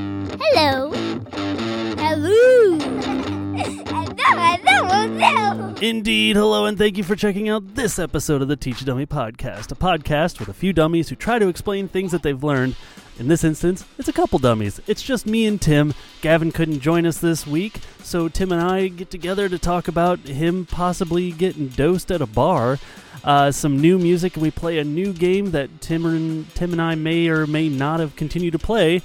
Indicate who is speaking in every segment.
Speaker 1: Hello. Hello. hello, hello,
Speaker 2: Indeed, hello, and thank you for checking out this episode of the Teach a Dummy podcast, a podcast with a few dummies who try to explain things that they've learned. In this instance, it's a couple dummies. It's just me and Tim. Gavin couldn't join us this week, so Tim and I get together to talk about him possibly getting dosed at a bar, uh, some new music, and we play a new game that Tim and, Tim and I may or may not have continued to play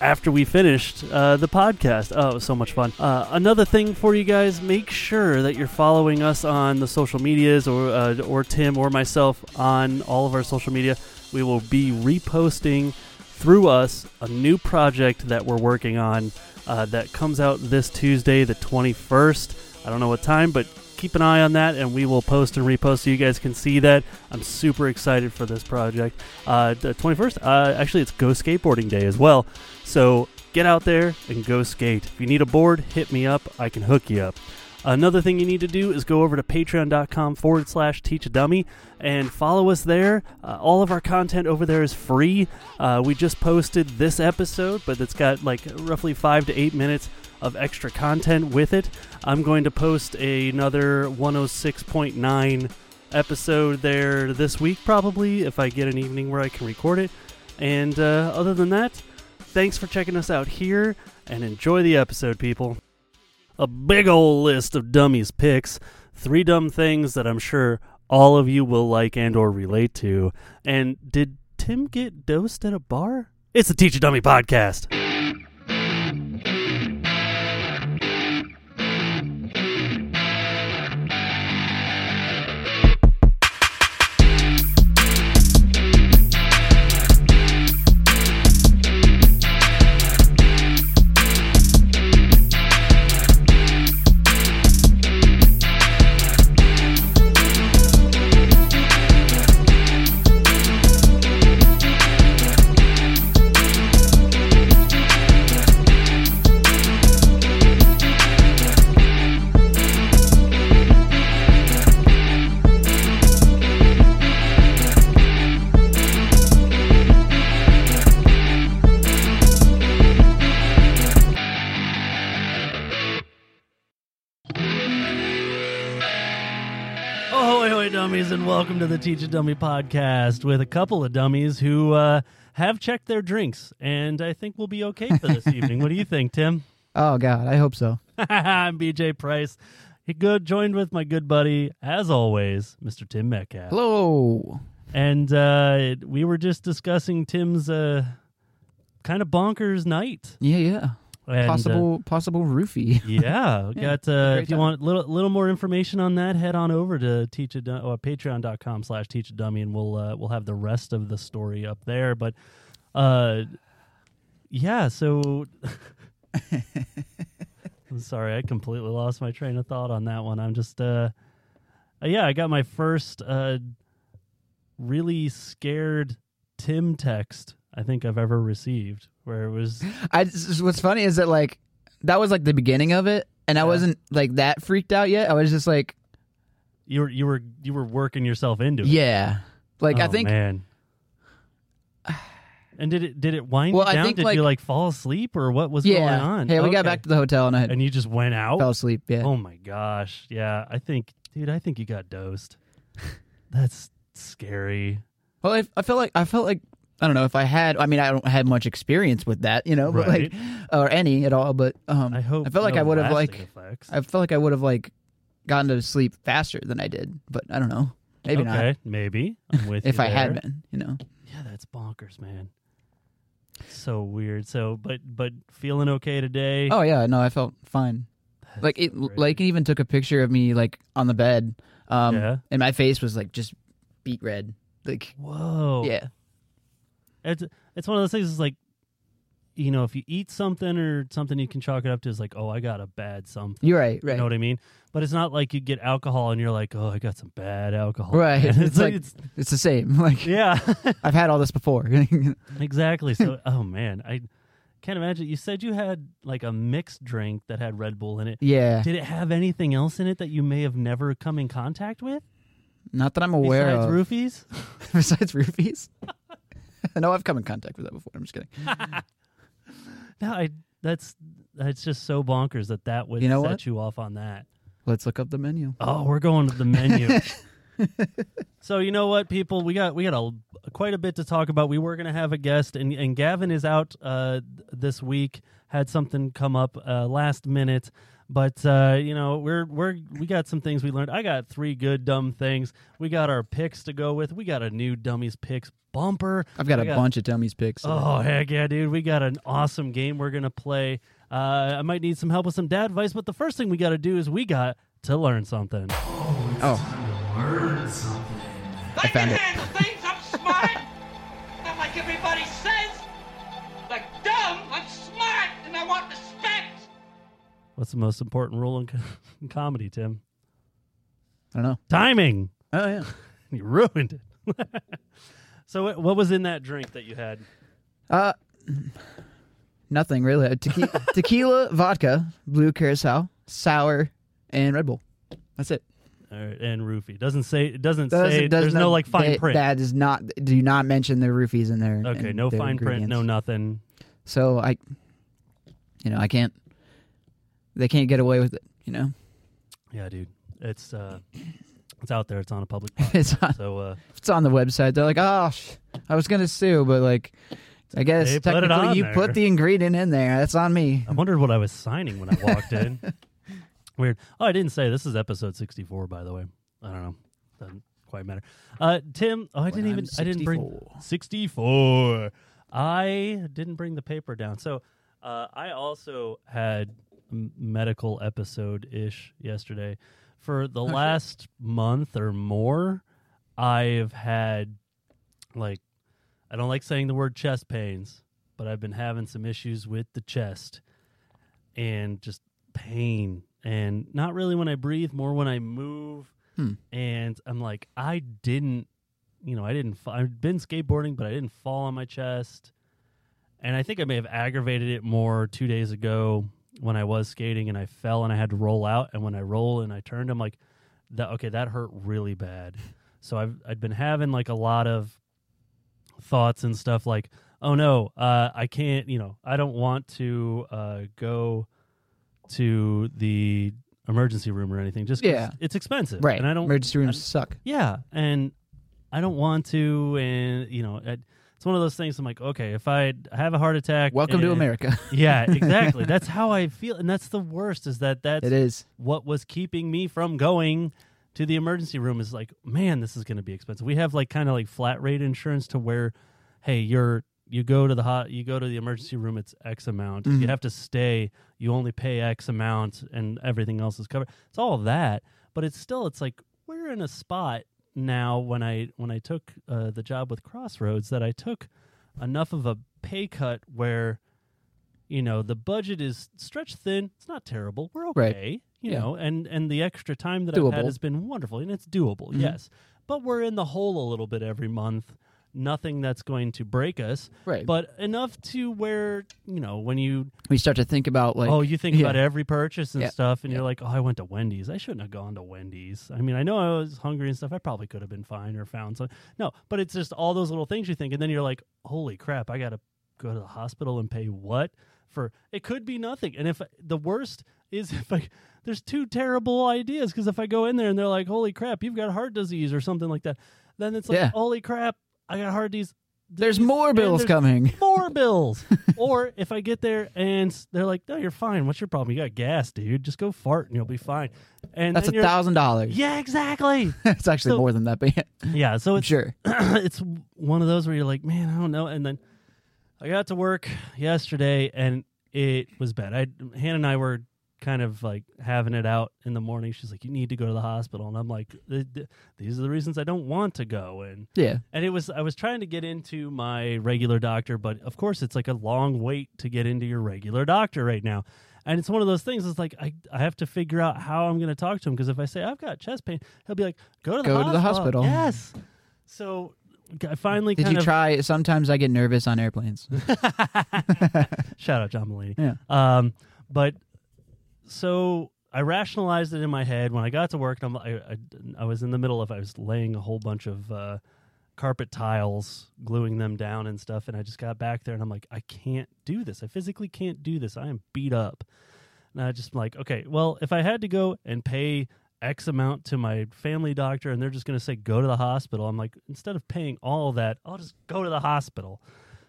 Speaker 2: after we finished uh, the podcast. Oh, it was so much fun. Uh, another thing for you guys, make sure that you're following us on the social medias or, uh, or Tim or myself on all of our social media. We will be reposting through us a new project that we're working on uh, that comes out this Tuesday, the 21st. I don't know what time, but keep an eye on that and we will post and repost so you guys can see that. I'm super excited for this project. Uh, the 21st, uh, actually, it's Go Skateboarding Day as well. So get out there and go skate. If you need a board, hit me up. I can hook you up. Another thing you need to do is go over to patreon.com forward slash teach a dummy and follow us there. Uh, all of our content over there is free. Uh, we just posted this episode, but it's got like roughly five to eight minutes of extra content with it. I'm going to post another 106.9 episode there this week, probably, if I get an evening where I can record it. And uh, other than that, thanks for checking us out here and enjoy the episode, people. A big old list of dummies picks, three dumb things that I'm sure all of you will like and or relate to. And did Tim get dosed at a bar? It's the Teach a Dummy podcast. Ahoy, ahoy, dummies, and welcome to the Teach a Dummy podcast with a couple of dummies who uh, have checked their drinks, and I think we'll be okay for this evening. What do you think, Tim?
Speaker 3: Oh God, I hope so.
Speaker 2: I'm BJ Price. He good joined with my good buddy, as always, Mr. Tim Metcalf.
Speaker 3: Hello.
Speaker 2: And uh, it- we were just discussing Tim's uh, kind of bonkers night.
Speaker 3: Yeah, yeah.
Speaker 2: And, uh,
Speaker 3: possible, possible roofie.
Speaker 2: yeah,
Speaker 3: Yeah,
Speaker 2: got. Uh,
Speaker 3: great
Speaker 2: if you
Speaker 3: time.
Speaker 2: want a little, little more information on that, head on over to teach a or patreon.com slash teach a dummy, and we'll uh, we'll have the rest of the story up there. But, uh, yeah. So, I'm sorry, I completely lost my train of thought on that one. I'm just, uh, uh, yeah, I got my first uh, really scared Tim text I think I've ever received, where it was.
Speaker 3: I. this is- What's funny is that like that was like the beginning of it, and I wasn't like that freaked out yet. I was just like,
Speaker 2: you were you were you were working yourself into it.
Speaker 3: yeah. Like I
Speaker 2: Oh,
Speaker 3: think
Speaker 2: man. And did it did it wind
Speaker 3: Well,
Speaker 2: you
Speaker 3: I
Speaker 2: down?
Speaker 3: think,
Speaker 2: did you
Speaker 3: like-
Speaker 2: like fall asleep or what was
Speaker 3: yeah.
Speaker 2: going on?
Speaker 3: Hey, we got
Speaker 2: Okay.
Speaker 3: back to the hotel and I
Speaker 2: and you just went out.
Speaker 3: fell asleep. Yeah.
Speaker 2: Oh my gosh, yeah. I think, dude, I think you got dosed. That's scary.
Speaker 3: Well, I, I felt like I felt like I don't know if I had. I mean, I don't had much experience with that, you know, but
Speaker 2: Right.
Speaker 3: like or any at all. But um,
Speaker 2: I hope.
Speaker 3: I felt like
Speaker 2: no
Speaker 3: I would have
Speaker 2: lasting
Speaker 3: like
Speaker 2: effects.
Speaker 3: I felt like I would have like gotten to sleep faster than I did. But I don't know. Maybe
Speaker 2: okay,
Speaker 3: not.
Speaker 2: Maybe I'm with
Speaker 3: if
Speaker 2: you
Speaker 3: I had
Speaker 2: there.
Speaker 3: been, you know.
Speaker 2: Yeah, that's bonkers, man. So weird. So, but but feeling okay today.
Speaker 3: Oh yeah, no, I felt fine.
Speaker 2: That's
Speaker 3: Like it,
Speaker 2: so great.
Speaker 3: like even took a picture of me like on the bed, um,
Speaker 2: Yeah.
Speaker 3: and my face was like just beat red. Like
Speaker 2: Whoa.
Speaker 3: yeah,
Speaker 2: it's it's one of those things. It's like, you know, if you eat something or something, you can chalk it up to is like, oh, I got a bad something.
Speaker 3: you're right,
Speaker 2: You
Speaker 3: right.
Speaker 2: know what I mean? But it's not like you get alcohol and you're like, oh, I got some bad alcohol.
Speaker 3: Right.
Speaker 2: man. It's,
Speaker 3: It's
Speaker 2: like,
Speaker 3: like-
Speaker 2: it's,
Speaker 3: It's the same. Like
Speaker 2: yeah,
Speaker 3: I've had all this before.
Speaker 2: exactly. So, oh man, I can't imagine. You said you had like a mixed drink that had Red Bull in it.
Speaker 3: yeah,
Speaker 2: Did it have anything else in it that you may have never come in contact with
Speaker 3: not that I'm aware
Speaker 2: besides
Speaker 3: of.
Speaker 2: roofies?
Speaker 3: besides roofies. no, I've come in contact with that before. I'm just kidding.
Speaker 2: No, I That's that's just so bonkers that that would
Speaker 3: You know
Speaker 2: set
Speaker 3: what?
Speaker 2: you off on that.
Speaker 3: Let's look up the menu.
Speaker 2: Oh, we're going to the menu. so you know what, people, we got we got a quite a bit to talk about. We were going to have a guest, and and Gavin is out uh, th- this week. Had something come up uh, last minute, but uh, you know we're we're we got some things we learned. I got three good dumb things. We got our picks to go with. We got a new dummies picks bumper.
Speaker 3: I've got
Speaker 2: We
Speaker 3: a bunch of dummies picks.
Speaker 2: Oh heck yeah, dude! We got an awesome game we're gonna play. Uh, I might need some help with some dad advice, but the first thing we got to do is we got to learn something.
Speaker 3: oh,
Speaker 4: They can
Speaker 3: found it.
Speaker 4: handle things. I'm smart. Not like everybody says. Like dumb. I'm smart, and I want respect.
Speaker 2: What's the most important rule in, co- in comedy, Tim?
Speaker 3: I don't know.
Speaker 2: Timing.
Speaker 3: Oh yeah.
Speaker 2: You ruined it. so, what- what was in that drink that you had?
Speaker 3: Uh, nothing really. Uh, Tequila, tequila vodka, blue curacao, sour, and Red Bull. That's it.
Speaker 2: All right, uh, and roofie doesn't say. It doesn't
Speaker 3: Doesn't-
Speaker 2: say.
Speaker 3: does
Speaker 2: there's no,
Speaker 3: not-
Speaker 2: like fine
Speaker 3: they-
Speaker 2: print.
Speaker 3: That is not. Do not mention the roofies in there.
Speaker 2: okay,
Speaker 3: and
Speaker 2: no
Speaker 3: their
Speaker 2: fine print, no
Speaker 3: ingredients.
Speaker 2: nothing.
Speaker 3: So I, you know, I can't. They can't get away with it. You know,
Speaker 2: Yeah, dude, it's uh, it's out there. It's on a public. platform.
Speaker 3: it's on,
Speaker 2: so, uh,
Speaker 3: it's on the website. They're like, oh, sh- I was gonna sue, but like, I guess
Speaker 2: They put it
Speaker 3: technically
Speaker 2: on
Speaker 3: you
Speaker 2: there.
Speaker 3: put the ingredient in there. That's on me.
Speaker 2: I wondered what I was signing when I walked in. Weird. Oh, I didn't say this is episode 64, by the way. I don't know. Doesn't quite matter. Uh, Tim, oh, I didn't
Speaker 3: I'm
Speaker 2: even. I didn't bring
Speaker 3: 64.
Speaker 2: 64. I didn't bring the paper down. So uh, I also had m- medical episode ish yesterday. For the last month or more, I've had like I don't like saying the word chest pains, but I've been having some issues with the chest and just pain. And not really when I breathe, more when I move.
Speaker 3: Hmm.
Speaker 2: And I'm like, I didn't, you know, I didn't, fa- I've been skateboarding, but I didn't fall on my chest. And I think I may have aggravated it more two days ago when I was skating and I fell and I had to roll out. And when I roll and I turned, I'm like, that, okay, that hurt really bad. So I've, I'd been having like a lot of thoughts and stuff like oh no uh, i can't you know i don't want to uh, go to the emergency room or anything just 'cause
Speaker 3: Yeah.
Speaker 2: it's expensive
Speaker 3: Right.
Speaker 2: and i don't
Speaker 3: Emergency rooms
Speaker 2: I-
Speaker 3: suck.
Speaker 2: yeah and i don't want to and you know I, it's one of those things i'm like okay if i have a heart attack
Speaker 3: Welcome to
Speaker 2: and-
Speaker 3: America.
Speaker 2: yeah exactly that's how i feel and that's the worst is that that's
Speaker 3: it is.
Speaker 2: what was keeping me from going to the emergency room is like, man, this is going to be expensive. We have like kind of like flat rate insurance to where, hey, you're you go to the hot you go to the emergency room, it's X amount. You
Speaker 3: Mm-hmm.
Speaker 2: have to stay, you only pay X amount, and everything else is covered. It's all that, but it's still it's like we're in a spot now. When I when I took uh, the job with Crossroads, that I took enough of a pay cut where. You know the budget is stretched thin. It's not terrible. We're
Speaker 3: Right.
Speaker 2: okay you
Speaker 3: Yeah.
Speaker 2: know, and and the extra time that I've had
Speaker 3: Doable.
Speaker 2: has been wonderful, and it's doable, yes. But we're in the hole a little bit every month. Nothing that's going to break us,
Speaker 3: Right.
Speaker 2: but enough to where you know when you
Speaker 3: we start to think about like
Speaker 2: oh you think
Speaker 3: yeah.
Speaker 2: about every purchase and
Speaker 3: Yeah.
Speaker 2: stuff, and
Speaker 3: Yeah.
Speaker 2: you're like, oh, I went to Wendy's. I shouldn't have gone to Wendy's. I mean, I know I was hungry and stuff. I probably could have been fine or found some. No, but it's just all those little things you think, and then you're like, holy crap, I got to go to the hospital and pay what for? It could be nothing. And if the worst is if I there's two terrible ideas because if I go in there and they're like, holy crap, you've got heart disease or something like that, then it's like,
Speaker 3: Yeah.
Speaker 2: holy crap, I got heart disease
Speaker 3: There's more bills
Speaker 2: there's-
Speaker 3: coming.
Speaker 2: more bills. or if I get there and s- they're like, "No, you're fine. What's your problem? You got gas, dude. Just go fart and you'll be fine." And
Speaker 3: That's
Speaker 2: then
Speaker 3: a
Speaker 2: you're,
Speaker 3: thousand dollars.
Speaker 2: Yeah, exactly.
Speaker 3: it's actually
Speaker 2: So-
Speaker 3: more than that, but yeah,
Speaker 2: yeah, so
Speaker 3: I'm
Speaker 2: it's
Speaker 3: sure.
Speaker 2: it's one of those where you're like, "Man, I don't know." And then I got to work yesterday and it was bad. I Hannah and I were kind of like having it out in the morning. She's like, "You need to go to the hospital." And I'm like, "Th- th- "These are the reasons I don't want to go." And
Speaker 3: Yeah,
Speaker 2: and it was I was trying to get into my regular doctor, but of course it's like a long wait to get into your regular doctor right now. And it's one of those things. It's like I, I have to figure out how I'm going to talk to him because if I say I've got chest pain, he'll be like, "Go to the
Speaker 3: Go
Speaker 2: hospital.
Speaker 3: to the hospital.
Speaker 2: Yes. So I finally
Speaker 3: did
Speaker 2: kind
Speaker 3: you
Speaker 2: of
Speaker 3: try? Sometimes I get nervous on airplanes.
Speaker 2: Shout out John Mulaney.
Speaker 3: Yeah.
Speaker 2: Um, but so I rationalized it in my head when I got to work. And I'm, I, I, I was in the middle of I was laying a whole bunch of uh, carpet tiles, gluing them down and stuff. And I just got back there and I'm like, I can't do this. I physically can't do this. I am beat up. And I just like, okay, well, if I had to go and pay X amount to my family doctor and they're just going to say, go to the hospital, I'm like, instead of paying all that, I'll just go to the hospital.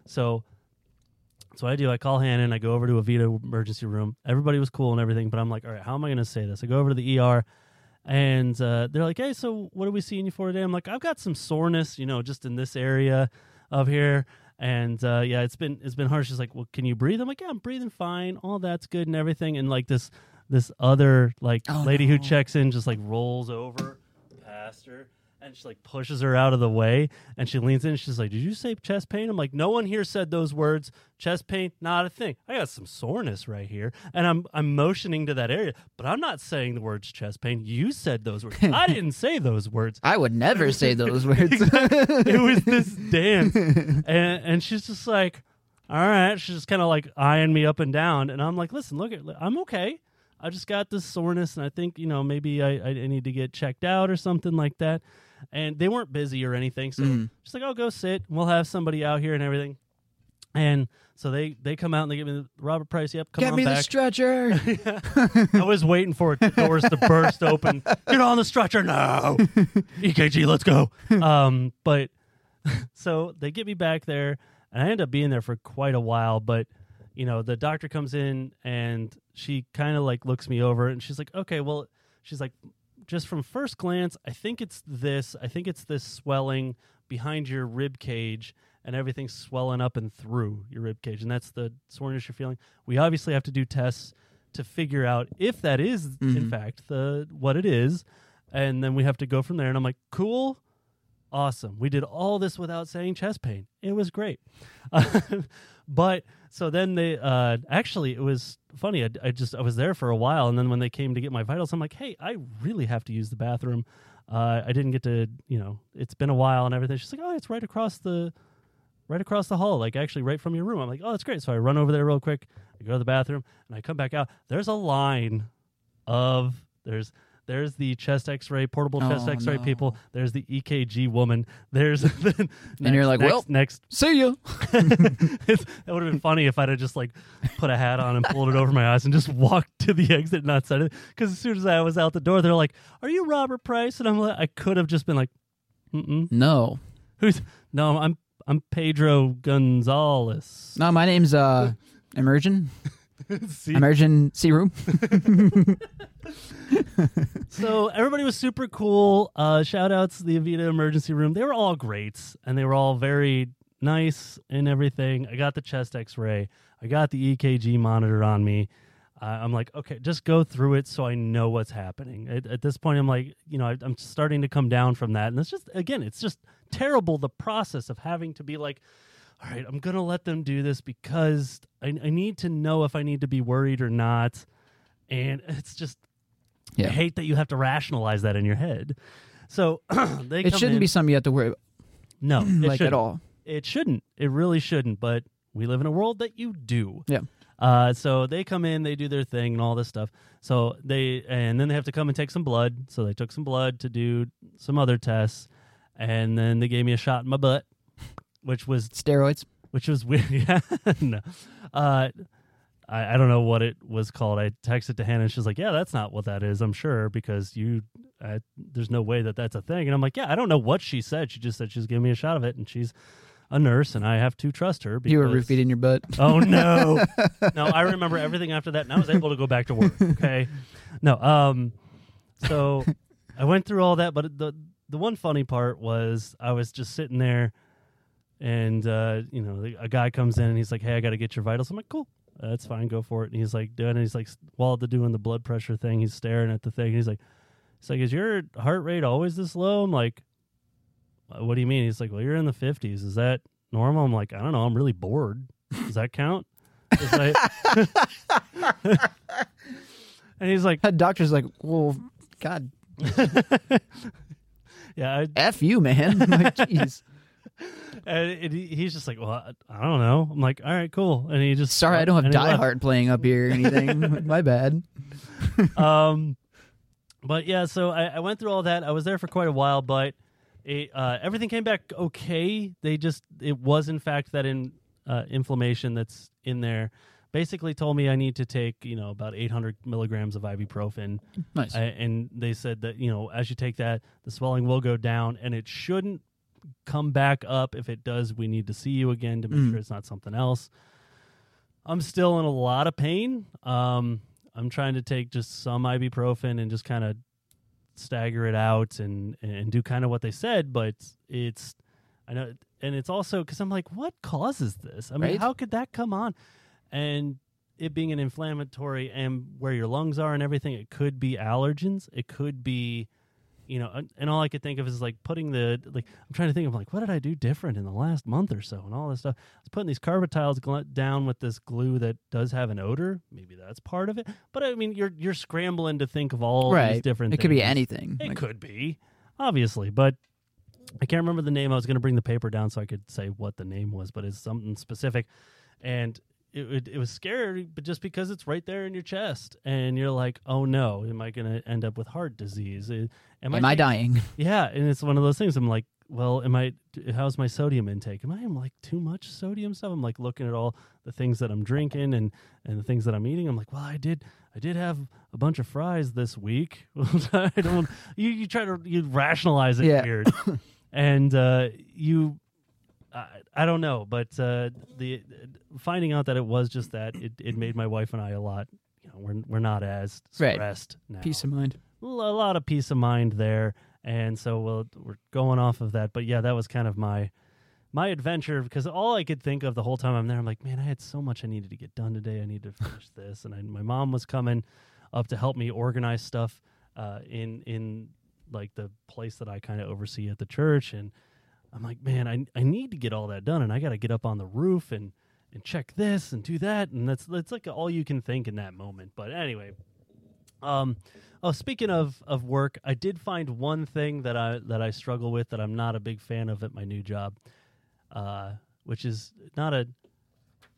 Speaker 2: So so what I do, I call Hannah and I go over to a Vita emergency room. Everybody was cool and everything, but I'm like, all right, how am I going to say this? I go over to the ER and uh, they're like, hey, so what are we seeing you for today? I'm like, I've got some soreness, you know, just in this area of here. And uh, yeah, it's been it's been hard. She's like, well, can you breathe? I'm like, yeah, I'm breathing fine. All that's good and everything. And like this this other like
Speaker 3: Oh,
Speaker 2: lady who
Speaker 3: no.
Speaker 2: checks in just like rolls over past her and she like pushes her out of the way and she leans in and she's like did you say chest pain i'm like no one here said those words chest pain not a thing i got some soreness right here and i'm i'm motioning to that area but i'm not saying the words chest pain you said those words i didn't say those words
Speaker 3: I would never say those words.
Speaker 2: it was this dance and, and she's just like all right she's just kind of like eyeing me up and down and i'm like listen look at i'm okay i just got this soreness and i think you know maybe i, I need to get checked out or something like that and they weren't busy or anything so
Speaker 3: Mm-hmm.
Speaker 2: she's like oh go sit we'll have somebody out here and everything and so they they come out and they give me the, robert price yep come
Speaker 3: Get
Speaker 2: on
Speaker 3: me the
Speaker 2: back
Speaker 3: stretcher.
Speaker 2: I was waiting for the doors to burst open. Get on the stretcher now. EKG, let's go. Um, but so they get me back there, and I end up being there for quite a while. But you know, the doctor comes in and she kind of like looks me over, and she's like, "Okay, well," she's like, "Just from first glance, I think it's this. I think it's this swelling behind your rib cage." And everything's swelling up and through your rib cage, and that's the soreness you're feeling. We obviously have to do tests to figure out if that is, in
Speaker 3: Mhm.
Speaker 2: fact the what it is and then we have to go from there and i'm like cool awesome we did all this without saying chest pain it was great but so then they uh actually it was funny I, I just i was there for a while and then when they came to get my vitals i'm like hey i really have to use the bathroom uh i didn't get to you know it's been a while and everything she's like oh it's right across the right across the hall, like actually right from your room. I'm like, oh, that's great. So I run over there real quick. I go to the bathroom and I come back out. There's a line of there's there's the chest X-ray portable chest
Speaker 3: Oh,
Speaker 2: X-ray
Speaker 3: no.
Speaker 2: people. There's the EKG woman. There's then
Speaker 3: And you're
Speaker 2: next-
Speaker 3: like,
Speaker 2: next,
Speaker 3: well.
Speaker 2: next.
Speaker 3: See you.
Speaker 2: It's- that would have been funny if I'd have just like put a hat on and pulled it over my eyes and just walked to the exit and not said it. Because as soon as I was out the door, they're like, "Are you Robert Price?" And I'm like, I could have just been like, Mm-mm.
Speaker 3: No.
Speaker 2: "Who's?" No, I'm I'm Pedro Gonzalez.
Speaker 3: No, my name's uh Emergent.
Speaker 2: See?
Speaker 3: Emergent C room.
Speaker 2: So everybody was super cool. Uh, shout outs to the Avita emergency room. They were all greats and they were all very nice and everything. I got the chest x ray, I got the EKG monitor on me. Uh, I'm like, okay, just go through it so I know what's happening. At, at this point, I'm like, you know, I, I'm starting to come down from that. And it's just, again, it's just terrible the process of having to be like, all right, I'm going to let them do this because I, I need to know if I need to be worried or not. And it's just, I
Speaker 3: Yeah.
Speaker 2: hate that you have to rationalize that in your head. So they
Speaker 3: It
Speaker 2: come
Speaker 3: shouldn't
Speaker 2: in-
Speaker 3: be something you have to worry about
Speaker 2: no it
Speaker 3: like
Speaker 2: shouldn't.
Speaker 3: at all.
Speaker 2: It shouldn't. It really shouldn't. But we live in a world that you do.
Speaker 3: Yeah.
Speaker 2: Uh, so they come in, they do their thing and all this stuff. So they and then they have to come and take some blood. So they took some blood to do some other tests, and then they gave me a shot in my butt, which was
Speaker 3: Steroids.
Speaker 2: which was weird. yeah, no, uh, I, I don't know what it was called. I texted to Hannah, and she's like, "Yeah, that's not what that is. I'm sure because you, I, there's no way that that's a thing." And I'm like, "Yeah, I don't know what she said. She just said she's giving me a shot of it, and she's a nurse, and I have to trust her." Because,
Speaker 3: You were roofied in your butt.
Speaker 2: Oh no, no! I remember everything after that, and I was able to go back to work. Okay, no. Um, so I went through all that, but the the one funny part was I was just sitting there, and uh, you know, the- a guy comes in and he's like, "Hey, I got to get your vitals." I'm like, "Cool, uh, that's fine, go for it." And he's like, doing, and he's like, s- while they're doing the blood pressure thing, he's staring at the thing. And he's like, "It's like, is your heart rate always this low?" I'm like, "Uh, "What do you mean?" He's like, "Well, you're in the 50s. Is that normal?" I'm like, "I don't know. I'm really bored. Does that count?" It's like- and he's like,
Speaker 3: That doctor's like, well, God,
Speaker 2: "Yeah, I,
Speaker 3: F you, man. like, jeez.
Speaker 2: And it, he- he's just like, well, I, I don't know. I'm like, all right, cool. And he just
Speaker 3: Sorry, I don't have
Speaker 2: and he
Speaker 3: Die
Speaker 2: left.
Speaker 3: Hard playing up here or anything. My bad.
Speaker 2: Um, but yeah, so I, I went through all that. I was there for quite a while, but It, uh, everything came back okay. They just it was in fact that in uh, inflammation that's in there. Basically, told me I need to take you know about 800 milligrams of ibuprofen,
Speaker 3: Nice.
Speaker 2: I, and they said that you know as you take that, the swelling will go down, and it shouldn't come back up. If it does, we need to see you again to make sure it's not something else. I'm still in a lot of pain. Um, I'm trying to take just some ibuprofen and just kind of stagger it out and and do kind of what they said, but it's I know and it's also cuz I'm like what causes this? I mean,
Speaker 3: Right?
Speaker 2: how could that come on? And it being an inflammatory and where your lungs are and everything, it could be allergens, it could be you know, and- and all I could think of is like putting the like I'm trying to think of like what did I do different in the last month or so and all this stuff. I was putting these carbatiles gl- down with this glue that does have an odor. Maybe that's part of it. But I mean, you're you're scrambling to think of all these
Speaker 3: right.
Speaker 2: different.
Speaker 3: It could be
Speaker 2: things.
Speaker 3: anything.
Speaker 2: It
Speaker 3: Like,
Speaker 2: could be, obviously, but I can't remember the name. I was going to bring the paper down so I could say what the name was, but it's something specific, and it, it it was scary, but just because it's right there in your chest, and you're like, oh no, am I going to end up with heart disease? Am,
Speaker 3: Am I
Speaker 2: taking-
Speaker 3: dying?
Speaker 2: yeah, and it's one of those things. I'm like, well, am I? d- How's my sodium intake? Am I in like too much sodium stuff? I'm like looking at all the things that I'm drinking and and the things that I'm eating. I'm like, well, I did I did have a bunch of fries this week. I don't. You you try to you rationalize it
Speaker 3: Yeah.
Speaker 2: weird, and uh, you. I, I don't know, but uh, the finding out that it was just that it, it made my wife and I a lot. You know, we're we're not as
Speaker 3: Right.
Speaker 2: stressed now
Speaker 3: Peace of mind.
Speaker 2: a lot of peace of mind there and so we'll, we're going off of that but yeah that was kind of my my adventure because all i could think of the whole time i'm there i'm like man i had so much i needed to get done today i need to finish this and I, my mom was coming up to help me organize stuff uh, in in like the place that i kind of oversee at the church and i'm like man I, I need to get all that done and i got to get up on the roof and and check this and do that and that's that's like all you can think in that moment but anyway um, oh, speaking of of work, I did find one thing that I that I struggle with that I'm not a big fan of at my new job, uh, which is not a,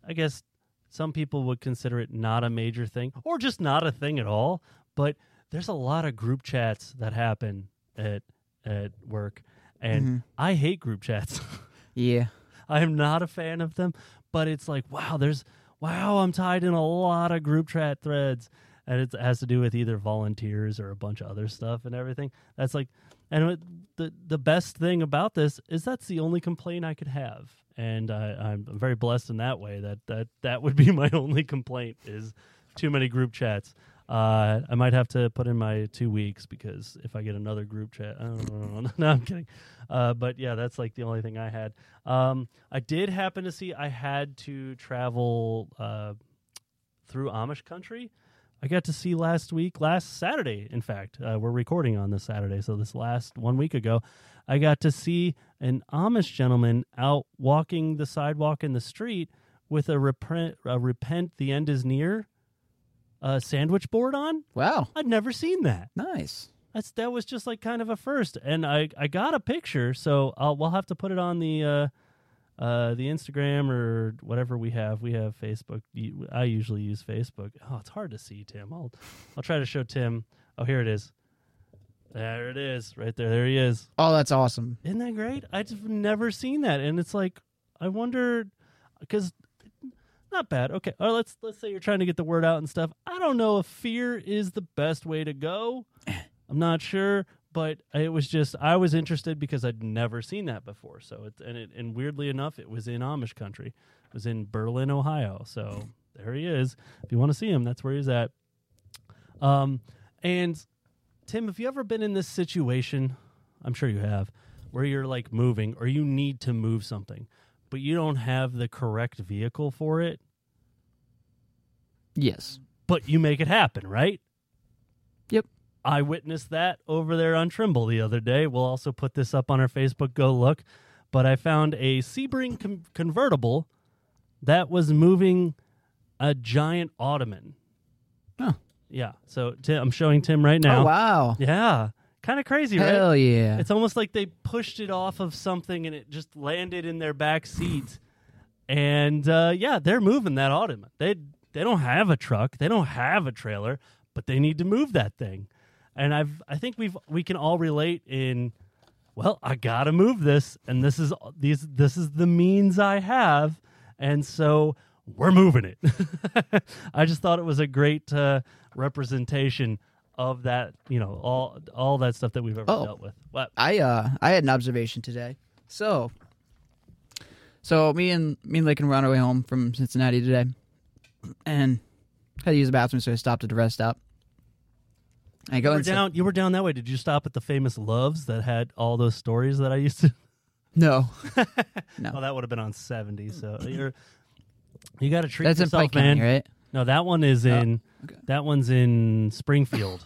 Speaker 2: I guess some people would consider it not a major thing or just not a thing at all. But there's a lot of group chats that happen at at work, and I hate group chats.
Speaker 3: Yeah.
Speaker 2: I am not a fan of them, but it's like wow, there's wow, I'm tied in a lot of group chat threads, and it has to do with either volunteers or a bunch of other stuff and everything. That's like, and it, the the best thing about this is that's the only complaint I could have, and I, I'm very blessed in that way. That that that would be my only complaint is too many group chats. Uh, I might have to put in my two weeks because if I get another group chat, I don't know. no, I'm kidding. Uh, but yeah, that's like the only thing I had. Um, I did happen to see I had to travel uh, through Amish country. I got to see last week, last Saturday, in fact. Uh, we're recording on this Saturday, so this last one week ago, I got to see an Amish gentleman out walking the sidewalk in the street with a repent, a repent the end is near uh, sandwich board on.
Speaker 3: Wow.
Speaker 2: I'd never seen that.
Speaker 3: Nice.
Speaker 2: That's that was just like kind of a first, and I I got a picture, so I'll, we'll have to put it on the uh, uh, the Instagram or whatever we have. We have Facebook. You- I usually use Facebook. Oh, it's hard to see Tim. I'll I'll try to show Tim. Oh, here it is. There it is, right there. There he is.
Speaker 3: Oh, that's awesome.
Speaker 2: Isn't that great? I've never seen that, and it's like I wonder because not bad. Okay, or let's let's say you're trying to get the word out and stuff. I don't know if fear is the best way to go. I'm not sure, but it was just I was interested because I'd never seen that before. So it and it and weirdly enough, it was in Amish country. It was in Berlin, Ohio. So there he is. If you want to see him, that's where he's at. Um, and Tim, have you ever been in this situation? I'm sure you have, where you're like moving or you need to move something, but you don't have the correct vehicle for it,
Speaker 3: Yes.
Speaker 2: but you make it happen, right?
Speaker 3: Yep.
Speaker 2: I witnessed that over there on Trimble the other day. We'll also put this up on our Facebook. Go look. But I found a Sebring con- convertible that was moving a giant ottoman.
Speaker 3: Oh.
Speaker 2: Yeah. So Tim, I'm showing Tim right now.
Speaker 3: Oh wow.
Speaker 2: Yeah. Kind of crazy, right?
Speaker 3: Hell yeah.
Speaker 2: It's almost like they pushed it off of something and it just landed in their back seat. and uh, yeah, they're moving that ottoman. They they don't have a truck, they don't have a trailer, but they need to move that thing. And I've I think we've we can all relate in well, I gotta move this, and this is these this is the means I have, and so we're moving it. I just thought it was a great uh, representation of that, you know, all all that stuff that we've ever
Speaker 3: Oh.
Speaker 2: dealt with. What?
Speaker 3: I uh I had an observation today. So so me and me and Lincoln were on our way home from Cincinnati today and had to use the bathroom, so I stopped at a rest stop. I go
Speaker 2: You were
Speaker 3: inside-
Speaker 2: down. You were down that way. Did you stop at the famous Loves that had all those stories that I used to?
Speaker 3: No.
Speaker 2: Oh, that would have been on seventy. So you're, you got to treat
Speaker 3: That's in
Speaker 2: yourself,
Speaker 3: Pike
Speaker 2: man.
Speaker 3: County, right?
Speaker 2: No, that one is in. That one's in Springfield.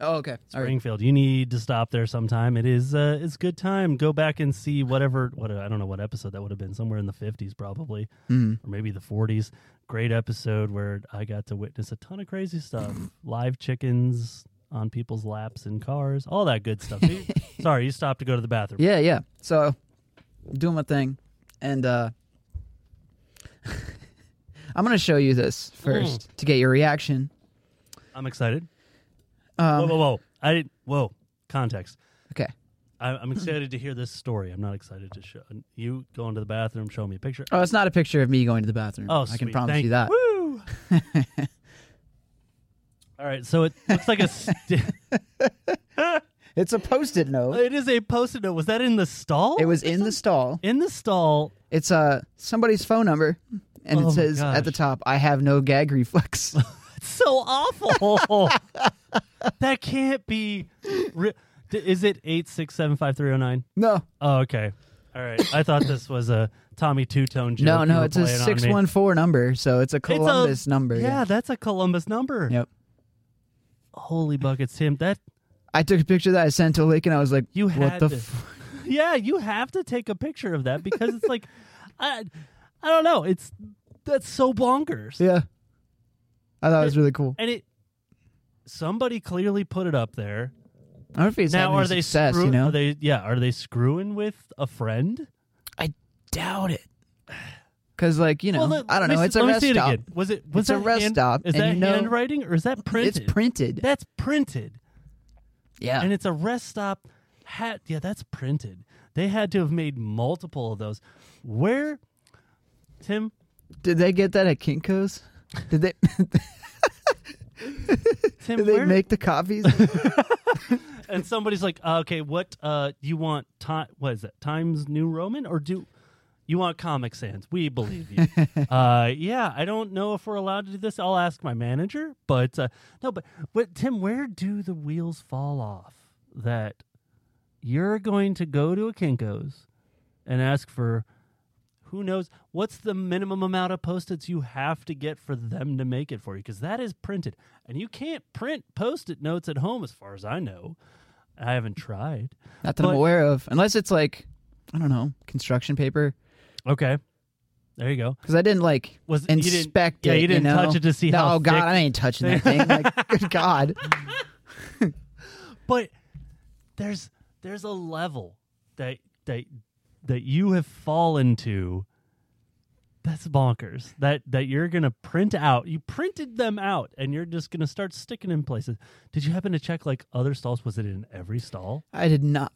Speaker 3: Oh, okay. All right.
Speaker 2: Springfield. You need to stop there sometime. It is uh, it's good time. Go back and see whatever what I don't know what episode that would have been somewhere in the 50s probably
Speaker 3: Hmm.
Speaker 2: or maybe the 40s. Great episode where I got to witness a ton of crazy stuff. Live chickens on people's laps in cars, all that good stuff. You- Sorry, you stopped to go to the bathroom.
Speaker 3: Yeah, yeah. So doing my thing. And uh I'm gonna show you this first
Speaker 2: Mm.
Speaker 3: to get your reaction.
Speaker 2: I'm excited. whoa,
Speaker 3: Um,
Speaker 2: whoa, whoa. I didn't whoa. Context.
Speaker 3: okay.
Speaker 2: I, I'm excited to hear this story. I'm not excited to show you going to the bathroom, show me a picture.
Speaker 3: Oh, it's not a picture of me going to the bathroom.
Speaker 2: Oh,
Speaker 3: I can
Speaker 2: sweet.
Speaker 3: promise
Speaker 2: Thank
Speaker 3: you that.
Speaker 2: Woo! All right, so it looks like a. St-
Speaker 3: It's a post-it note.
Speaker 2: it is a post-it note. Was that in the stall?
Speaker 3: It was in the stall.
Speaker 2: in the stall.
Speaker 3: It's uh somebody's phone number, and
Speaker 2: Oh my
Speaker 3: it says at the
Speaker 2: gosh.
Speaker 3: top, "I have no gag reflex."
Speaker 2: It's so awful. that can't be. Re- D- is it eight six seven five three zero nine?
Speaker 3: no,
Speaker 2: Oh, okay. All right. I thought this was a Tommy Two Tone joke.
Speaker 3: no,
Speaker 2: you
Speaker 3: no.
Speaker 2: were
Speaker 3: It's a
Speaker 2: playing on me.
Speaker 3: six one four number, so it's
Speaker 2: It's
Speaker 3: a
Speaker 2: a-
Speaker 3: Columbus number.
Speaker 2: Yeah, that's a Columbus number.
Speaker 3: Yep.
Speaker 2: Holy buckets, Tim. That
Speaker 3: I took a picture of that I sent to Lake, and I was like,
Speaker 2: You
Speaker 3: what
Speaker 2: had
Speaker 3: the?"
Speaker 2: to.
Speaker 3: F-?
Speaker 2: yeah, you have to take a picture of that because it's like, I, I don't know. It's that's so bonkers,
Speaker 3: Yeah, I thought it was really cool.
Speaker 2: and it. Somebody clearly put it up there.
Speaker 3: I wonder if he's
Speaker 2: now
Speaker 3: having
Speaker 2: are
Speaker 3: a
Speaker 2: they
Speaker 3: success?
Speaker 2: screw-
Speaker 3: you know,
Speaker 2: Are they yeah? Are they screwing with a friend?
Speaker 3: I doubt it. Cause like you know,
Speaker 2: Well, let-
Speaker 3: I don't
Speaker 2: let
Speaker 3: know.
Speaker 2: me
Speaker 3: It's
Speaker 2: see-
Speaker 3: a
Speaker 2: let me
Speaker 3: rest
Speaker 2: see it
Speaker 3: stop.
Speaker 2: again. Was it was
Speaker 3: It's a
Speaker 2: that
Speaker 3: rest
Speaker 2: hand-
Speaker 3: stop,
Speaker 2: Is
Speaker 3: and
Speaker 2: that
Speaker 3: you know-
Speaker 2: handwriting or is that printed?
Speaker 3: It's printed.
Speaker 2: That's printed,
Speaker 3: yeah,
Speaker 2: and it's a rest stop. Hat yeah, that's printed. They had to have made multiple of those. Where, Tim?
Speaker 3: did they get that at Kinkos? Did they?
Speaker 2: Tim,
Speaker 3: did they
Speaker 2: where,
Speaker 3: make the copies?
Speaker 2: and somebody's like, uh, okay, what uh, you want? Time? What is that? Times New Roman or do you want Comic Sans? We believe you. uh, yeah, I don't know if we're allowed to do this. I'll ask my manager, but uh, no, but what, Tim, where do the wheels fall off that you're going to go to a Kinkos and ask for? Who knows what's the minimum amount of post-its you have to get for them to make it for you? Because that is printed, and you can't print post-it notes at home, as far as I know. I haven't tried.
Speaker 3: Not that I'm
Speaker 2: But-
Speaker 3: aware of, unless it's like I don't know construction paper.
Speaker 2: Okay, there you go.
Speaker 3: Because I didn't like
Speaker 2: Was- you didn't-
Speaker 3: inspect
Speaker 2: yeah,
Speaker 3: it.
Speaker 2: you didn't
Speaker 3: know?
Speaker 2: touch it to see
Speaker 3: no,
Speaker 2: how
Speaker 3: Oh God,
Speaker 2: thick-
Speaker 3: I ain't touching that thing. Like, good God,
Speaker 2: But there's there's a level that that that you have fallen to. That's bonkers. That that you're gonna print out. You printed them out, and you're just gonna start sticking in places. Did you happen to check like other stalls? Was it in every stall?
Speaker 3: I did not.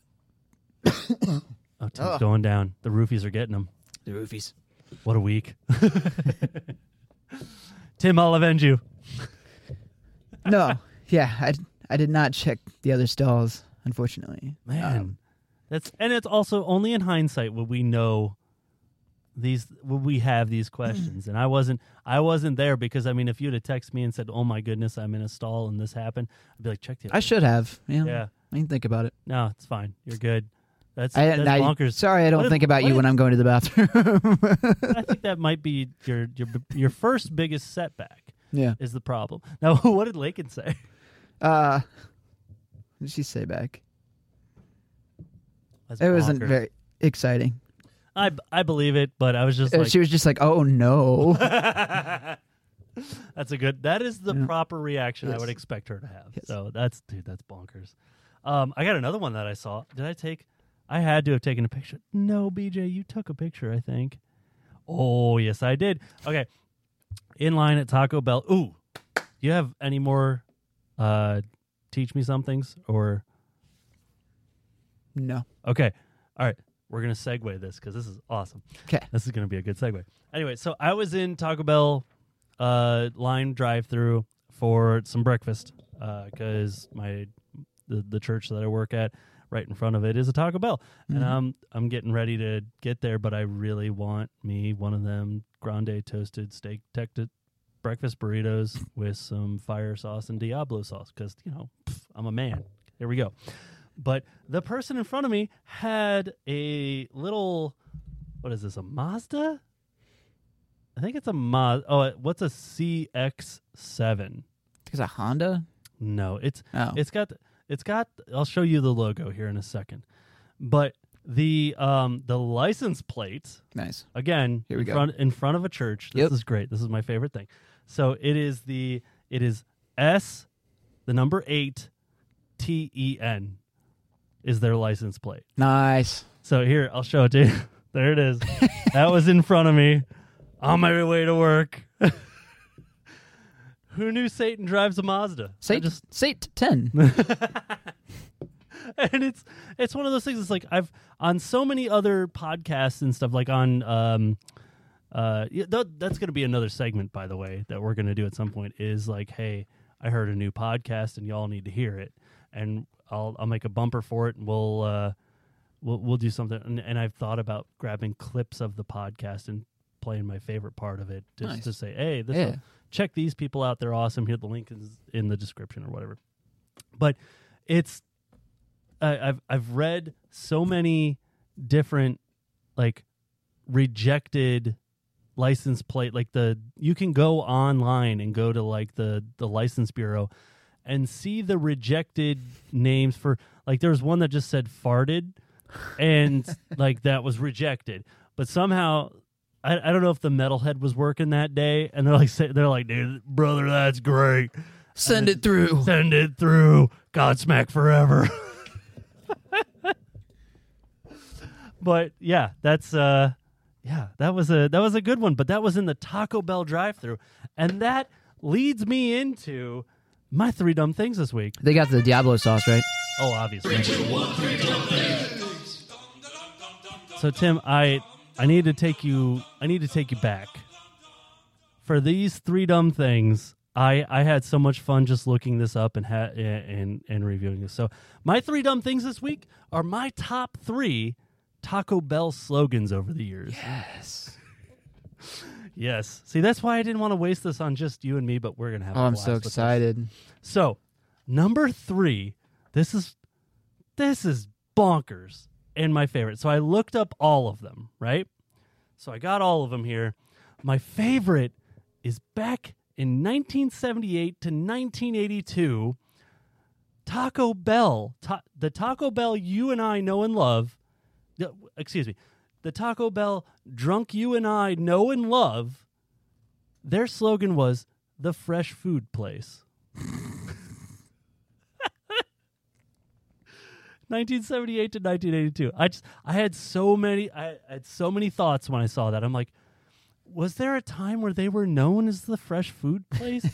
Speaker 2: Oh, Tim's going down. The roofies are getting him.
Speaker 3: The roofies.
Speaker 2: What a week. Tim, I'll avenge you.
Speaker 3: No, yeah, I d- I did not check the other stalls. Unfortunately,
Speaker 2: Man,
Speaker 3: Um,
Speaker 2: that's and it's also only in hindsight would we know these would we have these
Speaker 3: Hmm.
Speaker 2: questions. and I wasn't I wasn't there because I mean, if you'd have texted me and said, "Oh my goodness, I'm in a stall and this happened," I'd be like, "Check the."
Speaker 3: I should have. You know,
Speaker 2: Yeah.
Speaker 3: I didn't think about it.
Speaker 2: No, it's fine. You're good. That's,
Speaker 3: I,
Speaker 2: that's
Speaker 3: I-
Speaker 2: bonkers.
Speaker 3: Sorry, I don't
Speaker 2: What if-
Speaker 3: think about
Speaker 2: what
Speaker 3: you
Speaker 2: if-
Speaker 3: when I'm going to the bathroom.
Speaker 2: I think that might be your your your first biggest setback
Speaker 3: yeah.
Speaker 2: is the problem. Now, what did Lakin say?
Speaker 3: Uh, what did she say back?
Speaker 2: That's
Speaker 3: It wasn't
Speaker 2: bonkers.
Speaker 3: very exciting.
Speaker 2: I I believe it, but I was just
Speaker 3: Uh,
Speaker 2: like,
Speaker 3: she was just like, "Oh no."
Speaker 2: That's a good. That is the
Speaker 3: Yeah.
Speaker 2: proper reaction I
Speaker 3: Yes.
Speaker 2: would expect her to have.
Speaker 3: Yes.
Speaker 2: So that's dude, that's bonkers. Um, I got another one that I saw. Did I take? I had to have taken a picture. No, BJ, you took a picture. I think. Oh yes, I did. Okay, in line at Taco Bell. Ooh, you have any more? Uh, teach me somethings or
Speaker 3: No.
Speaker 2: Okay. All right. We're going to segue this because this is awesome.
Speaker 3: 'Kay.
Speaker 2: This is going to be a good segue. Anyway, so I was in Taco Bell uh, line drive through for some breakfast because my the, the church that I work at right in front of it is a Taco Bell, and I'm I'm getting ready to get there, but I really want me one of them grande toasted steak tecta breakfast burritos with some fire sauce and Diablo sauce because you know pff, I'm a man. Here we go. But the person in front of me had a little what is this a Mazda? I think it's a Mazda. Oh, what's a CX7?
Speaker 3: Because a Honda.
Speaker 2: No, it's
Speaker 3: Oh.
Speaker 2: it's got it's got I'll show you the logo here in a second. But the um the license plates
Speaker 3: nice.
Speaker 2: again
Speaker 3: Here we
Speaker 2: in
Speaker 3: go.
Speaker 2: front in front of a church. This
Speaker 3: Yep.
Speaker 2: is great. This is my favorite thing. So it is the it is S the number 8 T E N is their license plate.
Speaker 3: Nice.
Speaker 2: So here, I'll show it to you. There it is. that was in front of me on my way to work. Who knew Satan drives a Mazda? I
Speaker 3: Sate,
Speaker 2: just-
Speaker 3: Sate 10.
Speaker 2: and it's it's one of those things. It's like I've on so many other podcasts and stuff. Like on um, uh, yeah, th- that's going to be another segment, by the way, that we're going to do at some point. Is like, hey, I heard a new podcast and y'all need to hear it, and I'll I'll make a bumper for it, and we'll uh, we'll we'll do something. And, and I've thought about grabbing clips of the podcast and playing my favorite part of it just
Speaker 3: Nice.
Speaker 2: to say, hey, this
Speaker 3: Yeah.
Speaker 2: check these people out. They're awesome. Here, the link is in the description or whatever. But it's I, I've I've read so many different like rejected license plate like the you can go online and go to like the the license bureau and see the rejected names for like there was one that just said farted and like that was rejected but somehow I, I don't know if the metalhead was working that day and they're like say, they're like dude brother that's great
Speaker 3: Send it through.
Speaker 2: send it through godsmack forever but yeah that's uh yeah that was a that was a good one but that was in the taco bell drive-through and that leads me into my three dumb things this week
Speaker 3: They got the Diablo sauce, right?
Speaker 2: oh obviously so tim i i need to take you i need to take you back for these three dumb things i i had so much fun just looking this up and ha- and and reviewing this so my three dumb things this week are my top three taco bell slogans over the years
Speaker 3: Yes.
Speaker 2: Yes. See, that's why I didn't want to waste this on just you and me, but we're gonna have.
Speaker 3: Oh,
Speaker 2: a
Speaker 3: I'm
Speaker 2: blast
Speaker 3: so
Speaker 2: with this.
Speaker 3: excited.
Speaker 2: So, number three, this is this is bonkers and my favorite. So I looked up all of them, right? So I got all of them here. My favorite is back in 1978 to 1982. Taco Bell, ta- the Taco Bell you and I know and love. no, excuse me, the Taco Bell drunk you and I know and love. Their slogan was the fresh food place. 1978 to 1982. I just I had so many I had so many thoughts when I saw that. I'm like, was there a time where they were known as the fresh food place?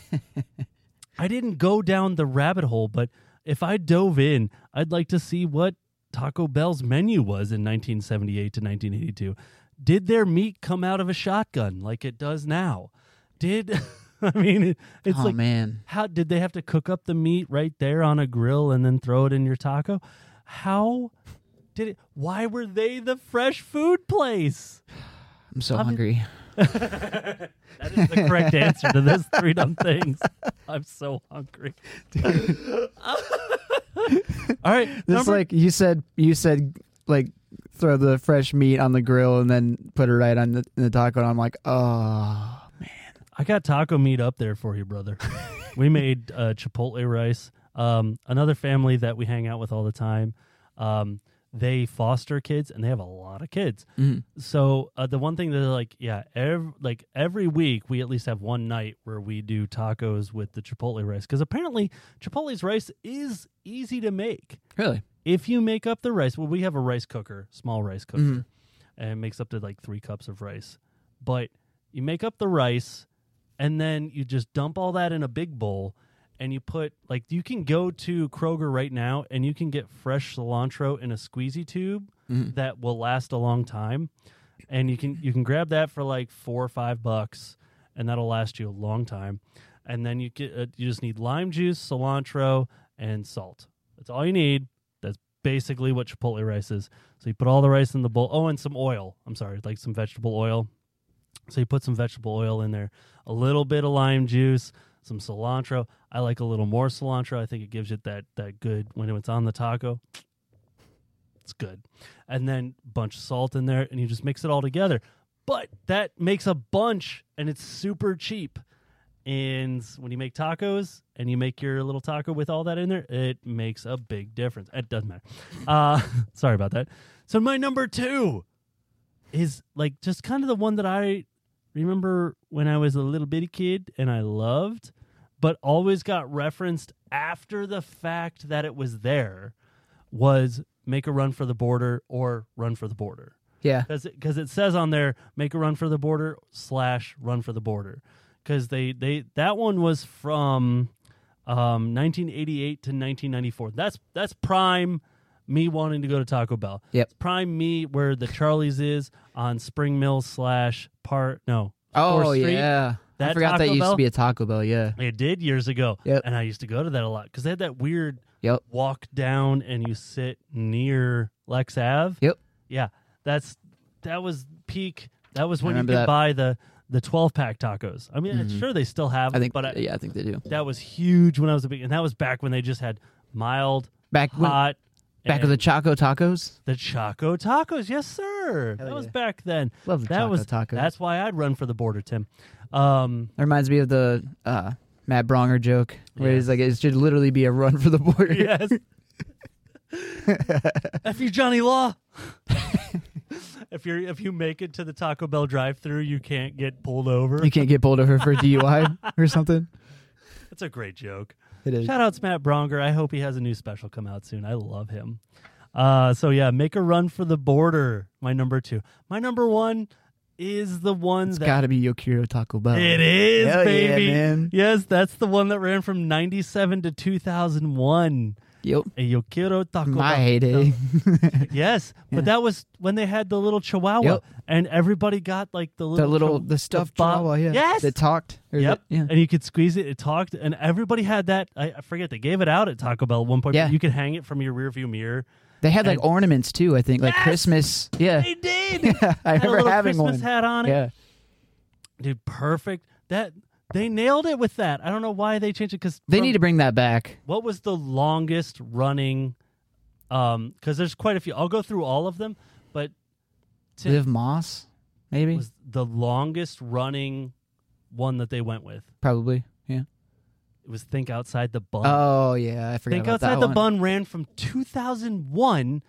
Speaker 2: I didn't go down the rabbit hole, but if I dove in, I'd like to see what Taco Bell's menu was in 1978 to 1982. Did their meat come out of a shotgun like it does now? Did I mean it, it's
Speaker 3: oh,
Speaker 2: like
Speaker 3: man.
Speaker 2: how did they have to cook up the meat right there on a grill and then throw it in your taco? How did it? Why were they the fresh food place?
Speaker 3: I'm so hungry.
Speaker 2: That is the correct answer to this three dumb things. I'm so hungry. All right,
Speaker 3: This
Speaker 2: number-
Speaker 3: like you said you said like throw the fresh meat on the grill and then put it right on the, in the taco and I'm like, "Oh,
Speaker 2: I got taco meat up there for you, brother. we made uh, chipotle rice. Um, another family that we hang out with all the time. Um, they foster kids, and they have a lot of kids. So uh, the one thing that they're like, yeah, ev- like every week we at least have one night where we do tacos with the chipotle rice because apparently chipotle's rice is easy to make
Speaker 3: really?"
Speaker 2: if you make up the rice, well, we have a rice cooker, small rice cooker, and it makes up to like three cups of rice. But you make up the rice, and then you just dump all that in a big bowl, and you put like you can go to Kroger right now and you can get fresh cilantro in a squeezy tube that will last a long time. And you can you can grab that for like 4 or 5 bucks and that'll last you a long time. And then you get uh, you just need lime juice, cilantro, and salt. That's all you need. That's basically what chipotle rice is. So you put all the rice in the bowl. Oh, and some oil. I'm sorry, like some vegetable oil. So you put some vegetable oil in there, a little bit of lime juice, some cilantro. I like a little more cilantro. I think it gives it that that good when it's on the taco. It's good. And then bunch of salt in there and you just mix it all together. But that makes a bunch and it's super cheap. And when you make tacos and you make your little taco with all that in there, it makes a big difference. It doesn't matter. Uh, sorry about that. So my number two is like just kind of the one that I remember when I was a little bitty kid and I loved, but always got referenced after the fact that it was there was make a run for the border or run for the border
Speaker 3: Yeah.
Speaker 2: because it, 'cause it says on there make a run for the border slash run for the border because they they that one was from um 1988 to 1994 that's that's prime me wanting to go to taco bell
Speaker 3: Yep.
Speaker 2: It's prime me where the charlie's is on spring mill slash part no
Speaker 3: Oh
Speaker 2: 4th Street.
Speaker 3: yeah. I
Speaker 2: That
Speaker 3: forgot
Speaker 2: Taco
Speaker 3: that used
Speaker 2: Bell?
Speaker 3: to be a Taco Bell. Yeah.
Speaker 2: it did years ago
Speaker 3: Yep.
Speaker 2: and i used to go to that a lot because they had that weird
Speaker 3: Yep.
Speaker 2: walk down and you sit near lex ave
Speaker 3: Yep.
Speaker 2: Yeah, that's that was peak. That was when you could
Speaker 3: remember that. Mm-hmm.
Speaker 2: buy the the twelve pack tacos. I mean, I'm sure they still have,
Speaker 3: I
Speaker 2: them,
Speaker 3: think.
Speaker 2: but I,
Speaker 3: yeah, I think they do.
Speaker 2: that was huge when I was a big, and that was back when they just had mild,
Speaker 3: Back when,
Speaker 2: hot,
Speaker 3: back of the
Speaker 2: and
Speaker 3: Choco Tacos.
Speaker 2: the Choco tacos. Yes, sir. that was
Speaker 3: yeah.
Speaker 2: back then.
Speaker 3: Love the
Speaker 2: that
Speaker 3: Choco
Speaker 2: was
Speaker 3: Tacos.
Speaker 2: That's why I'd run for the border, Tim. Um,
Speaker 3: That reminds me of the uh, Matt Bronger joke where
Speaker 2: Yeah.
Speaker 3: he's like, "It should literally be a run for the border."
Speaker 2: yes. if you Johnny Law. if you're if you make it to the Taco Bell drive-through, you can't get pulled over.
Speaker 3: You can't get pulled over for DUI or something.
Speaker 2: That's a great joke.
Speaker 3: It is.
Speaker 2: Shout out to Matt Bronger. I hope he has a new special come out soon. I love him. Uh, so yeah, make a run for the border. My number two. My number one is the one
Speaker 3: It's
Speaker 2: that
Speaker 3: got to be Yokiro Taco Bell.
Speaker 2: it is,
Speaker 3: Hell yeah,
Speaker 2: baby.
Speaker 3: man.
Speaker 2: Yes, that's the one that ran from ninety seven to two thousand one.
Speaker 3: Yep.
Speaker 2: A Yokiro Taco
Speaker 3: My
Speaker 2: Bell.
Speaker 3: heyday.
Speaker 2: Yes, but that was when they had the little Chihuahua,
Speaker 3: Yep.
Speaker 2: and everybody got like the little
Speaker 3: the little
Speaker 2: chi-
Speaker 3: the stuffed
Speaker 2: bo-
Speaker 3: chihuahua, yeah.
Speaker 2: Yes,
Speaker 3: That talked. or
Speaker 2: Yep.
Speaker 3: that- yeah.
Speaker 2: And you could squeeze it. It talked, and everybody had that. I, I forget they gave it out at Taco Bell at one point. but
Speaker 3: Yeah.
Speaker 2: you could hang it from your rearview mirror.
Speaker 3: They had like
Speaker 2: and-
Speaker 3: ornaments too, I think, like
Speaker 2: Yes!
Speaker 3: Christmas. Yeah.
Speaker 2: They did. Had
Speaker 3: I
Speaker 2: a
Speaker 3: remember
Speaker 2: little
Speaker 3: having
Speaker 2: Christmas
Speaker 3: one.
Speaker 2: hat on it.
Speaker 3: Yeah.
Speaker 2: Dude, perfect. That they nailed it with that. I don't know why they changed it because
Speaker 3: They need to bring that back.
Speaker 2: What was the longest running? Um, because there's quite a few. I'll go through all of them, but Tim-
Speaker 3: Liv Moss, maybe?
Speaker 2: was the longest running one that they went with?
Speaker 3: Probably. Yeah.
Speaker 2: It was Think Outside the Bun.
Speaker 3: Oh yeah, I forgot
Speaker 2: Think
Speaker 3: about
Speaker 2: Outside
Speaker 3: that
Speaker 2: the
Speaker 3: one.
Speaker 2: Bun ran from 2001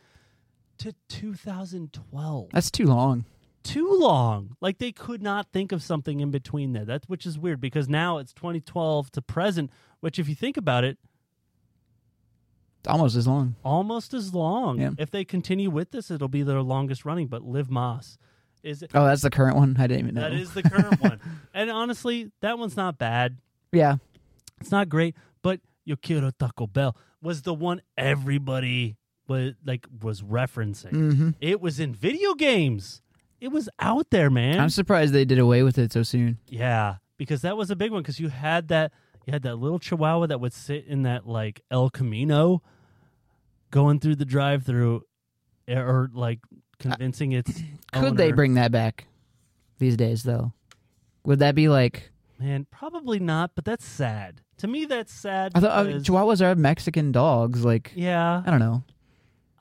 Speaker 2: to 2012.
Speaker 3: That's too long.
Speaker 2: Too long. Like they could not think of something in between there. That which is weird because now it's 2012 to present, which if you think about it,
Speaker 3: Almost as long.
Speaker 2: almost as long.
Speaker 3: Yeah.
Speaker 2: If they continue with this, it'll be their longest running. But Liv Moss is
Speaker 3: Oh, that's the current one. I didn't even know.
Speaker 2: that is the current one, and honestly, that one's not bad.
Speaker 3: Yeah.
Speaker 2: It's not great, but Yokiro Taco Bell was the one everybody was like was referencing.
Speaker 3: Mhm.
Speaker 2: It was in video games. It was out there, man.
Speaker 3: I'm surprised they did away with it so soon.
Speaker 2: yeah, because that was a big one. Because you had that, you had that little Chihuahua that would sit in that like El Camino, going through the drive-through, eh, or like convincing its.
Speaker 3: Could they
Speaker 2: owner-
Speaker 3: bring that back these days though? Would that be like
Speaker 2: Man, probably not. But that's sad. To me, that's sad.
Speaker 3: I thought uh,
Speaker 2: because-
Speaker 3: Chihuahuas are Mexican dogs like
Speaker 2: yeah,
Speaker 3: I don't know.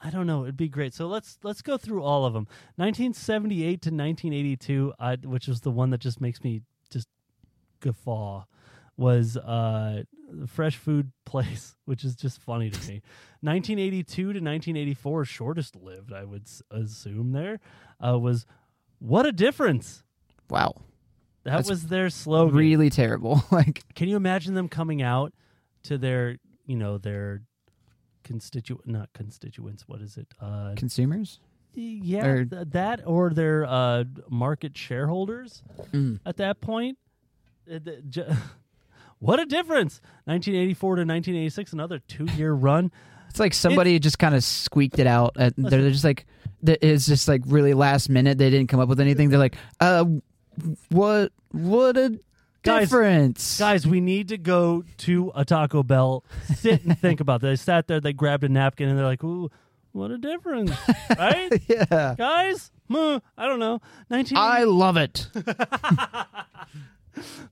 Speaker 2: I don't know. It'd be great. So let's let's go through all of them. 1978 to 1982, I, which was the one that just makes me just guffaw, was uh, Fresh Food Place, which is just funny to me. 1982 to 1984, shortest lived, I would s- assume. There uh, was what a difference.
Speaker 3: Wow.
Speaker 2: That
Speaker 3: That's
Speaker 2: was their slogan.
Speaker 3: Really terrible. like
Speaker 2: Can you imagine them coming out to their, you know, their constituent, not constituents. What is it? Uh,
Speaker 3: consumers?
Speaker 2: yeah,
Speaker 3: Or-
Speaker 2: th- that or their uh, market shareholders
Speaker 3: Mm.
Speaker 2: at that point. Uh, the- j- What a difference! 1984 to 1986, another two year run.
Speaker 3: It's like somebody just kind of squeaked it out. At, they're, they're just like, that is just like really last minute. They didn't come up with anything. They're like, uh, what, what a
Speaker 2: Guys-
Speaker 3: difference.
Speaker 2: Guys, we need to go to a Taco Bell, sit and think about this. They sat there, they grabbed a napkin, and they're like, ooh, what a difference. right?
Speaker 3: Yeah.
Speaker 2: Guys? Hmm, I don't know. 19.
Speaker 3: I love it.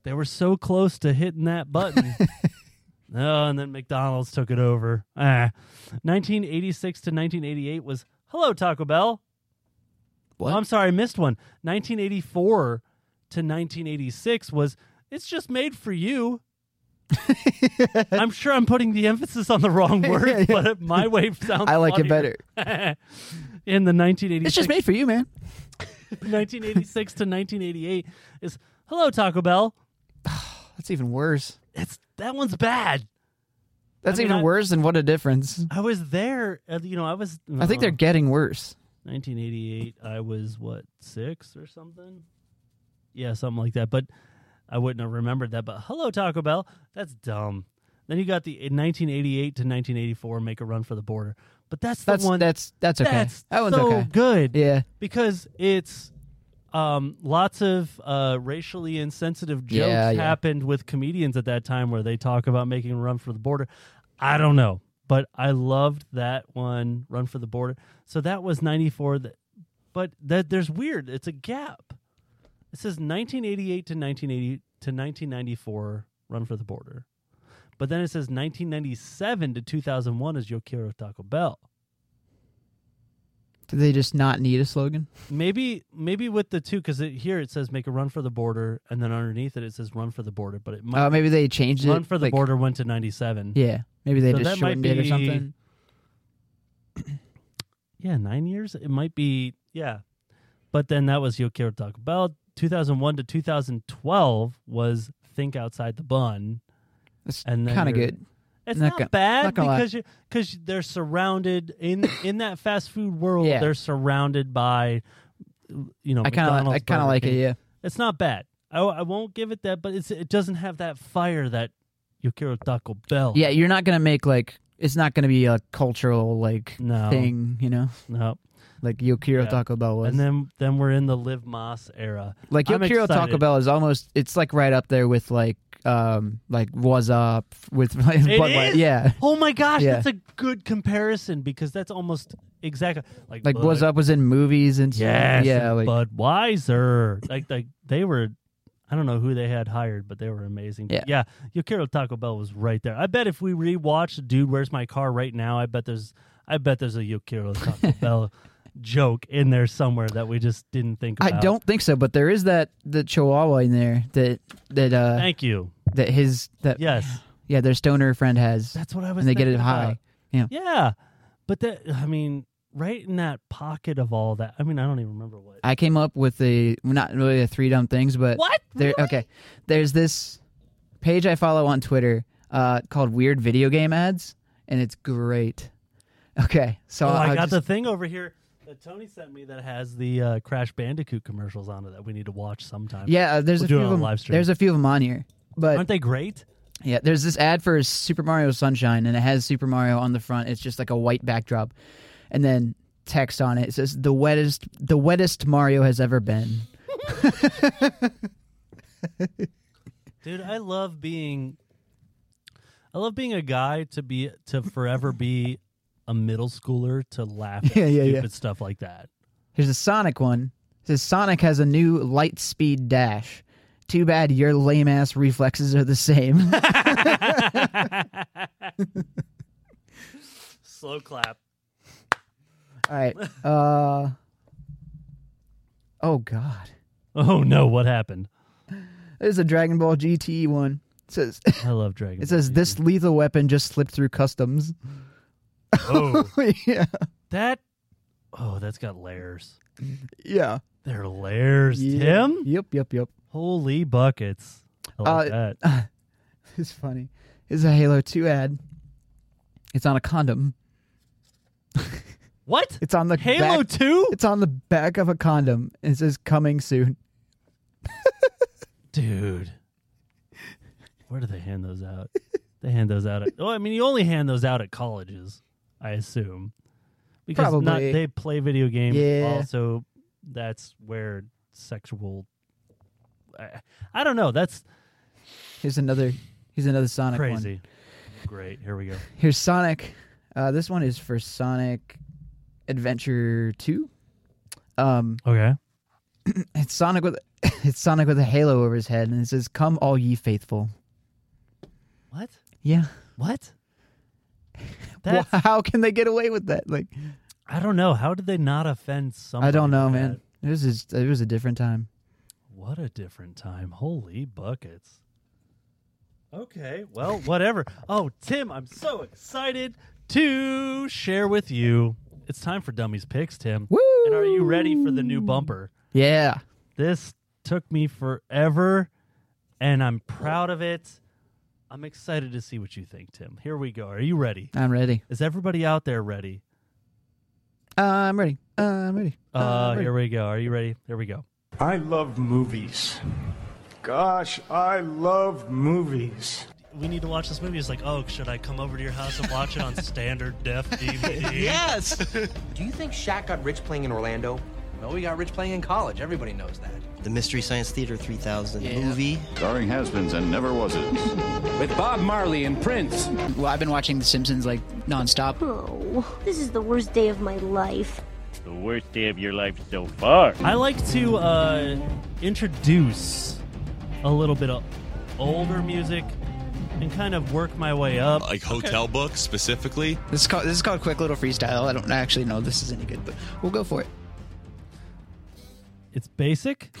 Speaker 2: They were so close to hitting that button. oh, and then McDonald's took it over. Ah. 1986 to 1988 was Hello Taco Bell.
Speaker 3: What?
Speaker 2: I'm sorry, I missed one. 1984 to 1986 was It's just made for you. I'm sure I'm putting the emphasis on the wrong word,
Speaker 3: Yeah, yeah.
Speaker 2: but it- my way sounds.
Speaker 3: I like it
Speaker 2: funnier.
Speaker 3: better.
Speaker 2: In the 1986
Speaker 3: It's just made for you, man.
Speaker 2: 1986 to 1988 is Hello Taco Bell.
Speaker 3: That's even worse.
Speaker 2: It's that one's bad.
Speaker 3: That's
Speaker 2: I mean,
Speaker 3: even
Speaker 2: I-
Speaker 3: worse than what a difference.
Speaker 2: I was there. uh, You know, I was.
Speaker 3: I think they're
Speaker 2: Uh-huh.
Speaker 3: getting worse.
Speaker 2: 1988. I was what six or something? Yeah, something like that. But I wouldn't have remembered that. But hello, Taco Bell. That's dumb. Then you got the in 1988 to 1984 make a run for the border. But that's the
Speaker 3: That's
Speaker 2: one
Speaker 3: that's that's okay.
Speaker 2: that's
Speaker 3: that one's
Speaker 2: so
Speaker 3: okay.
Speaker 2: good.
Speaker 3: Yeah.
Speaker 2: because it's um, lots of uh, racially insensitive jokes
Speaker 3: Yeah, yeah.
Speaker 2: happened with comedians at that time where they talk about making a run for the border. I don't know, but I loved that one, Run for the Border. So that was 94. That, but that there's weird. It's a gap. It says 1988 to 1980 to 1994, Run for the Border. But then it says 1997 to 2001 is Yo Quiero Taco Bell.
Speaker 3: Do they just not need a slogan?
Speaker 2: Maybe maybe with the two because it, here it says make a run for the border, and then underneath it it says run for the border. But it might
Speaker 3: Uh, maybe they changed it.
Speaker 2: run for the
Speaker 3: like-
Speaker 2: border went to ninety seven.
Speaker 3: Yeah. Maybe they
Speaker 2: So
Speaker 3: just
Speaker 2: that might
Speaker 3: shortened it or
Speaker 2: be-
Speaker 3: something.
Speaker 2: yeah, nine years. It might be yeah, but then that was Yo Quiero Taco Bell. Two thousand one to two thousand twelve was think outside the bun.
Speaker 3: That's
Speaker 2: And then
Speaker 3: kind of
Speaker 2: you're-
Speaker 3: good.
Speaker 2: It's
Speaker 3: Not
Speaker 2: not,
Speaker 3: gonna-
Speaker 2: bad
Speaker 3: not gonna lie.
Speaker 2: because you because they're surrounded in in that fast food world.
Speaker 3: Yeah.
Speaker 2: They're surrounded by you know.
Speaker 3: I kind of I
Speaker 2: McDonald's,
Speaker 3: kind of
Speaker 2: Burger
Speaker 3: like
Speaker 2: King.
Speaker 3: it. Yeah.
Speaker 2: It's not bad. I, I won't give it that, but it's it doesn't have that fire that Yukiro Taco Bell.
Speaker 3: Yeah. You're not gonna make like it's not gonna be a cultural like
Speaker 2: No.
Speaker 3: thing. You know,
Speaker 2: No.
Speaker 3: like Yokiro
Speaker 2: Yeah.
Speaker 3: Taco Bell was.
Speaker 2: And then then we're in the Liv Moss era.
Speaker 3: like
Speaker 2: I'm
Speaker 3: Yokiro Taco
Speaker 2: excited.
Speaker 3: Bell is almost it's like right up there with like um like was up with like
Speaker 2: It
Speaker 3: Bud Light.
Speaker 2: is?
Speaker 3: Yeah.
Speaker 2: Oh my gosh,
Speaker 3: Yeah.
Speaker 2: that's a good comparison because that's almost exactly like
Speaker 3: Like was up was in movies and stuff.
Speaker 2: Yes,
Speaker 3: yeah.
Speaker 2: and
Speaker 3: Like
Speaker 2: Budweiser. like like they were I don't know who they had hired, but they were amazing.
Speaker 3: Yeah.
Speaker 2: yeah, Yokiro Taco Bell was right there. I bet if we rewatch Dude Where's My Car right now, I bet there's I bet there's a Yokiro Taco Bell joke in there somewhere that we just didn't think
Speaker 3: I
Speaker 2: about.
Speaker 3: don't think so, but there is that the Chihuahua in there that that uh
Speaker 2: Thank you.
Speaker 3: that his that
Speaker 2: Yes.
Speaker 3: yeah their stoner friend has
Speaker 2: That's what I was
Speaker 3: and they get it
Speaker 2: thinking about.
Speaker 3: high.
Speaker 2: Yeah. But that I mean, right in that pocket of all that. I mean, I don't even remember what.
Speaker 3: I came up with a well, not really a three dumb things, but
Speaker 2: What?
Speaker 3: there okay. There's this page I follow on Twitter uh called Weird Video Game Ads, and it's great. Okay, so
Speaker 2: Oh, I, got
Speaker 3: I'll just-
Speaker 2: the thing over here that Tony sent me that has the uh, Crash Bandicoot commercials on it that we need to watch sometime.
Speaker 3: yeah. uh, There's
Speaker 2: We'll
Speaker 3: a
Speaker 2: do it on
Speaker 3: few of
Speaker 2: a
Speaker 3: them.
Speaker 2: live stream.
Speaker 3: There's a few of them on here, but
Speaker 2: Aren't they great?
Speaker 3: Yeah, there's this ad for Super Mario Sunshine, and it has Super Mario on the front. It's just like a white backdrop, and then text on it. It says the wettest, the wettest Mario has ever been.
Speaker 2: Dude, I love being I love being a guy to be to forever be a middle schooler to laugh at
Speaker 3: Yeah, yeah, yeah.
Speaker 2: stupid stuff like that.
Speaker 3: Here's a Sonic one. It says Sonic has a new light speed dash. Too bad your lame ass reflexes are the same.
Speaker 2: Slow clap.
Speaker 3: All right. Uh. Oh God.
Speaker 2: Oh no, what happened?
Speaker 3: There's a Dragon Ball GT one. It says
Speaker 2: I love Dragon.
Speaker 3: it says
Speaker 2: Ball
Speaker 3: this lethal weapon just slipped through customs.
Speaker 2: Z. Oh,
Speaker 3: yeah.
Speaker 2: that. Oh, that's got layers.
Speaker 3: Yeah.
Speaker 2: They're layers,
Speaker 3: Yeah.
Speaker 2: Tim.
Speaker 3: Yep. Yep. Yep.
Speaker 2: Holy buckets. I like
Speaker 3: Uh,
Speaker 2: that.
Speaker 3: It's funny. It's a Halo 2 ad. It's on a condom.
Speaker 2: What?
Speaker 3: It's on the
Speaker 2: Halo
Speaker 3: back,
Speaker 2: Two,
Speaker 3: It's on the back of a condom. And it says coming soon.
Speaker 2: dude. Where do they hand those out? they hand those out. At, oh, I mean, you only hand those out at colleges, I assume, because not
Speaker 3: Probably.
Speaker 2: they play video games.
Speaker 3: Yeah.
Speaker 2: Also, that's where sexual. I, I don't know. That's
Speaker 3: Here's another. Here's another Sonic
Speaker 2: crazy.
Speaker 3: one.
Speaker 2: Great. Here we go.
Speaker 3: Here's Sonic. Uh, this one is for Sonic Adventure Two. Um,
Speaker 2: Okay.
Speaker 3: it's Sonic with it's Sonic with a halo over his head, and it says, "Come all ye faithful."
Speaker 2: What?
Speaker 3: Yeah.
Speaker 2: What?
Speaker 3: Well,
Speaker 2: That's,
Speaker 3: how can they get away with that? Like,
Speaker 2: I don't know. How did they not offend somebody?
Speaker 3: I don't know,
Speaker 2: with
Speaker 3: man.
Speaker 2: that?
Speaker 3: It was just, it was a different time.
Speaker 2: What a different time. Holy buckets. Okay, well, whatever. Oh, Tim, I'm so excited to share with you. It's time for Dummies Picks, Tim.
Speaker 3: Woo!
Speaker 2: And are you ready for the new bumper?
Speaker 3: Yeah.
Speaker 2: This took me forever, and I'm proud of it. I'm excited to see what you think, Tim. Here we go. Are you ready?
Speaker 3: I'm ready.
Speaker 2: Is everybody out there ready?
Speaker 3: I'm ready. I'm ready.
Speaker 2: Uh,
Speaker 3: I'm ready.
Speaker 2: here we go. Are you ready? Here we go.
Speaker 5: I love movies. Gosh, I love movies.
Speaker 2: we need to watch this movie. It's like, oh, should I come over to your house and watch it on standard def DVD?
Speaker 6: Yes!
Speaker 7: Do you think Shaq got rich playing in Orlando?
Speaker 6: no, we got Rich playing in college. Everybody knows that.
Speaker 8: the Mystery Science Theater 3000 movie.
Speaker 9: Starring has-beens and never was it.
Speaker 10: with Bob Marley and Prince.
Speaker 11: Well, I've been watching The Simpsons like nonstop.
Speaker 1: Oh, this is the worst day of my life.
Speaker 9: The worst day of your life so far.
Speaker 2: I like to uh, introduce a little bit of older music and kind of work my way up.
Speaker 10: Like hotel books specifically.
Speaker 11: This is called this is called Quick Little Freestyle. I don't actually know if this is any good, but we'll go for it.
Speaker 2: It's basic,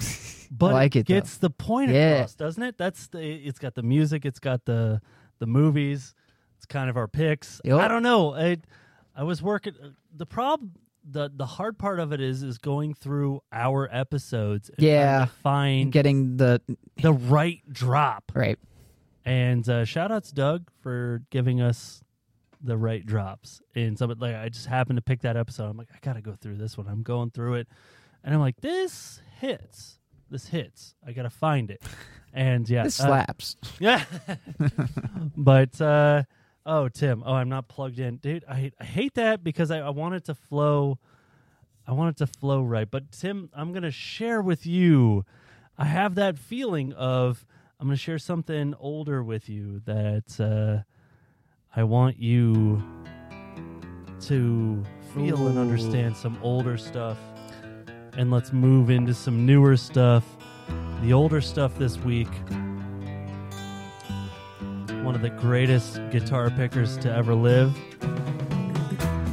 Speaker 2: but
Speaker 3: Like it, though.
Speaker 2: gets the point
Speaker 3: Yeah.
Speaker 2: across, doesn't it? That's the, it's got the music, it's got the the movies. It's kind of our picks.
Speaker 3: Yup.
Speaker 2: I don't know. I I was working uh, the problem the the hard part of it is is going through our episodes and trying
Speaker 3: Yeah.
Speaker 2: to find
Speaker 3: Getting the
Speaker 2: the right drop.
Speaker 3: right.
Speaker 2: And uh, shout outs Doug for giving us the right drops. And some like I just happened to pick that episode. I'm like, I gotta go through this one. I'm going through it, and I'm like, this hits. This hits. I gotta find it. And yeah,
Speaker 3: This
Speaker 2: uh,
Speaker 3: slaps.
Speaker 2: yeah. but uh, oh, Tim. Oh, I'm not plugged in, dude. I, I hate that because I, I want it to flow. I want it to flow right. But Tim, I'm gonna share with you. I have that feeling of I'm gonna share something older with you that uh, I want you to feel and understand some older stuff. And let's move into some newer stuff. The older stuff this week one of the greatest guitar pickers to ever live.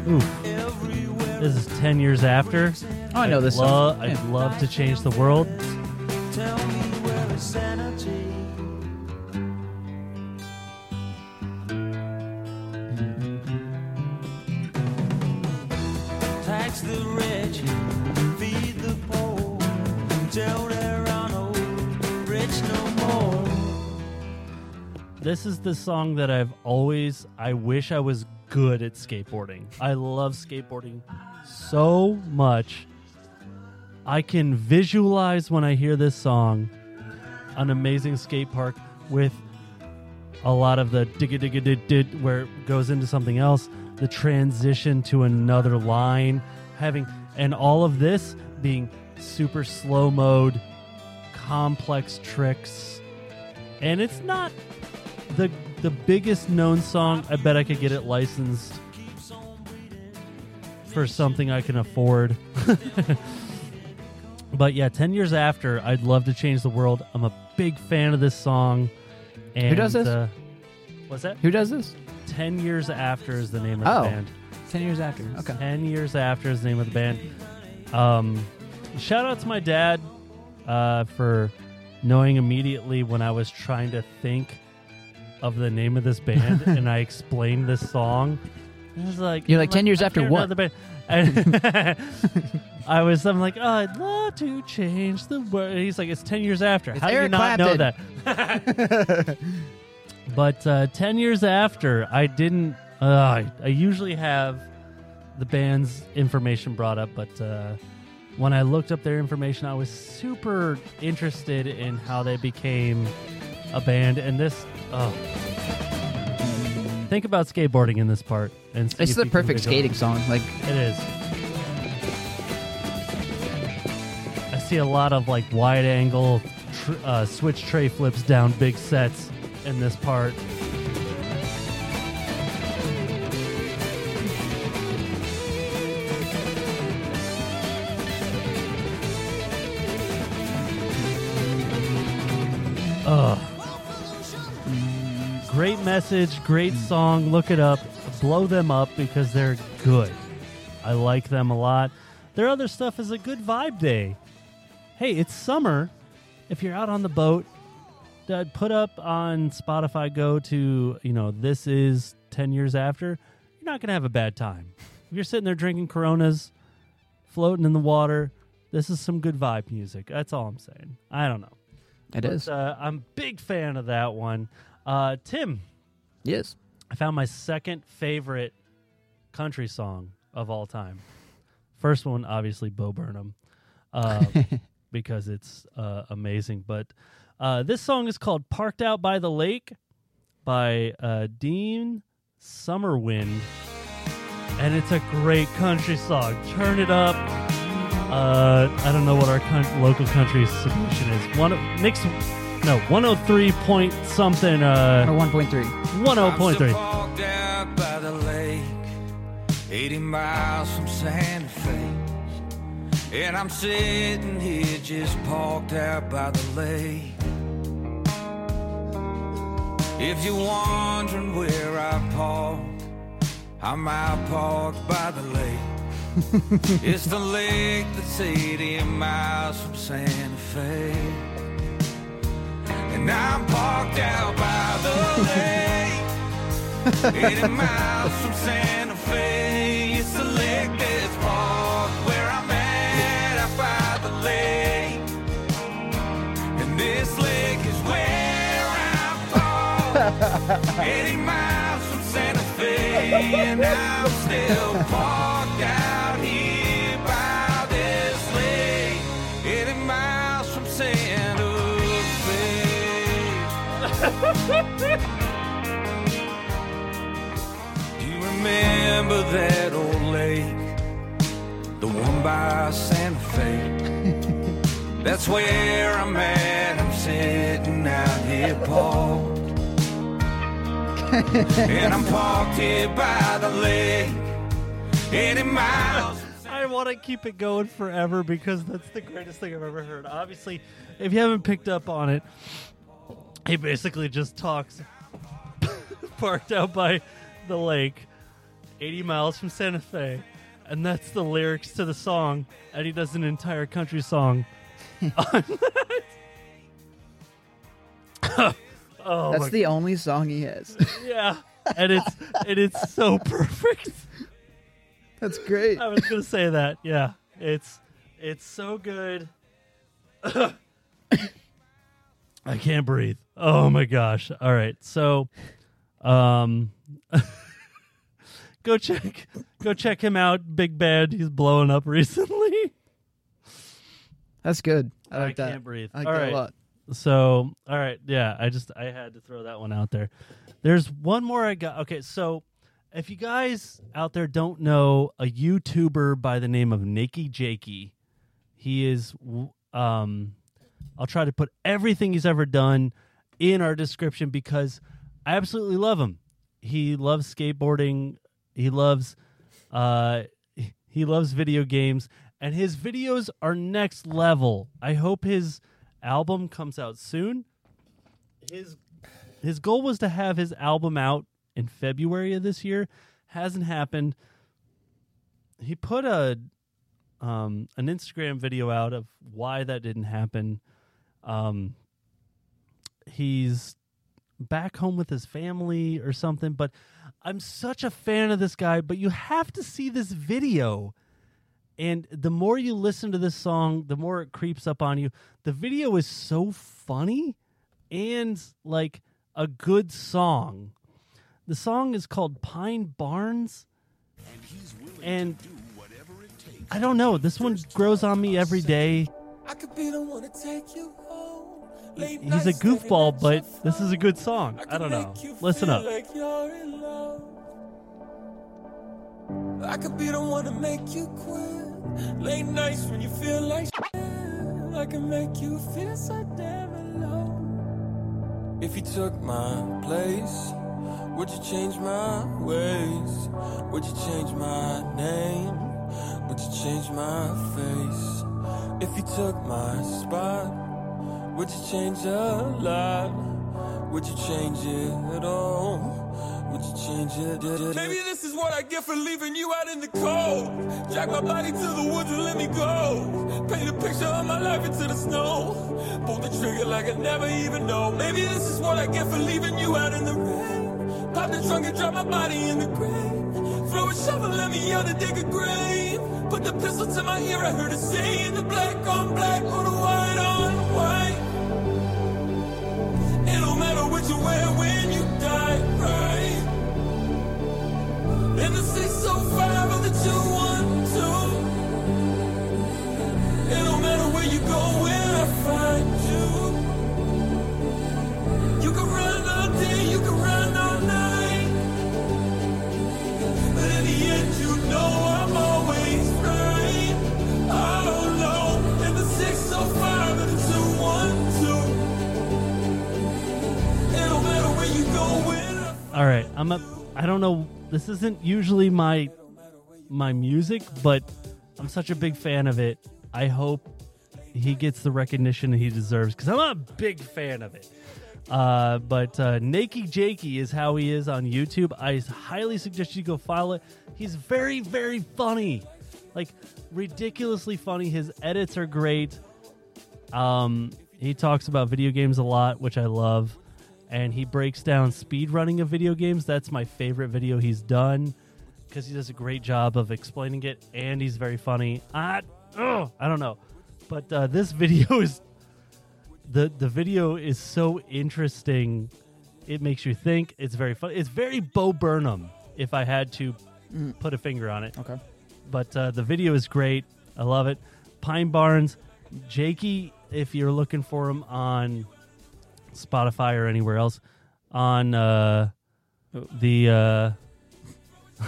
Speaker 2: Oof. This is 10 years after.
Speaker 3: Oh, I know this
Speaker 2: Lo-
Speaker 3: song.
Speaker 2: I'd
Speaker 3: Yeah.
Speaker 2: love to change the world. This is the song that I've always, I wish I was good at skateboarding. I love skateboarding so much. I can visualize when I hear this song an amazing skate park with a lot of the digga digga did did where it goes into something else, the transition to another line, having and all of this being super slow mode, complex tricks. And it's not the the biggest known song. I bet I could get it licensed for something I can afford. but yeah, ten years after, I'd love to change the world. I'm a big fan of this song. And,
Speaker 3: does this?
Speaker 2: Uh, what's that?
Speaker 3: Who does this?
Speaker 2: Ten years after is the name of
Speaker 3: Oh.
Speaker 2: the band.
Speaker 3: Ten years after. Okay.
Speaker 2: Ten years after is the name of the band. Um, shout out to my dad uh, for knowing immediately when I was trying to think of the name of this band, and I explained this song. I was like,
Speaker 3: You're like,
Speaker 2: I'm
Speaker 3: 10 years
Speaker 2: I
Speaker 3: after
Speaker 2: can't know
Speaker 3: what?
Speaker 2: the band. And I was, I'm like, oh, I'd love to change the world. He's like, it's ten years after. How
Speaker 3: Eric
Speaker 2: do you not know
Speaker 3: Clapton.
Speaker 2: that? But uh, 10 years after, I didn't. Uh, I, I usually have the band's information brought up, but uh, when I looked up their information, I was super interested in how they became a band. And this Oh. Think about skateboarding in this part. And see
Speaker 3: It's
Speaker 2: if
Speaker 3: the
Speaker 2: you can
Speaker 3: perfect
Speaker 2: wiggle.
Speaker 3: skating song. Like
Speaker 2: It is. I see a lot of like wide angle tr- uh, switch tray flips down big sets in this part. Ugh. Great message, great song. Look it up. Blow them up because they're good. I like them a lot. Their other stuff is a good vibe day. Hey, it's summer. If you're out on the boat, uh, put up on Spotify. Go to you know this is ten years after. You're not gonna have a bad time. If you're sitting there drinking Coronas, floating in the water, this is some good vibe music. That's all I'm saying. I don't know.
Speaker 3: it
Speaker 2: But,
Speaker 3: is.
Speaker 2: Uh, I'm big fan of that one. Uh, Tim,
Speaker 3: Yes.
Speaker 2: I found my second favorite country song of all time. First one, obviously, Bo Burnham, uh, because it's uh, amazing. But uh, this song is called "Parked Out by the Lake" by uh, Dean Summerwind, and it's a great country song. Turn it up. Uh, I don't know what our con- local country submission is. One mix, no, one hundred three point something. Uh, one
Speaker 3: Or 1.3.
Speaker 2: hundred point three.
Speaker 12: Walked out by the lake, 80 miles from Santa Fe. And I'm sitting here just parked out by the lake. If you're wondering where I parked, I'm out parked by the lake. it's the lake that's 80 miles from Santa Fe. And I'm parked out by the lake. 80 miles from Santa Fe, it's the lake that's parked where I'm at, out by the lake. And this lake is where I'm parked. 80 miles from Santa Fe, and I'm still parked out here by this lake. 80 miles from Santa Fe. Do you remember that old lake? The one by Santa Fe. That's where I'm at. I'm sitting out here parked. and I'm parked here by the lake. 80 miles.
Speaker 2: I want to keep it going forever because that's the greatest thing I've ever heard. Obviously, if you haven't picked up on it, he basically just talks parked out by the lake, 80 miles from Santa Fe, and that's the lyrics to the song. And he does an entire country song on that. oh, my
Speaker 3: That's the only song he has.
Speaker 2: yeah. And it's and it's so perfect.
Speaker 3: That's great.
Speaker 2: I was gonna say that. Yeah, it's it's so good. I can't breathe. Oh my gosh! All right, so, um, go check go check him out. Big Bad, he's blowing up recently.
Speaker 3: That's good. I like
Speaker 2: I
Speaker 3: that.
Speaker 2: can't breathe.
Speaker 3: I like
Speaker 2: All
Speaker 3: that
Speaker 2: right.
Speaker 3: a lot.
Speaker 2: So, all right, yeah, I just I had to throw that one out there. There's one more I got. Okay, so if you guys out there don't know a YouTuber by the name of Nikki Jakey, he is w- um I'll try to put everything he's ever done in our description because I absolutely love him. He loves skateboarding, he loves uh he loves video games and his videos are next level. I hope his album comes out soon. His his goal was to have his album out in February of this year. Hasn't happened. He put a um, an Instagram video out of why that didn't happen. Um, he's back home with his family or something. But I'm such a fan of this guy. But you have to see this video. And the more you listen to this song, the more it creeps up on you. The video is so funny and like a good song. The song is called Pine Barns. And I don't know, this one grows on me every day.
Speaker 12: I could be the one to take you home.
Speaker 2: he's a goofball, but this is a good song. I don't know. Listen up.
Speaker 12: Like you're in love. I could be the one to make you quit. Late nights when you feel like shit. I can make you feel so damn alone. If you took my place, would you change my ways? Would you change my name? Would you change my face? If you took my spot, would you change a lot? Would you change it at all? Would you change it? Maybe this is what I get for leaving you out in the cold. Drag my body to the woods and let me go. Paint a picture of my life into the snow. Pull the trigger like I never even know. Maybe this is what I get for leaving you out in the rain. Pop the trunk and drop my body in the grave. Throw a shovel, let me out to dig a grave. Put the pistol to my ear, I heard it saying the black on black or the white on white. It don't matter what you wear when you die, right? In the 605 or the 212. It don't matter where you go when I find you. You can run all day, you can run all night. But in the end, you know I'm always right. I don't know. In the 605 or the 212. It don't matter where you go when I
Speaker 2: All right, I'm up. I don't know. This isn't usually my my music, but I'm such a big fan of it. I hope he gets the recognition he deserves because I'm a big fan of it. Uh, but uh, Nakey Jakey is how he is on YouTube. I highly suggest you go follow it. He's very, very funny, like ridiculously funny. His edits are great. Um, he talks about video games a lot, which I love, and he breaks down speed running of video games. That's my favorite video he's done because he does a great job of explaining it, and he's very funny. I, oh, I don't know, but uh, this video is the the video is so interesting. It makes you think. It's very fun. It's very Bo Burnham. If I had to
Speaker 3: Mm.
Speaker 2: put a finger on it, okay. But uh, the video is great. I love it. Pine Barnes, Jakey. If you're looking for him on Spotify or anywhere else, on uh,
Speaker 3: Oh.
Speaker 2: the uh,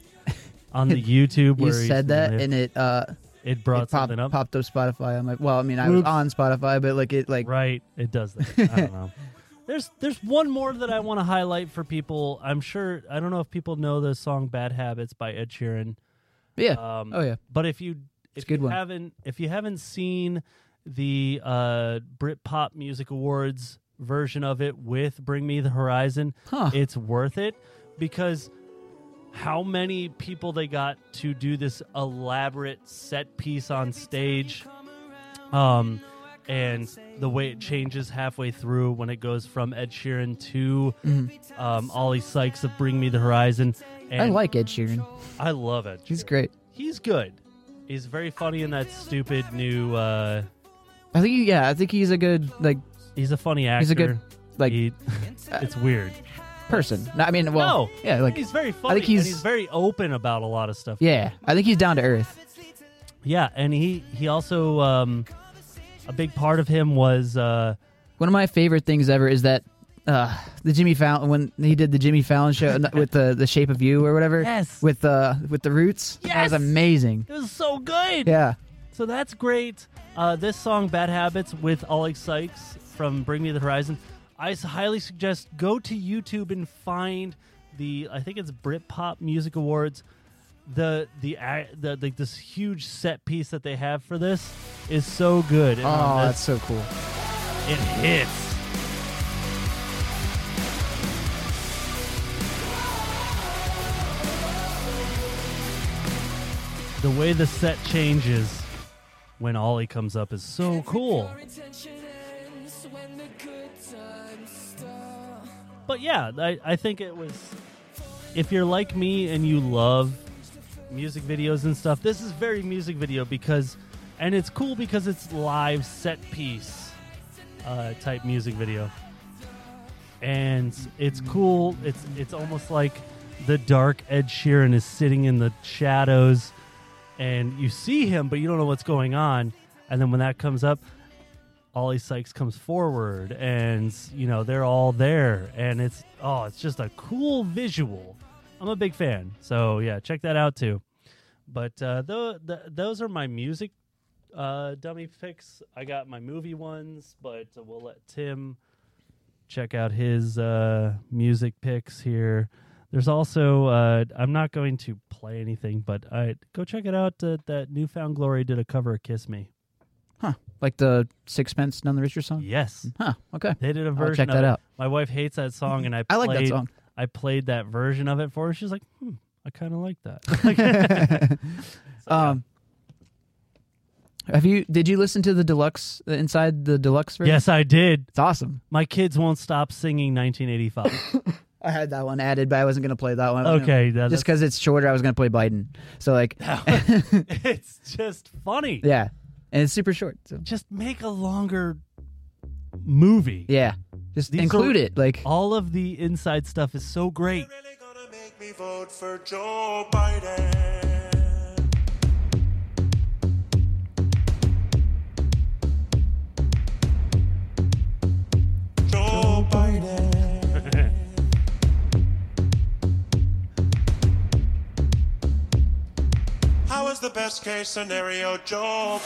Speaker 2: on the YouTube,
Speaker 3: You
Speaker 2: where he's
Speaker 3: said that,
Speaker 2: live-
Speaker 3: and it uh,
Speaker 2: it brought
Speaker 3: it popped,
Speaker 2: something up.
Speaker 3: popped up Spotify. I'm like, well, I mean, I was
Speaker 2: Oops.
Speaker 3: on Spotify, but like it, like
Speaker 2: right, it does that. I don't know. There's there's one more that I want to highlight for people. I'm sure I don't know if people know the song "Bad Habits" by Ed Sheeran.
Speaker 3: Yeah.
Speaker 2: Um,
Speaker 3: Oh, yeah.
Speaker 2: But if you if
Speaker 3: a good
Speaker 2: you
Speaker 3: one.
Speaker 2: haven't if you haven't seen the uh, Brit Pop Music Awards version of it with "Bring Me the Horizon,"
Speaker 3: Huh.
Speaker 2: it's worth it because how many people they got to do this elaborate set piece on stage um and the way it changes halfway through when it goes from Ed Sheeran to um, Ollie Sykes of Bring Me the Horizon. And
Speaker 3: Mm-hmm. I like Ed Sheeran.
Speaker 2: I love Ed.
Speaker 3: He's
Speaker 2: Sheeran.
Speaker 3: great.
Speaker 2: He's good. He's very funny in that stupid new. Uh,
Speaker 3: I think, he, yeah, I think he's a good like
Speaker 2: he's a funny actor.
Speaker 3: He's a good, like-
Speaker 2: He- it's weird.
Speaker 3: person. No, I mean, well,
Speaker 2: no,
Speaker 3: yeah, like
Speaker 2: he's very funny.
Speaker 3: I think he's,
Speaker 2: and he's very open about a lot of stuff.
Speaker 3: yeah, I think he's down to earth.
Speaker 2: yeah, and he he also um, a big part of him was uh,
Speaker 3: One of my favorite things ever is that uh, the Jimmy Fallon when he did the Jimmy Fallon show with the the Shape of You or whatever.
Speaker 2: Yes.
Speaker 3: With uh with the Roots. That
Speaker 2: Yes.
Speaker 3: was amazing.
Speaker 2: it was so good.
Speaker 3: Yeah.
Speaker 2: So that's great. Uh, this song, Bad Habits, with Alex Sykes from Bring Me the Horizon, I s- highly suggest go to YouTube and find the, I think it's Britpop Music Awards. The the a- the like this huge set piece that they have for this is so good. And
Speaker 3: Oh,
Speaker 2: on
Speaker 3: that's
Speaker 2: this,
Speaker 3: so cool.
Speaker 2: it hits. The way the set changes when Ollie comes up is so cool. But yeah, I, I think it was. If you're like me and you love music videos and stuff, this is very music video because. And it's cool because it's live set piece uh, type music video, and it's cool. It's it's almost like the dark Ed Sheeran is sitting in the shadows, and you see him, but you don't know what's going on. And then when that comes up, Ollie Sykes comes forward, and you know they're all there, and it's oh, it's just a cool visual. I'm a big fan, so yeah, check that out too. But uh, tho- th- those are my music uh, dummy picks. I got my movie ones, but we'll let Tim check out his uh, music picks here. There's also uh, I'm not going to play anything, but I go check it out. Uh, that Newfound Glory did a cover of "Kiss Me."
Speaker 3: Huh. Like the Sixpence None the Richer song?
Speaker 2: Yes.
Speaker 3: Huh. Okay.
Speaker 2: They did a
Speaker 3: I'll
Speaker 2: version.
Speaker 3: check that
Speaker 2: of it.
Speaker 3: out.
Speaker 2: My wife hates that song, and I.
Speaker 3: I
Speaker 2: played,
Speaker 3: like that song.
Speaker 2: I played that version of it for her. She's like, hmm, I kind of like that.
Speaker 3: um, have you? Did you listen to the deluxe the inside the deluxe version?
Speaker 2: yes, I did.
Speaker 3: It's awesome.
Speaker 2: My kids won't stop singing 1985.
Speaker 3: I had that one added, but I wasn't gonna play that one. I was
Speaker 2: Okay,
Speaker 3: gonna,
Speaker 2: that-
Speaker 3: just because it's shorter, I was gonna play Biden. So like,
Speaker 2: it's just funny.
Speaker 3: yeah, and it's super short. So
Speaker 2: Just make a longer movie.
Speaker 3: yeah, just
Speaker 2: These
Speaker 3: include
Speaker 2: are-
Speaker 3: it. Like,
Speaker 2: All of the inside stuff is so great.
Speaker 12: me vote for Joe Biden. Joe Biden. How is the best case scenario, Joe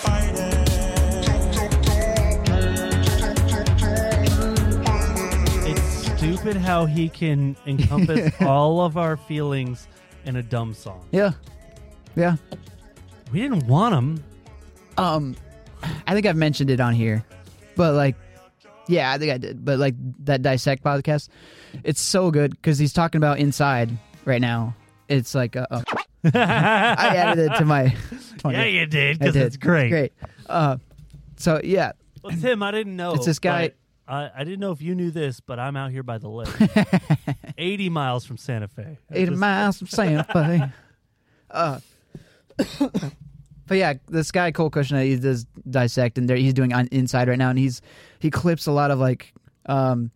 Speaker 12: Biden?
Speaker 2: It's stupid how he can encompass all of our feelings in a dumb song.
Speaker 3: yeah, yeah.
Speaker 2: We didn't want him.
Speaker 3: Um, I think I've mentioned it on here, but like, yeah, I think I did. But like that dissect podcast, it's so good because he's talking about inside right now. It's like, uh, oh. I added it to my. 20.
Speaker 2: Yeah, you did
Speaker 3: Oh, I
Speaker 2: because
Speaker 3: did.
Speaker 2: it's great.
Speaker 3: Great. Uh, so yeah,
Speaker 2: Well, Tim, I didn't know.
Speaker 3: It's this guy-
Speaker 2: but I, I didn't know if you knew this, but I'm out here by the lake, 80 miles from Santa Fe. I
Speaker 3: eight
Speaker 2: just-
Speaker 3: miles from Santa Fe. Uh, but yeah, this guy Cole Kushner, he does dissect, and there he's doing on inside right now, and he's he clips a lot of like um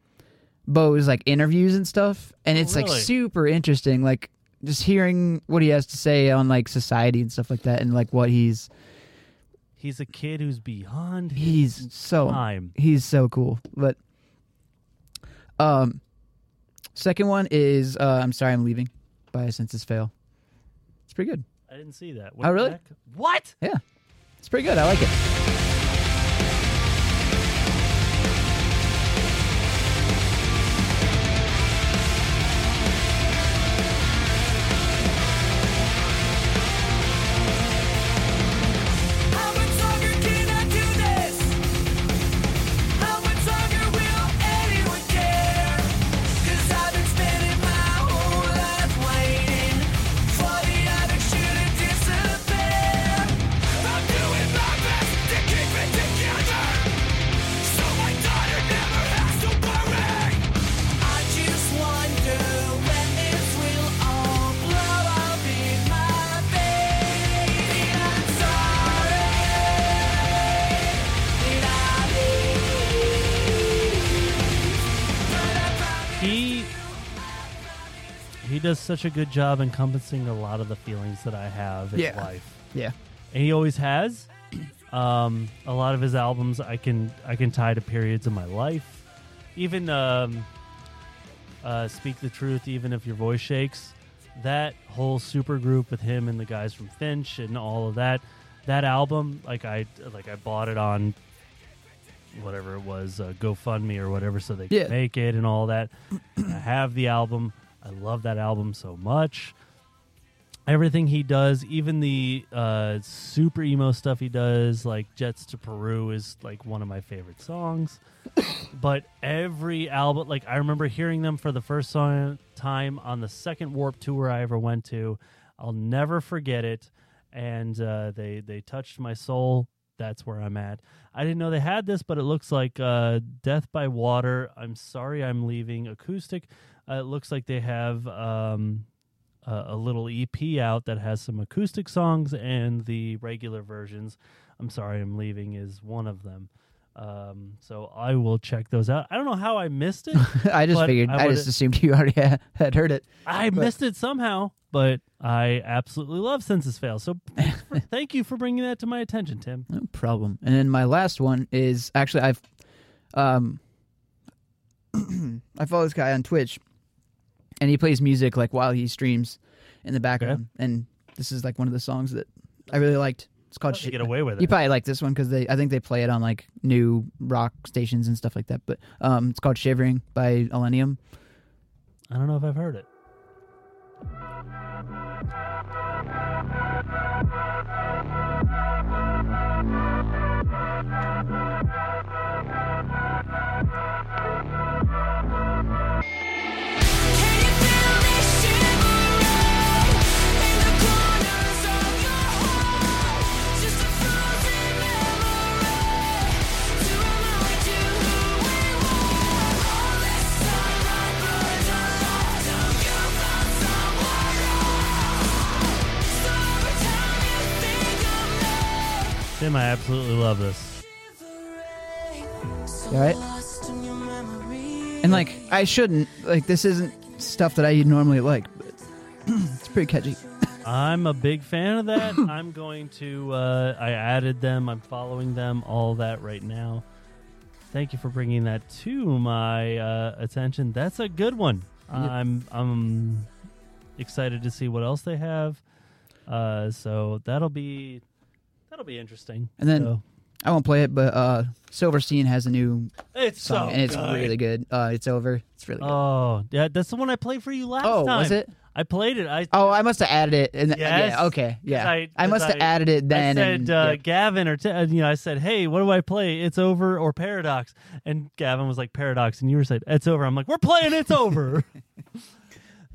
Speaker 3: Bo's like interviews and stuff, and
Speaker 2: Oh,
Speaker 3: it's like
Speaker 2: really?
Speaker 3: super interesting, like just hearing what he has to say on like society and stuff like that, and like what he's
Speaker 2: He's a kid who's beyond his
Speaker 3: he's so
Speaker 2: time.
Speaker 3: he's so cool. But um, second one is uh, I'm sorry I'm leaving by a census fail. It's pretty good.
Speaker 2: I didn't see that.
Speaker 3: Oh, really?
Speaker 2: the heck? What?
Speaker 3: Yeah. It's pretty good. I like it.
Speaker 2: He he does such a good job encompassing a lot of the feelings that I have in
Speaker 3: Yeah.
Speaker 2: life.
Speaker 3: Yeah.
Speaker 2: and he always has. Um, a lot of his albums I can I can tie to periods of my life. Even um, uh, "Speak the Truth," even if your voice shakes, that whole super group with him and the guys from Finch and all of that. That album, like I like I bought it on whatever it was, uh, GoFundMe or whatever, so they could
Speaker 3: Yeah.
Speaker 2: make it and all that. And I have the album. I love that album so much everything he does, even the uh, super emo stuff he does, like Jets to Peru, is like one of my favorite songs. but every album, like I remember hearing them for the first song, time on the second Warp tour I ever went to. I'll never forget it, and uh, they they touched my soul. That's where I'm at. I didn't know they had this, but it looks like uh, Death by Water. I'm sorry, I'm leaving acoustic. Uh, it looks like they have um, uh, a little EP out that has some acoustic songs and the regular versions. I'm sorry, I'm leaving is one of them. Um, so I will check those out. I don't know how I missed it.
Speaker 3: I just
Speaker 2: but
Speaker 3: figured. I,
Speaker 2: would-
Speaker 3: just assumed you already had, had heard it.
Speaker 2: I
Speaker 3: but-
Speaker 2: missed it somehow. but I absolutely love Census Fail. So for- thank you for bringing that to my attention, Tim.
Speaker 3: No problem. And then my last one is actually I've um I follow this guy on Twitch and he plays music like while he streams in the background and this is like one of the songs that I really liked. It's called
Speaker 2: How'd you
Speaker 3: Shit-
Speaker 2: get away with
Speaker 3: You
Speaker 2: it?
Speaker 3: probably like this one cuz they I think they play it on like new rock stations and stuff like that. But um it's called Shivering by Elenium.
Speaker 2: I don't know if I've heard it. Tim, I absolutely love this.
Speaker 3: You all right? And like I shouldn't like this isn't stuff that I normally like, but it's pretty catchy.
Speaker 2: I'm a big fan of that. I'm going to. Uh, I added them. I'm following them. All that right now. Thank you for bringing that to my uh, attention. That's a good one. I'm I'm excited to see what else they have. Uh, so that'll be that'll be interesting.
Speaker 3: And then
Speaker 2: So-
Speaker 3: I won't play it, but uh, Silverstein has a new
Speaker 2: It's
Speaker 3: song,
Speaker 2: so
Speaker 3: and it's
Speaker 2: good.
Speaker 3: really good. Uh, it's over. It's really good.
Speaker 2: oh yeah, that's the one I played for you last
Speaker 3: Oh,
Speaker 2: time.
Speaker 3: was it?
Speaker 2: I played it. I
Speaker 3: oh, I must have added it. And
Speaker 2: Yes.
Speaker 3: uh, yeah, okay,
Speaker 2: 'Cause
Speaker 3: yeah. I,
Speaker 2: 'cause
Speaker 3: must have added it then.
Speaker 2: I said,
Speaker 3: and,
Speaker 2: uh,
Speaker 3: yep.
Speaker 2: Gavin, or t- uh, you know, I said, "Hey, what do I play? It's over or Paradox?" And Gavin was like, "Paradox," and you were said, "It's over." I'm like, "We're playing It's Over."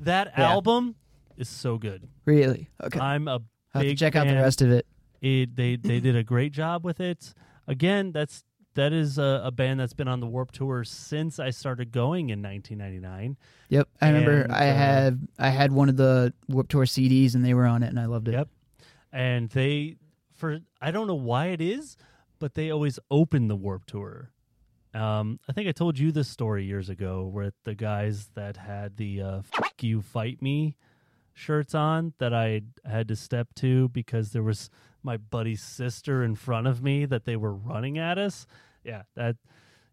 Speaker 2: that
Speaker 3: Yeah.
Speaker 2: album is so good.
Speaker 3: Really? Okay.
Speaker 2: I'm a
Speaker 3: I'll have to
Speaker 2: big
Speaker 3: check out the
Speaker 2: fan.
Speaker 3: rest of it.
Speaker 2: It they they did a great job with it. Again, that's that is a, a band that's been on the Warp Tour since I started going in 1999.
Speaker 3: Yep, I remember.
Speaker 2: And,
Speaker 3: I
Speaker 2: uh,
Speaker 3: have I had one of the Warped Tour CDs, and they were on it, and I loved it.
Speaker 2: Yep. and they for I don't know why it is, but they always open the Warp Tour. Um, I think I told you this story years ago where the guys that had the uh, "Fuck You, Fight Me" shirts on that I had to step to because there was my buddy's sister in front of me that they were running at us. Yeah, that.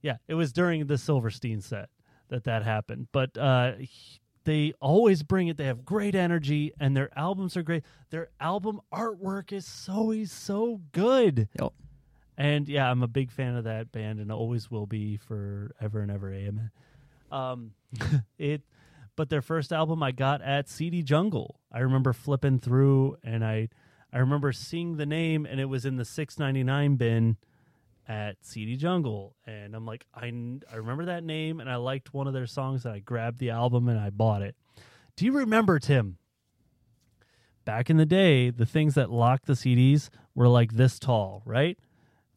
Speaker 2: Yeah, it was during the Silverstein set that that happened. But uh, he- they always bring it. They have great energy, and their albums are great. Their album artwork is so is so good.
Speaker 3: Yep.
Speaker 2: And yeah, I'm a big fan of that band, and always will be forever and ever. Amen. Um, it, but their first album I got at CD Jungle. I remember flipping through, and I, I remember seeing the name, and it was in the 6.99 bin at CD Jungle, and I'm like, I, kn- I remember that name, and I liked one of their songs, and I grabbed the album and I bought it. Do you remember Tim? Back in the day, the things that locked the CDs were like this tall, right?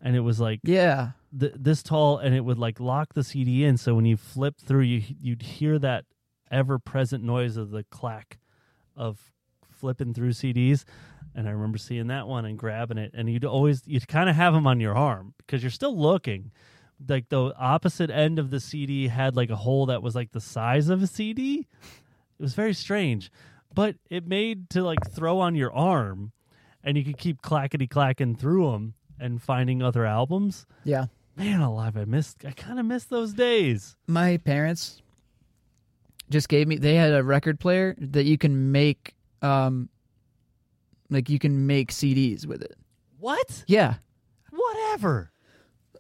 Speaker 2: And it was like
Speaker 3: Yeah.
Speaker 2: th- this tall, and it would like lock the CD in. So when you flip through, you you'd hear that ever present noise of the clack of flipping through CDs. And I remember seeing that one and grabbing it. And you'd always, you'd kind of have them on your arm because you're still looking. Like the opposite end of the CD had like a hole that was like the size of a CD. It was very strange, but it made to like throw on your arm and you could keep clackety clacking through them and finding other albums.
Speaker 3: Yeah.
Speaker 2: Man alive, I missed, I kind of missed those days.
Speaker 3: my parents just gave me they had a record player that you can make um like you can make CDs with it.
Speaker 2: What?
Speaker 3: Yeah.
Speaker 2: Whatever.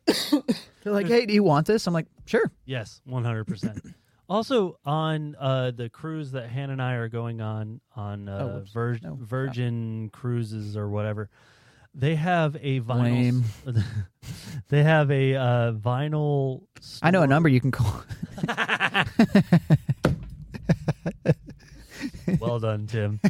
Speaker 3: They're like, "Hey, do you want this?" I'm like, "Sure."
Speaker 2: Yes, one hundred percent. Also on uh, the cruise that Han and I are going on on
Speaker 3: Oh,
Speaker 2: uh,
Speaker 3: whoops.
Speaker 2: Vir-
Speaker 3: No.
Speaker 2: Virgin Cruises or whatever, they have a vinyl.
Speaker 3: Lame.
Speaker 2: they have a uh, vinyl.
Speaker 3: I know a number you can call.
Speaker 2: well done, Tim.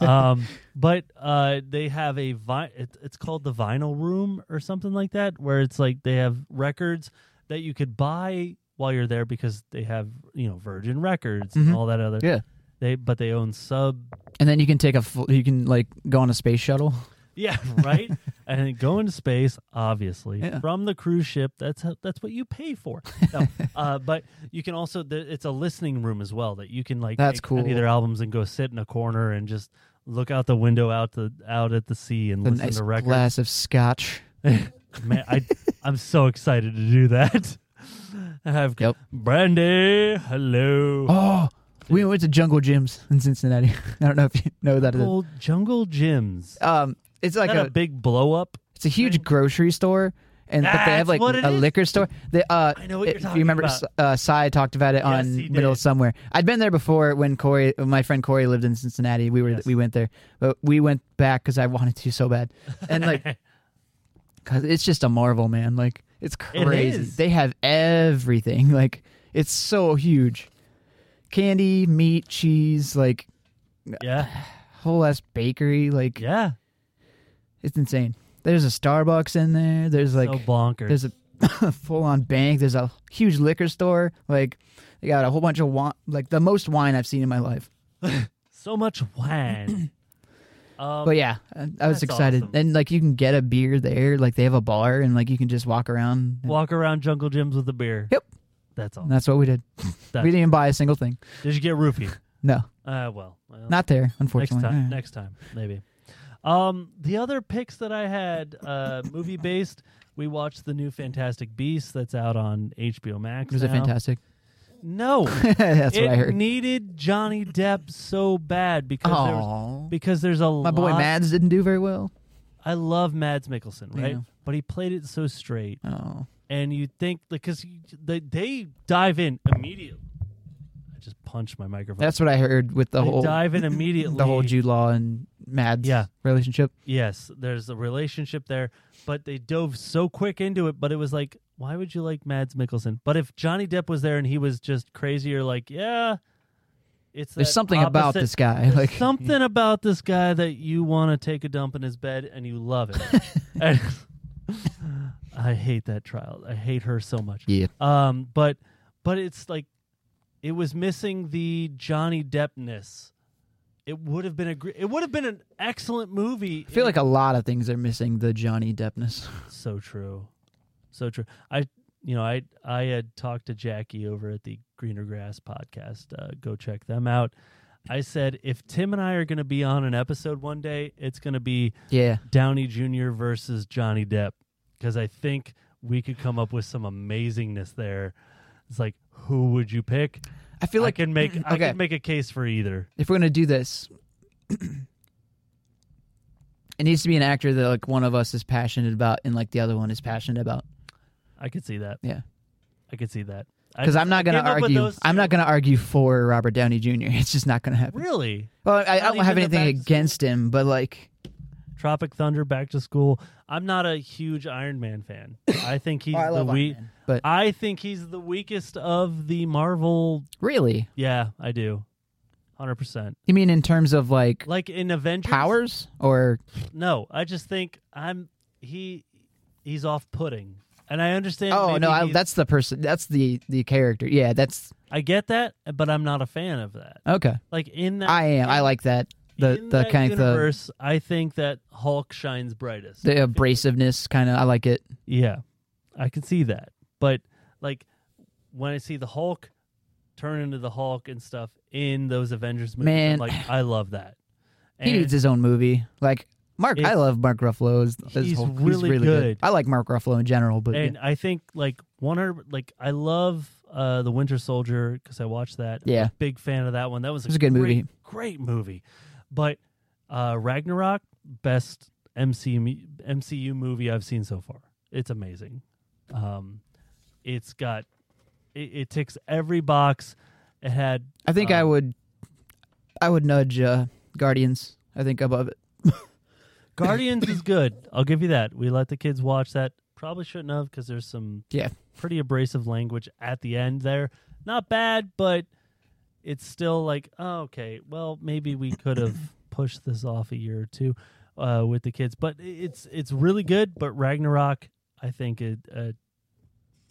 Speaker 2: um, but uh, they have a vi- it, it's called the vinyl room or something like that, where it's like they have records that you could buy while you're there because they have you know Virgin Records and
Speaker 3: Mhm.
Speaker 2: all that other
Speaker 3: Yeah.
Speaker 2: They but they own sub
Speaker 3: And then you can take a full, you can like go on a space shuttle.
Speaker 2: Yeah, right. and then go into space, obviously, from the cruise ship. That's how, that's what you pay for. No, uh, but you can also th- it's a listening room as well that you can like
Speaker 3: That's
Speaker 2: take any
Speaker 3: cool.
Speaker 2: of their albums and go sit in a corner and just look out the window out the out at the sea and
Speaker 3: The
Speaker 2: listen
Speaker 3: nice
Speaker 2: to records.
Speaker 3: glass of scotch.
Speaker 2: Man, I I'm so excited to do that. I have brandy. Hello.
Speaker 3: Oh, we went to Jungle Gyms in Cincinnati. I don't know if you know that.
Speaker 2: Jungle- Jungle Gyms.
Speaker 3: Um, it's like
Speaker 2: that a big blow up.
Speaker 3: It's a huge grocery store, and but they
Speaker 2: That's
Speaker 3: have like
Speaker 2: what it
Speaker 3: a
Speaker 2: is?
Speaker 3: liquor store. They, uh,
Speaker 2: I know what you're
Speaker 3: if
Speaker 2: talking
Speaker 3: You remember
Speaker 2: about.
Speaker 3: uh, Cy talked about it on
Speaker 2: he
Speaker 3: Middle of Somewhere. I'd been there before when Corey, my friend Corey, lived in Cincinnati. We were we went there, but we went back because I wanted to so bad, and like, cause it's just a marvel, man. Like it's
Speaker 2: It
Speaker 3: crazy.
Speaker 2: is.
Speaker 3: They have everything. Like it's so huge. Candy, meat, cheese, like
Speaker 2: yeah,
Speaker 3: whole ass bakery, like
Speaker 2: yeah,
Speaker 3: it's insane. There's a Starbucks in there. There's like
Speaker 2: bonkers.
Speaker 3: There's a full on bank. There's a huge liquor store. Like they got a whole bunch of wine, like the most wine I've seen in my life.
Speaker 2: So much wine. um,
Speaker 3: but yeah, I, I was
Speaker 2: that's
Speaker 3: excited.
Speaker 2: awesome.
Speaker 3: And like you can get a beer there. Like they have a bar, and like you can just walk around.
Speaker 2: Walk around Jungle Gyms with a beer.
Speaker 3: Yep.
Speaker 2: That's all.
Speaker 3: And that's what we did. we
Speaker 2: That's-
Speaker 3: didn't even buy a single thing.
Speaker 2: Did you get rupee?
Speaker 3: No.
Speaker 2: Uh, well, well,
Speaker 3: Not there, unfortunately.
Speaker 2: Next
Speaker 3: Yeah.
Speaker 2: time, next time, maybe. Um, the other picks that I had, uh, movie based, we watched the new Fantastic Beasts that's out on HBO Max.
Speaker 3: Was it
Speaker 2: now.
Speaker 3: fantastic?
Speaker 2: No,
Speaker 3: That's what I
Speaker 2: It
Speaker 3: heard.
Speaker 2: Needed Johnny Depp so bad because there was,
Speaker 3: Aw.
Speaker 2: because there's a
Speaker 3: My boy
Speaker 2: lot-
Speaker 3: Mads didn't do very well.
Speaker 2: I love Mads Mikkelsen, right?
Speaker 3: Yeah.
Speaker 2: But he played it so straight.
Speaker 3: Oh.
Speaker 2: And you think because you they, they dive in immediately. I just punched my microphone.
Speaker 3: That's what I heard with the
Speaker 2: They
Speaker 3: whole
Speaker 2: dive in immediately.
Speaker 3: The whole Jude Law and Mads
Speaker 2: Yeah.
Speaker 3: relationship.
Speaker 2: Yes, there's a relationship there, but they dove so quick into it. But it was like, why would you like Mads Mikkelsen? But if Johnny Depp was there and he was just crazy, or like, yeah, it's
Speaker 3: There's
Speaker 2: that
Speaker 3: something about
Speaker 2: opposite-
Speaker 3: this guy,
Speaker 2: there's
Speaker 3: like-
Speaker 2: something about this guy that you want to take a dump in his bed and you love it. And- I hate that child. I hate her so much.
Speaker 3: Yeah.
Speaker 2: Um, but but it's like it was missing the Johnny Deppness. It would have been a gr- it would have been an excellent movie.
Speaker 3: I feel like a lot of things are missing the Johnny Deppness.
Speaker 2: So true, so true. I you know I I had talked to Jackie over at the Greener Grass podcast. Uh, go check them out. I said if Tim and I are going to be on an episode one day, it's going to be
Speaker 3: Yeah.
Speaker 2: Downey Jr. versus Johnny Depp because I think we could come up with some amazingness there. It's like who would you pick?
Speaker 3: I feel like
Speaker 2: I can make I
Speaker 3: Okay.
Speaker 2: can make a case for either.
Speaker 3: If we're gonna do this, it needs to be an actor that like one of us is passionate about and like the other one is passionate about.
Speaker 2: I could see that.
Speaker 3: Yeah.
Speaker 2: I could see that. I-
Speaker 3: Because I'm
Speaker 2: I
Speaker 3: not gonna
Speaker 2: came up with
Speaker 3: argue.
Speaker 2: those
Speaker 3: I'm not gonna argue for Robert Downey Jr. It's just not gonna happen.
Speaker 2: Really?
Speaker 3: Well, I, I
Speaker 2: Not
Speaker 3: don't have
Speaker 2: even the
Speaker 3: anything
Speaker 2: back-
Speaker 3: against him, but like,
Speaker 2: Tropic Thunder back to school. I'm not a huge Iron Man fan. I think he's
Speaker 3: Oh, I
Speaker 2: the
Speaker 3: love Iron
Speaker 2: weak.
Speaker 3: Man, but-
Speaker 2: I think he's the weakest of the Marvel.
Speaker 3: really,
Speaker 2: Yeah, I do. Hundred percent.
Speaker 3: you mean in terms of like
Speaker 2: Like in Avengers.
Speaker 3: powers or
Speaker 2: No, I just think I'm he. He's off-putting, and I understand.
Speaker 3: oh
Speaker 2: maybe
Speaker 3: no, I,
Speaker 2: he's-
Speaker 3: that's the person. That's the the character. Yeah, that's
Speaker 2: I get that, but I'm not a fan of that.
Speaker 3: okay.
Speaker 2: Like in that,
Speaker 3: I am. I like that. The
Speaker 2: in
Speaker 3: the
Speaker 2: that
Speaker 3: kind of the
Speaker 2: universe, I think that Hulk shines brightest.
Speaker 3: the abrasiveness kind of i like it
Speaker 2: Yeah, I can see that. But like when I see the Hulk turn into the Hulk and stuff in those Avengers movies,
Speaker 3: Man.
Speaker 2: I'm like I love that.
Speaker 3: he needs his own movie like mark i
Speaker 2: It's-
Speaker 3: love mark ruffalo his, his
Speaker 2: he's
Speaker 3: whole,
Speaker 2: really good.
Speaker 3: i like mark ruffalo in general but
Speaker 2: and
Speaker 3: yeah.
Speaker 2: I think like one or like I love uh the Winter Soldier because I watched that. I'm a
Speaker 3: Yeah.
Speaker 2: big fan of that one. That was a,
Speaker 3: It was a good
Speaker 2: great-
Speaker 3: movie.
Speaker 2: great movie. But uh Ragnarok, best MCU MCU movie I've seen so far. It's amazing. Um, it's got it, it ticks every box. It had
Speaker 3: i think
Speaker 2: um,
Speaker 3: i would i would nudge uh guardians i think above it
Speaker 2: Guardians is good. I'll give you that. We let the kids watch that. Probably shouldn't have because there's some
Speaker 3: yeah
Speaker 2: pretty abrasive language at the end there. Not bad, but it's still like, oh, okay, well, maybe we could have pushed this off a year or two uh, with the kids. But i- it's it's really good. But Ragnarok, I think it uh,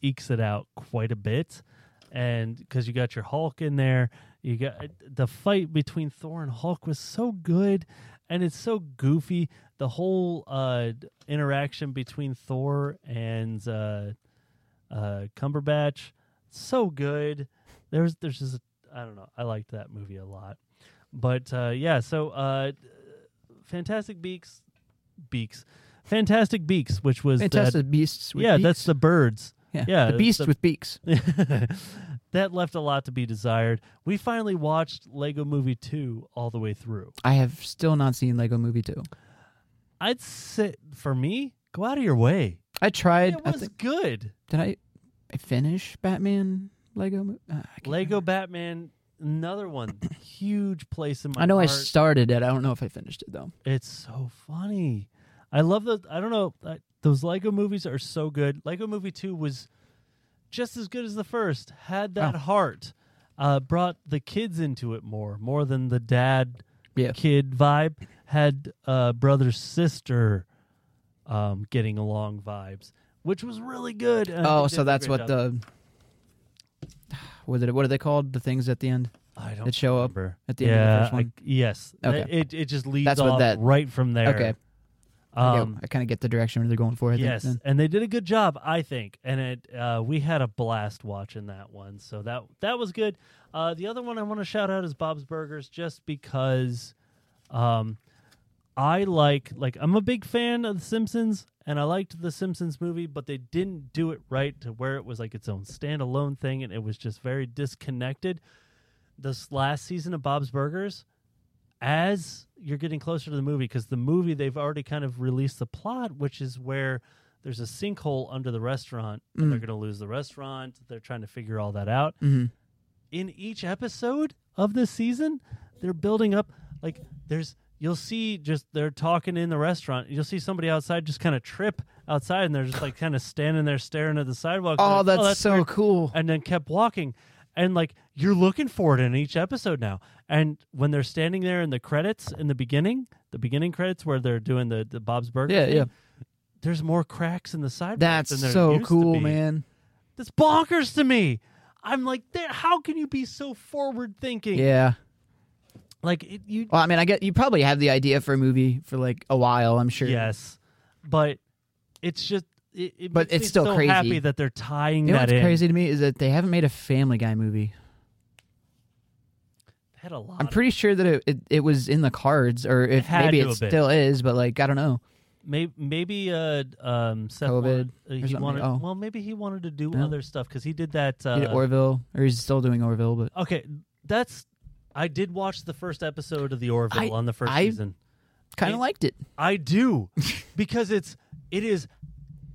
Speaker 2: ekes it out quite a bit, and because you got your Hulk in there, you uh, got the fight between Thor and Hulk was so good, and it's so goofy. The the whole uh, interaction between Thor and uh, uh, Cumberbatch so good. There's there's just I don't know. I liked that movie a lot. But uh, yeah, so uh, Fantastic Beaks, Beaks, Fantastic Beaks, which was that-
Speaker 3: Fantastic Beasts with
Speaker 2: yeah,
Speaker 3: Beaks.
Speaker 2: that's the birds.
Speaker 3: Yeah,
Speaker 2: Yeah,
Speaker 3: the
Speaker 2: that's
Speaker 3: beasts with beaks.
Speaker 2: that left a lot to be desired. We finally watched Lego Movie two all the way through.
Speaker 3: I have still not seen Lego Movie 2.
Speaker 2: I'd say for me, go out of your way.
Speaker 3: I tried.
Speaker 2: It
Speaker 3: I
Speaker 2: was
Speaker 3: think-
Speaker 2: good.
Speaker 3: Did I, I finish Batman Lego? Mo- Uh,
Speaker 2: Lego Batman, another one, huge place in my.
Speaker 3: I know I
Speaker 2: heart.
Speaker 3: started it. I don't know if I finished it though.
Speaker 2: It's so funny. I love the. I don't know. I, those Lego movies are so good. Lego Movie Two was just as good as the first. Had that
Speaker 3: Oh.
Speaker 2: heart. Uh, brought the kids into it more, more than the dad
Speaker 3: Yeah.
Speaker 2: kid vibe. Had uh, brother sister um, getting along vibes, which was really good. and I
Speaker 3: oh,
Speaker 2: think they
Speaker 3: so
Speaker 2: did a
Speaker 3: that's
Speaker 2: great
Speaker 3: what
Speaker 2: job.
Speaker 3: the what did it, what are they called? The things at the end
Speaker 2: I don't
Speaker 3: that show up
Speaker 2: remember.
Speaker 3: at the
Speaker 2: yeah,
Speaker 3: end of the first
Speaker 2: I-
Speaker 3: one.
Speaker 2: yes.
Speaker 3: Okay.
Speaker 2: It it just leads
Speaker 3: That's what
Speaker 2: off
Speaker 3: that-
Speaker 2: right from there.
Speaker 3: Okay. I,
Speaker 2: Um,
Speaker 3: kind of get the direction they're going for. I think,
Speaker 2: yes,
Speaker 3: then.
Speaker 2: and they did a good job, I think. And it uh, we had a blast watching that one, so that that was good. Uh, the other one I want to shout out is Bob's Burgers, just because um, I like like I'm a big fan of The Simpsons, and I liked the Simpsons movie, but they didn't do it right to where it was like its own standalone thing, and it was just very disconnected. This last season of Bob's Burgers, as you're getting closer to the movie because the movie they've already kind of released the plot which is where there's a sinkhole under the restaurant and
Speaker 3: Mm.
Speaker 2: they're going to lose the restaurant they're trying to figure all that out
Speaker 3: Mhm.
Speaker 2: in each episode of this season they're building up like there's you'll see just they're talking in the restaurant you'll see somebody outside just kind of trip outside and they're just like kind of standing there staring at the sidewalk They're
Speaker 3: Oh,
Speaker 2: like,
Speaker 3: that's so cool.
Speaker 2: and then kept walking and like you're looking for it in each episode now and when they're standing there in the credits in the beginning the beginning credits where they're doing the, the bob's burger
Speaker 3: Yeah,
Speaker 2: thing,
Speaker 3: yeah.
Speaker 2: there's more cracks in the sidewalk than there
Speaker 3: That's so
Speaker 2: used to
Speaker 3: cool,
Speaker 2: be.
Speaker 3: man.
Speaker 2: that's bonkers to me i'm like there how can you be so forward thinking
Speaker 3: Yeah.
Speaker 2: like it, you
Speaker 3: Well, I mean, I get you probably have the idea for a movie for like a while. I'm sure.
Speaker 2: yes but it's just it, it
Speaker 3: But
Speaker 2: makes
Speaker 3: it's
Speaker 2: me
Speaker 3: still
Speaker 2: so
Speaker 3: crazy.
Speaker 2: happy that they're tying
Speaker 3: You know
Speaker 2: that
Speaker 3: what's
Speaker 2: in
Speaker 3: crazy to me is that they haven't made a Family Guy movie.
Speaker 2: They had a lot
Speaker 3: I'm
Speaker 2: of-
Speaker 3: pretty sure that it, it, it was in the cards, or if
Speaker 2: had
Speaker 3: maybe
Speaker 2: to
Speaker 3: it
Speaker 2: have been.
Speaker 3: still is, but like I don't know.
Speaker 2: Maybe maybe uh um Seth wanted,
Speaker 3: COVID
Speaker 2: uh,
Speaker 3: or
Speaker 2: he
Speaker 3: something,
Speaker 2: wanted
Speaker 3: oh.
Speaker 2: well maybe he wanted to do
Speaker 3: No.
Speaker 2: other stuff because he did that
Speaker 3: He
Speaker 2: uh,
Speaker 3: did Orville, or he's still doing Orville, but
Speaker 2: okay that's I did watch the first episode of the Orville
Speaker 3: I-
Speaker 2: on the first
Speaker 3: I-
Speaker 2: season
Speaker 3: kind
Speaker 2: it-
Speaker 3: of liked it.
Speaker 2: I do because it's it is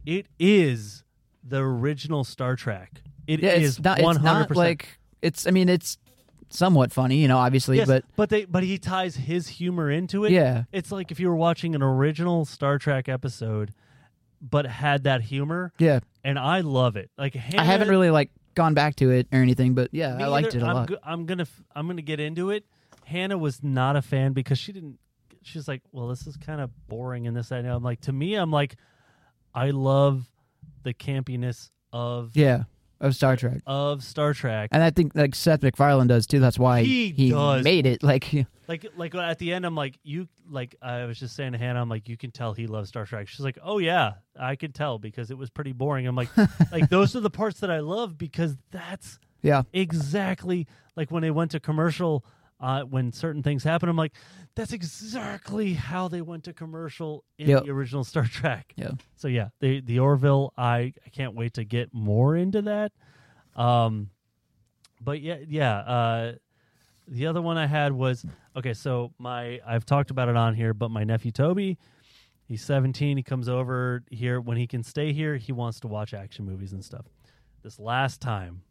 Speaker 2: it is the original Star Trek It is
Speaker 3: Yeah, it's not. It's
Speaker 2: 100
Speaker 3: not like it's. I mean, it's somewhat funny, you know, obviously,
Speaker 2: Yes,
Speaker 3: but
Speaker 2: they but he ties his humor into it.
Speaker 3: Yeah.
Speaker 2: It's like if you were watching an original Star Trek episode but had that humor.
Speaker 3: yeah,
Speaker 2: And I love it. Like Hannah,
Speaker 3: I haven't really like gone back to it or anything, but yeah,
Speaker 2: Me
Speaker 3: I liked
Speaker 2: either.
Speaker 3: it a
Speaker 2: I'm
Speaker 3: lot.
Speaker 2: go- I'm gonna f- I'm gonna get into it. Hannah was not a fan because she didn't. She's like, well, this is kind of boring and this that, and the other." I'm like, to me, I'm like, I love the campiness of
Speaker 3: Yeah, of Star Trek,
Speaker 2: of Star Trek.
Speaker 3: and I think like Seth MacFarlane does too. That's why
Speaker 2: He does.
Speaker 3: made it. Like, yeah,
Speaker 2: Like like at the end, I'm like, you like I was just saying to Hannah, I'm like, you can tell he loves Star Trek. She's like, oh yeah, I can tell because it was pretty boring. I'm like, like those are the parts that I love because that's
Speaker 3: yeah,
Speaker 2: exactly like when they went to commercial uh, when certain things happen i'm like that's exactly how they went to commercial in
Speaker 3: Yep.
Speaker 2: the original star trek
Speaker 3: Yeah.
Speaker 2: so yeah the, the orville I, I can't wait to get more into that um but yeah yeah uh the other one i had was okay so my i've talked about it on here but my nephew toby he's 17 he comes over here when he can stay here he wants to watch action movies and stuff this last time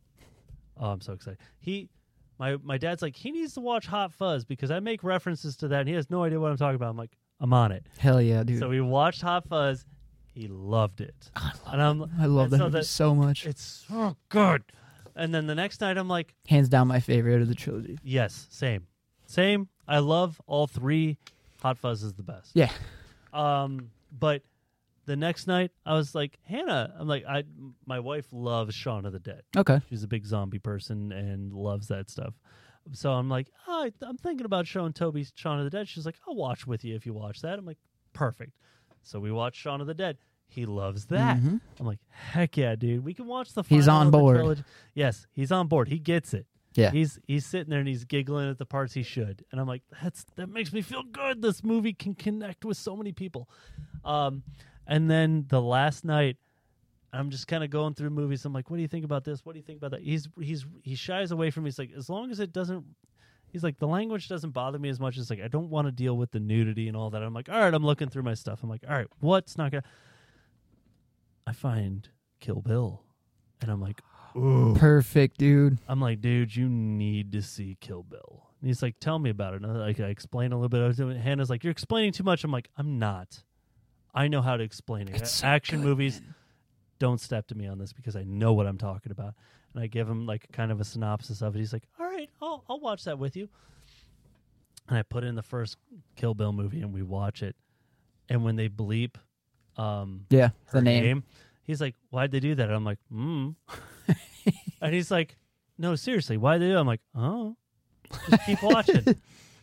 Speaker 2: Oh, I'm so excited. He, my my dad's like he needs to watch Hot Fuzz because I make references to that. and He has no idea what I'm talking about. I'm like, I'm on it.
Speaker 3: hell yeah, dude.
Speaker 2: So we watched Hot Fuzz. He loved it, and I'm
Speaker 3: I love
Speaker 2: and so
Speaker 3: that movie so much.
Speaker 2: It's so good. And then the next night, I'm like,
Speaker 3: Hands down, my favorite of the trilogy.
Speaker 2: yes, same, same. I love all three. Hot Fuzz is the best.
Speaker 3: Yeah,
Speaker 2: Um, but the next night, I was like, Hannah, I'm like, I my wife loves Shaun of the Dead.
Speaker 3: okay,
Speaker 2: She's a big zombie person and loves that stuff. So I'm like, oh, I- I'm thinking about showing Toby Shaun of the Dead. She's like, I'll watch with you if you watch that. I'm like, perfect. So we watched Shaun of the Dead. He loves that.
Speaker 3: Mhm.
Speaker 2: I'm like, heck yeah, dude. We can watch the. Final
Speaker 3: He's on
Speaker 2: of the
Speaker 3: board.
Speaker 2: trilogy." Yes, he's on board. He gets it.
Speaker 3: Yeah.
Speaker 2: He's he's sitting there and he's giggling at the parts he should, and I'm like, that's that makes me feel good. This movie can connect with so many people. Um, and then the last night, I'm just kind of going through movies. I'm like, what do you think about this? What do you think about that? He's he's he shies away from. me. He's like, as long as it doesn't. He's like, the language doesn't bother me as much as like I don't want to deal with the nudity and all that. I'm like, all right, I'm looking through my stuff. I'm like, all right, what's not gonna? I find Kill Bill, and I'm like, ooh,
Speaker 3: Perfect, dude.
Speaker 2: I'm like, dude, you need to see Kill Bill. And he's like, tell me about it. And I, like, I explain a little bit. I was doing, Hannah's like, you're explaining too much. I'm like, I'm not. I know how to explain it.
Speaker 3: It's so
Speaker 2: Action
Speaker 3: good,
Speaker 2: movies, don't step to me on this because I know what I'm talking about. And I give him like kind of a synopsis of it. He's like, all right, I'll, I'll watch that with you. And I put in the first Kill Bill movie and we watch it. And when they bleep, um,
Speaker 3: Yeah,
Speaker 2: her
Speaker 3: the name.
Speaker 2: he's like, why'd they do that? And I'm like, hmm. and he's like, no, seriously, why'd they do that? I'm like, oh, just keep watching.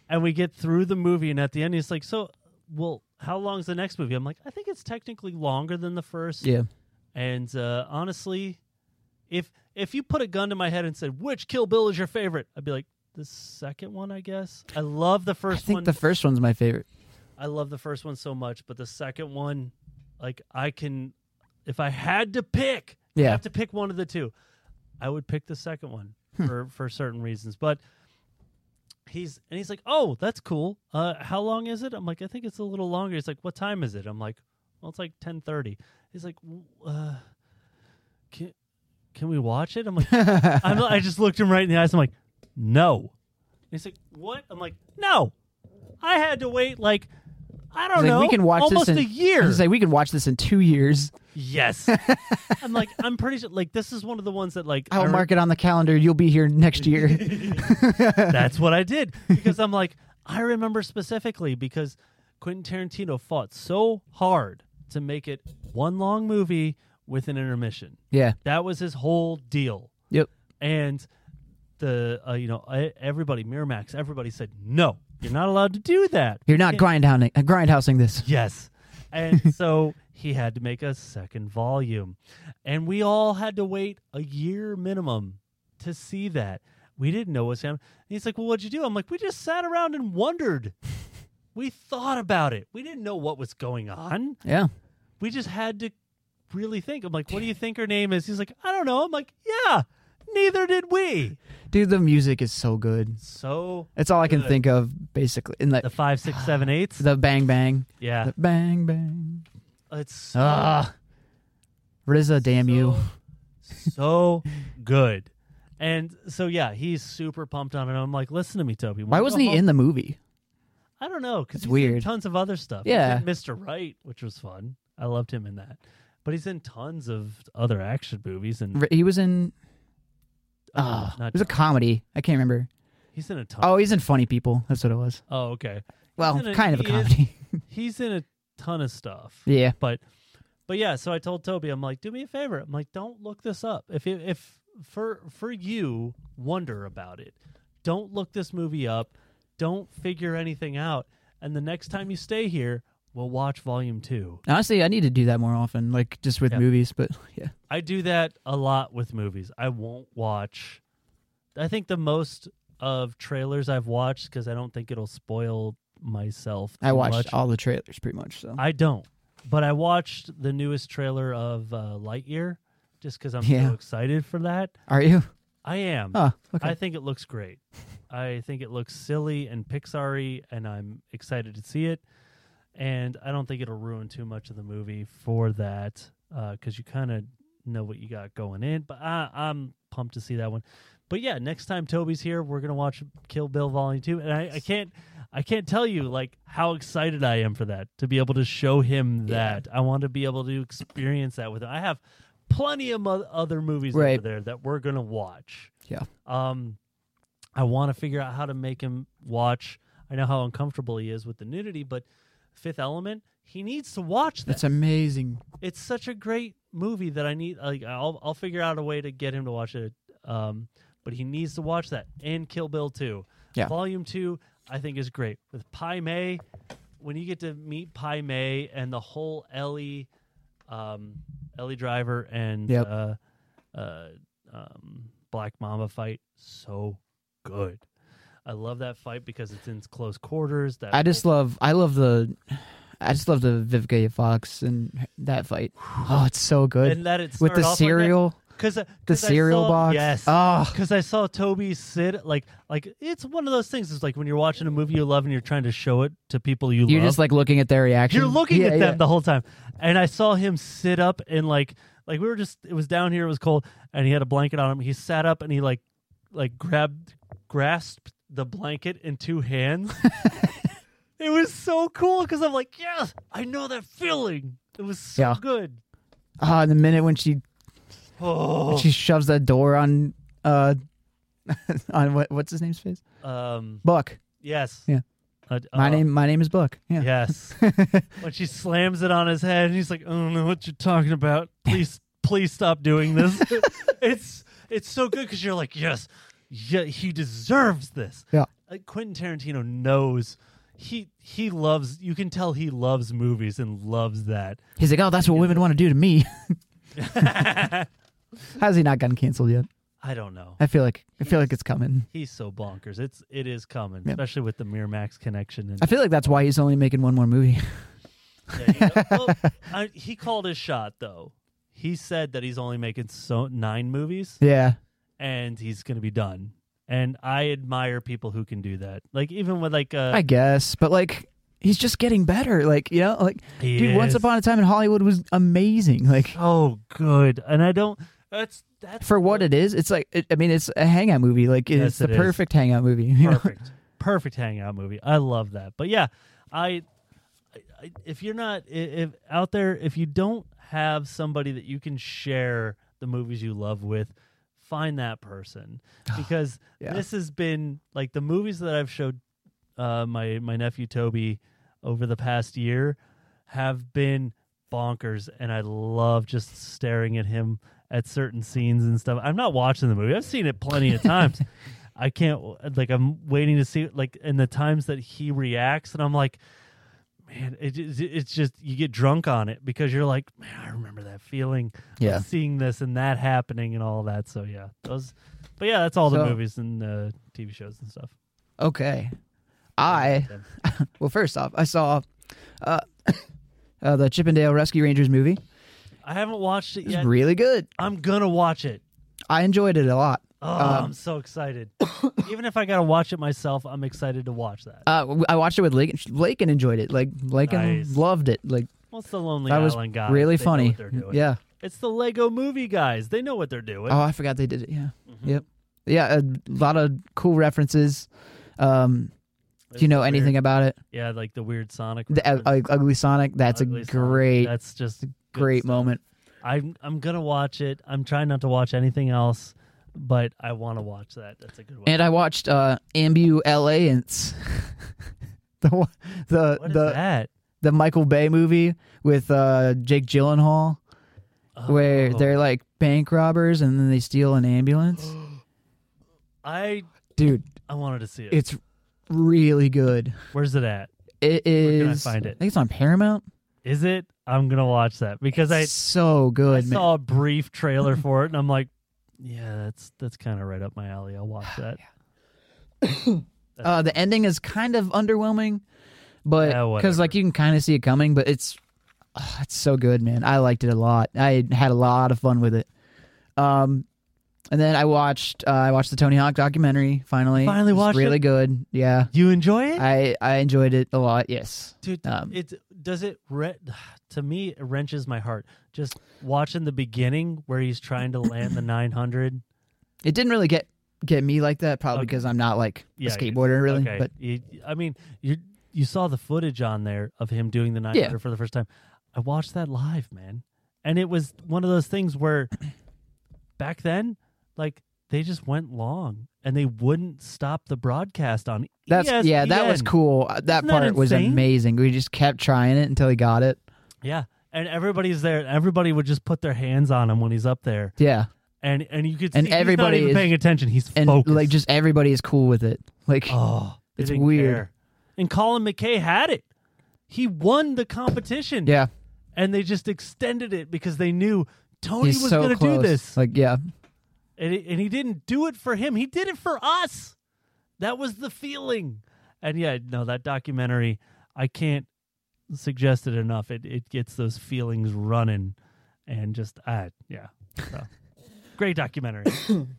Speaker 2: and we get through the movie, and at the end, he's like, so, well, how long's the next movie? I'm like, I think it's technically longer than the first.
Speaker 3: Yeah.
Speaker 2: And uh, honestly, if if you put a gun to my head and said, which Kill Bill is your favorite? I'd be like, the second one, I guess. I love the
Speaker 3: I
Speaker 2: first
Speaker 3: think
Speaker 2: one.
Speaker 3: the first one's my favorite.
Speaker 2: I love the first one so much, but the second one, like I can, if I had to pick, I
Speaker 3: Yeah.
Speaker 2: have to pick one of the two. I would pick the second one for for certain reasons. But he's and he's like, oh, that's cool. Uh, how long is it? I'm like, I think it's a little longer. He's like, what time is it? I'm like, well, it's like ten thirty. He's like, "W- uh, can can we watch it? I'm like, I'm, I just looked him right in the eyes. I'm like, no. And he's like, what? I'm like, no. I had to wait like I don't
Speaker 3: He's
Speaker 2: know.
Speaker 3: like, we can watch
Speaker 2: almost
Speaker 3: this in
Speaker 2: a year.
Speaker 3: He's like, we can watch this in two years.
Speaker 2: yes. I'm like, I'm pretty sure. Like, this is one of the ones that like
Speaker 3: I'll
Speaker 2: I
Speaker 3: Oh, mark it on the calendar. You'll be here next year.
Speaker 2: That's what I did because I'm like, I remember specifically because Quentin Tarantino fought so hard to make it one long movie with an intermission.
Speaker 3: Yeah.
Speaker 2: That was his whole deal.
Speaker 3: Yep.
Speaker 2: And the uh, you know I, everybody Miramax everybody said no, you're not allowed to do that.
Speaker 3: You're not
Speaker 2: Yeah.
Speaker 3: grindhousing, uh, grindhousing this.
Speaker 2: Yes. And so he had to make a second volume. And we all had to wait a year minimum to see that. We didn't know what's happening. And he's like, Well, what'd you do? I'm like, We just sat around and wondered. we thought about it. We didn't know what was going on.
Speaker 3: Yeah.
Speaker 2: We just had to really think. I'm like, What do you think her name is? He's like, I don't know. I'm like, Yeah, neither did we.
Speaker 3: Dude, the music is so good.
Speaker 2: So
Speaker 3: It's all I can
Speaker 2: good.
Speaker 3: think of, basically. In like
Speaker 2: The five, six, seven, eights.
Speaker 3: the bang bang.
Speaker 2: Yeah.
Speaker 3: The bang bang.
Speaker 2: It's so
Speaker 3: Ah. RZA, damn you.
Speaker 2: so good. And so yeah, he's super pumped on it. I'm like, listen to me, Toby.
Speaker 3: Why wasn't he in the movie?
Speaker 2: I don't know. Cause
Speaker 3: It's
Speaker 2: he's in
Speaker 3: weird.
Speaker 2: tons of other stuff.
Speaker 3: Yeah.
Speaker 2: he's in Mr. Right, which was fun. I loved him in that. But he's in tons of other action movies, and
Speaker 3: R- He was in.
Speaker 2: uh,
Speaker 3: Ah,
Speaker 2: not-
Speaker 3: it was a comedy. I can't remember.
Speaker 2: he's in a ton.
Speaker 3: Oh, he's in Funny People. That's what it was.
Speaker 2: Oh, okay.
Speaker 3: Well,
Speaker 2: in a-
Speaker 3: kind of a
Speaker 2: he is-
Speaker 3: comedy.
Speaker 2: He's in a ton of stuff.
Speaker 3: yeah.
Speaker 2: But but yeah, so I told Toby, I'm like, do me a favor. I'm like, don't look this up. If it, if for for you wonder about it, don't look this movie up. Don't figure anything out. And the next time you stay here, we'll watch volume 2.
Speaker 3: Honestly, I need to do that more often, like just with
Speaker 2: Yeah.
Speaker 3: movies. But yeah,
Speaker 2: I do that a lot with movies. I won't watch I think the most of trailers I've watched cuz I don't think it'll spoil myself.
Speaker 3: I
Speaker 2: too
Speaker 3: watched
Speaker 2: much.
Speaker 3: all the trailers pretty much. So
Speaker 2: I don't. But I watched the newest trailer of uh, Lightyear just because I'm
Speaker 3: Yeah.
Speaker 2: so excited for that.
Speaker 3: are you?
Speaker 2: I am.
Speaker 3: Oh, okay.
Speaker 2: I think it looks great. I think it looks silly and Pixar y, and I'm excited to see it. And I don't think it'll ruin too much of the movie for that because you kind of know what you got going in. But I, I'm pumped to see that one. But yeah, next time Toby's here, we're gonna watch Kill Bill Volume Two, and I, I can't, I can't tell you like how excited I am for that to be able to show him that. I want to be able to experience that with him. I have plenty of mo- other movies
Speaker 3: Right.
Speaker 2: over there that we're gonna watch.
Speaker 3: Yeah.
Speaker 2: Um, I want to figure out how to make him watch. I know how uncomfortable he is with the nudity, but Fifth Element, he needs to watch that.
Speaker 3: That's amazing.
Speaker 2: it's such a great movie that I need. Like, I'll I'll figure out a way to get him to watch it. Um, but he needs to watch that and Kill Bill too.
Speaker 3: Yeah.
Speaker 2: Volume two, I think is great with Pai Mei. when you get to meet Pi May and the whole Ellie, um, Ellie Driver and
Speaker 3: Yep.
Speaker 2: uh, uh, um, Black Mamba fight, so good. I love that fight because it's in close quarters. That
Speaker 3: I just love I love the I just love the Vivica Fox and that fight. Oh, it's so good.
Speaker 2: And that it
Speaker 3: with the cereal.
Speaker 2: because
Speaker 3: the cereal box.
Speaker 2: Yes.
Speaker 3: Oh,
Speaker 2: Because I saw Toby sit like like it's one of those things. It's like when you're watching a movie you love and you're trying to show it to people you
Speaker 3: you're
Speaker 2: love.
Speaker 3: just like looking at their reaction.
Speaker 2: You're looking
Speaker 3: Yeah,
Speaker 2: at them
Speaker 3: yeah.
Speaker 2: the whole time. And I saw him sit up and like like we were just it was down here, it was cold, and he had a blanket on him. He sat up and he like like grabbed grasped the blanket in two hands. it was so cool because I'm like, yes, I know that feeling. It was so
Speaker 3: Yeah.
Speaker 2: good.
Speaker 3: Ah, the minute when she
Speaker 2: Oh.
Speaker 3: when she shoves that door on uh on what what's his name's face?
Speaker 2: Um,
Speaker 3: Buck.
Speaker 2: Yes.
Speaker 3: Yeah.
Speaker 2: Uh,
Speaker 3: my
Speaker 2: uh,
Speaker 3: name my name is Buck. Yeah.
Speaker 2: Yes. when she slams it on his head and he's like, I don't know what you're talking about. Please, please stop doing this. it's it's so good because you're like, yes, yeah, he deserves this.
Speaker 3: Yeah.
Speaker 2: Uh, Quentin Tarantino knows he he loves. You can tell he loves movies and loves that.
Speaker 3: He's like, oh, that's what women want to do to me. How's he not gotten canceled yet?
Speaker 2: I don't know.
Speaker 3: I feel like I feel like it's coming.
Speaker 2: He's so bonkers. It's it is coming,
Speaker 3: Yeah.
Speaker 2: especially with the Miramax connection. And
Speaker 3: I feel like that's why he's only making one more movie.
Speaker 2: Yeah, you know- well, I, he called his shot though. He said that he's only making so nine movies.
Speaker 3: Yeah.
Speaker 2: and he's gonna be done. And I admire people who can do that. Like even with like uh,
Speaker 3: I guess, but like he's just getting better. Like you know, like
Speaker 2: He
Speaker 3: dude, once
Speaker 2: is.
Speaker 3: upon a time in Hollywood was amazing. Like
Speaker 2: oh, good. And I don't. That's that's
Speaker 3: for what it is. It's like it, I mean, it's a hangout movie. Like it's
Speaker 2: Yes,
Speaker 3: the
Speaker 2: it is.
Speaker 3: perfect hangout movie. You know?
Speaker 2: perfect, perfect hangout movie. I love that. But yeah, I, I if you're not i- if out there, if you don't have somebody that you can share the movies you love with, find that person because
Speaker 3: Yeah.
Speaker 2: this has been like the movies that I've showed uh, my my nephew Toby over the past year have been bonkers, and I love just staring at him at certain scenes and stuff. I'm not watching the movie; I've seen it plenty of times. I can't like I'm waiting to see like in the times that he reacts, and I'm like, man, it, it, it's just you get drunk on it because you're like, man, I remember that feeling, of
Speaker 3: Yeah.
Speaker 2: seeing this and that happening and all that. So yeah, those. But yeah, that's all the
Speaker 3: So-
Speaker 2: movies and uh, TV shows and stuff.
Speaker 3: Okay, I well, first off, I saw uh, uh, the Chippendale Rescue Rangers movie.
Speaker 2: I haven't watched it
Speaker 3: It's
Speaker 2: yet.
Speaker 3: really good.
Speaker 2: I'm gonna watch it.
Speaker 3: I enjoyed it a lot.
Speaker 2: Oh,
Speaker 3: Um,
Speaker 2: I'm so excited. Even if I gotta watch it myself, I'm excited to watch that.
Speaker 3: uh, w- I watched it with Lake. Lake and enjoyed it. Like Lake and
Speaker 2: Nice.
Speaker 3: loved it. Like
Speaker 2: What's the Lonely
Speaker 3: that was
Speaker 2: Island guys?
Speaker 3: really
Speaker 2: They know what
Speaker 3: funny.
Speaker 2: they're doing.
Speaker 3: Yeah.
Speaker 2: It's the Lego movie guys. They know what they're doing.
Speaker 3: Oh, I forgot they did it. Yeah.
Speaker 2: Mm-hmm.
Speaker 3: Yep. Yeah, a lot of cool references. Um, do you know
Speaker 2: It's
Speaker 3: anything
Speaker 2: weird.
Speaker 3: about it?
Speaker 2: Yeah, like the weird Sonic.
Speaker 3: The uh,
Speaker 2: reference.
Speaker 3: Ug- Ugly Sonic. That's
Speaker 2: Ugly
Speaker 3: a
Speaker 2: Sonic.
Speaker 3: great,
Speaker 2: That's just good
Speaker 3: great
Speaker 2: stuff.
Speaker 3: moment.
Speaker 2: I'm I'm gonna watch it. I'm trying not to watch anything else, but I want to watch that. That's a good one.
Speaker 3: And I watched uh, Ambulance, the one- the
Speaker 2: What is
Speaker 3: uh, the
Speaker 2: that?
Speaker 3: the Michael Bay movie with uh, Jake Gyllenhaal, where
Speaker 2: Oh.
Speaker 3: they're like bank robbers and then they steal an ambulance.
Speaker 2: I
Speaker 3: Dude,
Speaker 2: I wanted to see it.
Speaker 3: it's really good.
Speaker 2: Where's it at?
Speaker 3: It
Speaker 2: Where
Speaker 3: is.
Speaker 2: can I find it?
Speaker 3: I think it's on Paramount.
Speaker 2: Is it? I'm gonna watch that because I,
Speaker 3: It's so
Speaker 2: I
Speaker 3: good, man.
Speaker 2: saw a brief trailer for it and I'm like, yeah, that's that's kind of right up my alley. I'll watch that.
Speaker 3: Uh, the ending is kind of underwhelming, but
Speaker 2: Yeah,
Speaker 3: because like you can kind of see it coming, but it's ah, it's so good, man. I liked it a lot. I had a lot of fun with it. Um, and then I watched uh, I watched the Tony Hawk documentary. Finally,
Speaker 2: Finally
Speaker 3: It's
Speaker 2: watched
Speaker 3: really
Speaker 2: it?
Speaker 3: good. Yeah,
Speaker 2: You enjoy it?
Speaker 3: I I enjoyed it a lot. Yes,
Speaker 2: Dude,
Speaker 3: Um,
Speaker 2: it does it re- to me it wrenches my heart just watching the beginning where he's trying to land the 900.
Speaker 3: it didn't really get get me like that. Probably
Speaker 2: Okay.
Speaker 3: because I'm not like
Speaker 2: Yeah,
Speaker 3: a
Speaker 2: you-
Speaker 3: skateboarder really,
Speaker 2: okay.
Speaker 3: but
Speaker 2: You- I mean, you you saw the footage on there of him doing the 900 for the first time. I watched that live, man, and it was one of those things where back then, like they just went long and they wouldn't stop the broadcast on. E
Speaker 3: that's yeah, that was
Speaker 2: ESPN.
Speaker 3: cool. Uh, That
Speaker 2: Isn't that
Speaker 3: part was
Speaker 2: insane?
Speaker 3: amazing. We just kept trying it until he got it.
Speaker 2: Yeah, and everybody's there. Everybody would just put their hands on him when he's up there.
Speaker 3: Yeah.
Speaker 2: and and you could see
Speaker 3: And
Speaker 2: he's not
Speaker 3: everybody
Speaker 2: even
Speaker 3: is-
Speaker 2: paying attention. He's
Speaker 3: and
Speaker 2: focused.
Speaker 3: like just everybody is cool with it. Like
Speaker 2: oh, they
Speaker 3: it's
Speaker 2: didn't
Speaker 3: weird.
Speaker 2: care. And Colin McKay had it. He won the competition.
Speaker 3: Yeah.
Speaker 2: And they just extended it because they knew Tony
Speaker 3: He's
Speaker 2: was
Speaker 3: so
Speaker 2: going to do
Speaker 3: close.
Speaker 2: this.
Speaker 3: Like, yeah.
Speaker 2: And, it, and he didn't do it for him. He did it for us. That was the feeling. And yeah, no, that documentary, I can't suggest it enough. It it gets those feelings running, and just ah, yeah, so. great documentary.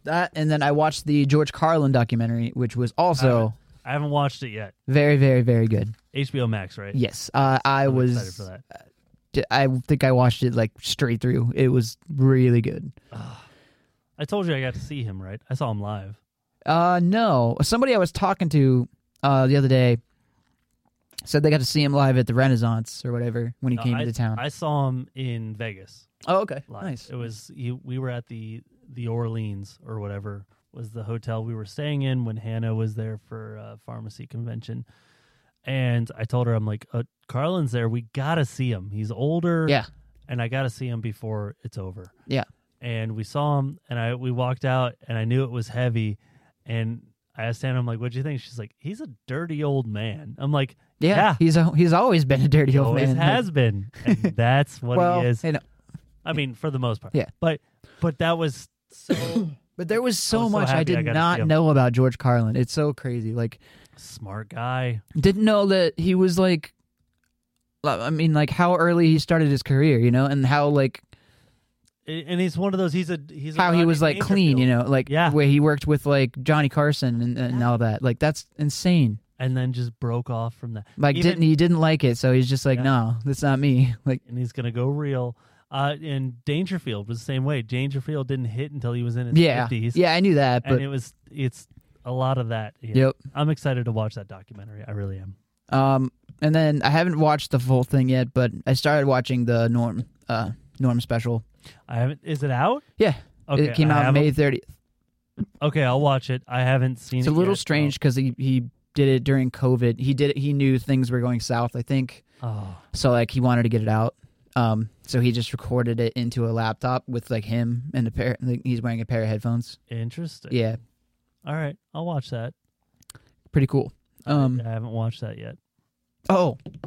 Speaker 3: That and then I watched the George Carlin documentary, which was also
Speaker 2: I haven't watched it yet.
Speaker 3: very, very, very good.
Speaker 2: HBO Max, right?
Speaker 3: Yes, uh, I
Speaker 2: I'm
Speaker 3: was.
Speaker 2: excited for that.
Speaker 3: d- I think I watched it like straight through. It was really good.
Speaker 2: I told you I got to see him, right? I saw him live.
Speaker 3: Uh, no, somebody I was talking to uh, the other day said they got to see him live at the Renaissance or whatever when he
Speaker 2: No,
Speaker 3: came
Speaker 2: I,
Speaker 3: to town.
Speaker 2: I saw him in Vegas.
Speaker 3: Oh, okay.
Speaker 2: Live.
Speaker 3: Nice.
Speaker 2: It was he, we were at the the Orleans or whatever was the hotel we were staying in when Hannah was there for uh, pharmacy convention, and I told her I'm like, uh, Carlin's there. We gotta see him. He's older.
Speaker 3: Yeah.
Speaker 2: And I gotta see him before it's over.
Speaker 3: Yeah.
Speaker 2: And we saw him, and I we walked out, and I knew it was heavy, and. I asked Hannah, I'm like, what'd you think? She's like, he's a dirty old man. I'm like,
Speaker 3: yeah, he's a, he's always been a dirty
Speaker 2: he
Speaker 3: old
Speaker 2: always
Speaker 3: man.
Speaker 2: has been. And that's what
Speaker 3: Well,
Speaker 2: he is.
Speaker 3: you know.
Speaker 2: I mean, for the most part.
Speaker 3: Yeah.
Speaker 2: But but that was so
Speaker 3: But there was so
Speaker 2: was so
Speaker 3: much I
Speaker 2: happy I
Speaker 3: did
Speaker 2: got to see
Speaker 3: not
Speaker 2: him.
Speaker 3: know about George Carlin. It's so crazy. Like
Speaker 2: smart guy.
Speaker 3: didn't know that he was like I mean like how early he started his career, you know, and how like
Speaker 2: A- And he's one of those he's a he's a
Speaker 3: how he
Speaker 2: Rodney
Speaker 3: was like clean, you know, like yeah. where he worked with like Johnny Carson and, and all that. Like that's insane.
Speaker 2: and then just broke off from that.
Speaker 3: Like
Speaker 2: Even-
Speaker 3: didn't he didn't like it, so he's just like, No, that's not me. Like
Speaker 2: and he's gonna go real. Uh, and Dangerfield was the same way. Dangerfield didn't hit until he was in his
Speaker 3: Yeah.
Speaker 2: 50s.
Speaker 3: Yeah, I knew that, but-
Speaker 2: and it was it's a lot of that. yeah.
Speaker 3: Yep.
Speaker 2: I'm excited to watch that documentary. I really am.
Speaker 3: Um, and then I haven't watched the full thing yet, but I started watching the Norm uh Norm special.
Speaker 2: I haven't. Is it out?
Speaker 3: Yeah,
Speaker 2: Okay,
Speaker 3: it came
Speaker 2: I
Speaker 3: out
Speaker 2: haven't-
Speaker 3: May thirtieth.
Speaker 2: Okay, I'll watch it. I haven't seen
Speaker 3: It's
Speaker 2: it.
Speaker 3: a little
Speaker 2: yet.
Speaker 3: strange because he he did it during COVID. He did it. He knew things were going south. I think.
Speaker 2: Oh.
Speaker 3: So like he wanted to get it out. Um, so he just recorded it into a laptop with like him and a pair. Like, he's wearing a pair of headphones.
Speaker 2: Interesting.
Speaker 3: Yeah,
Speaker 2: All right, I'll watch that.
Speaker 3: pretty cool. Um,
Speaker 2: I haven't watched that yet.
Speaker 3: Oh,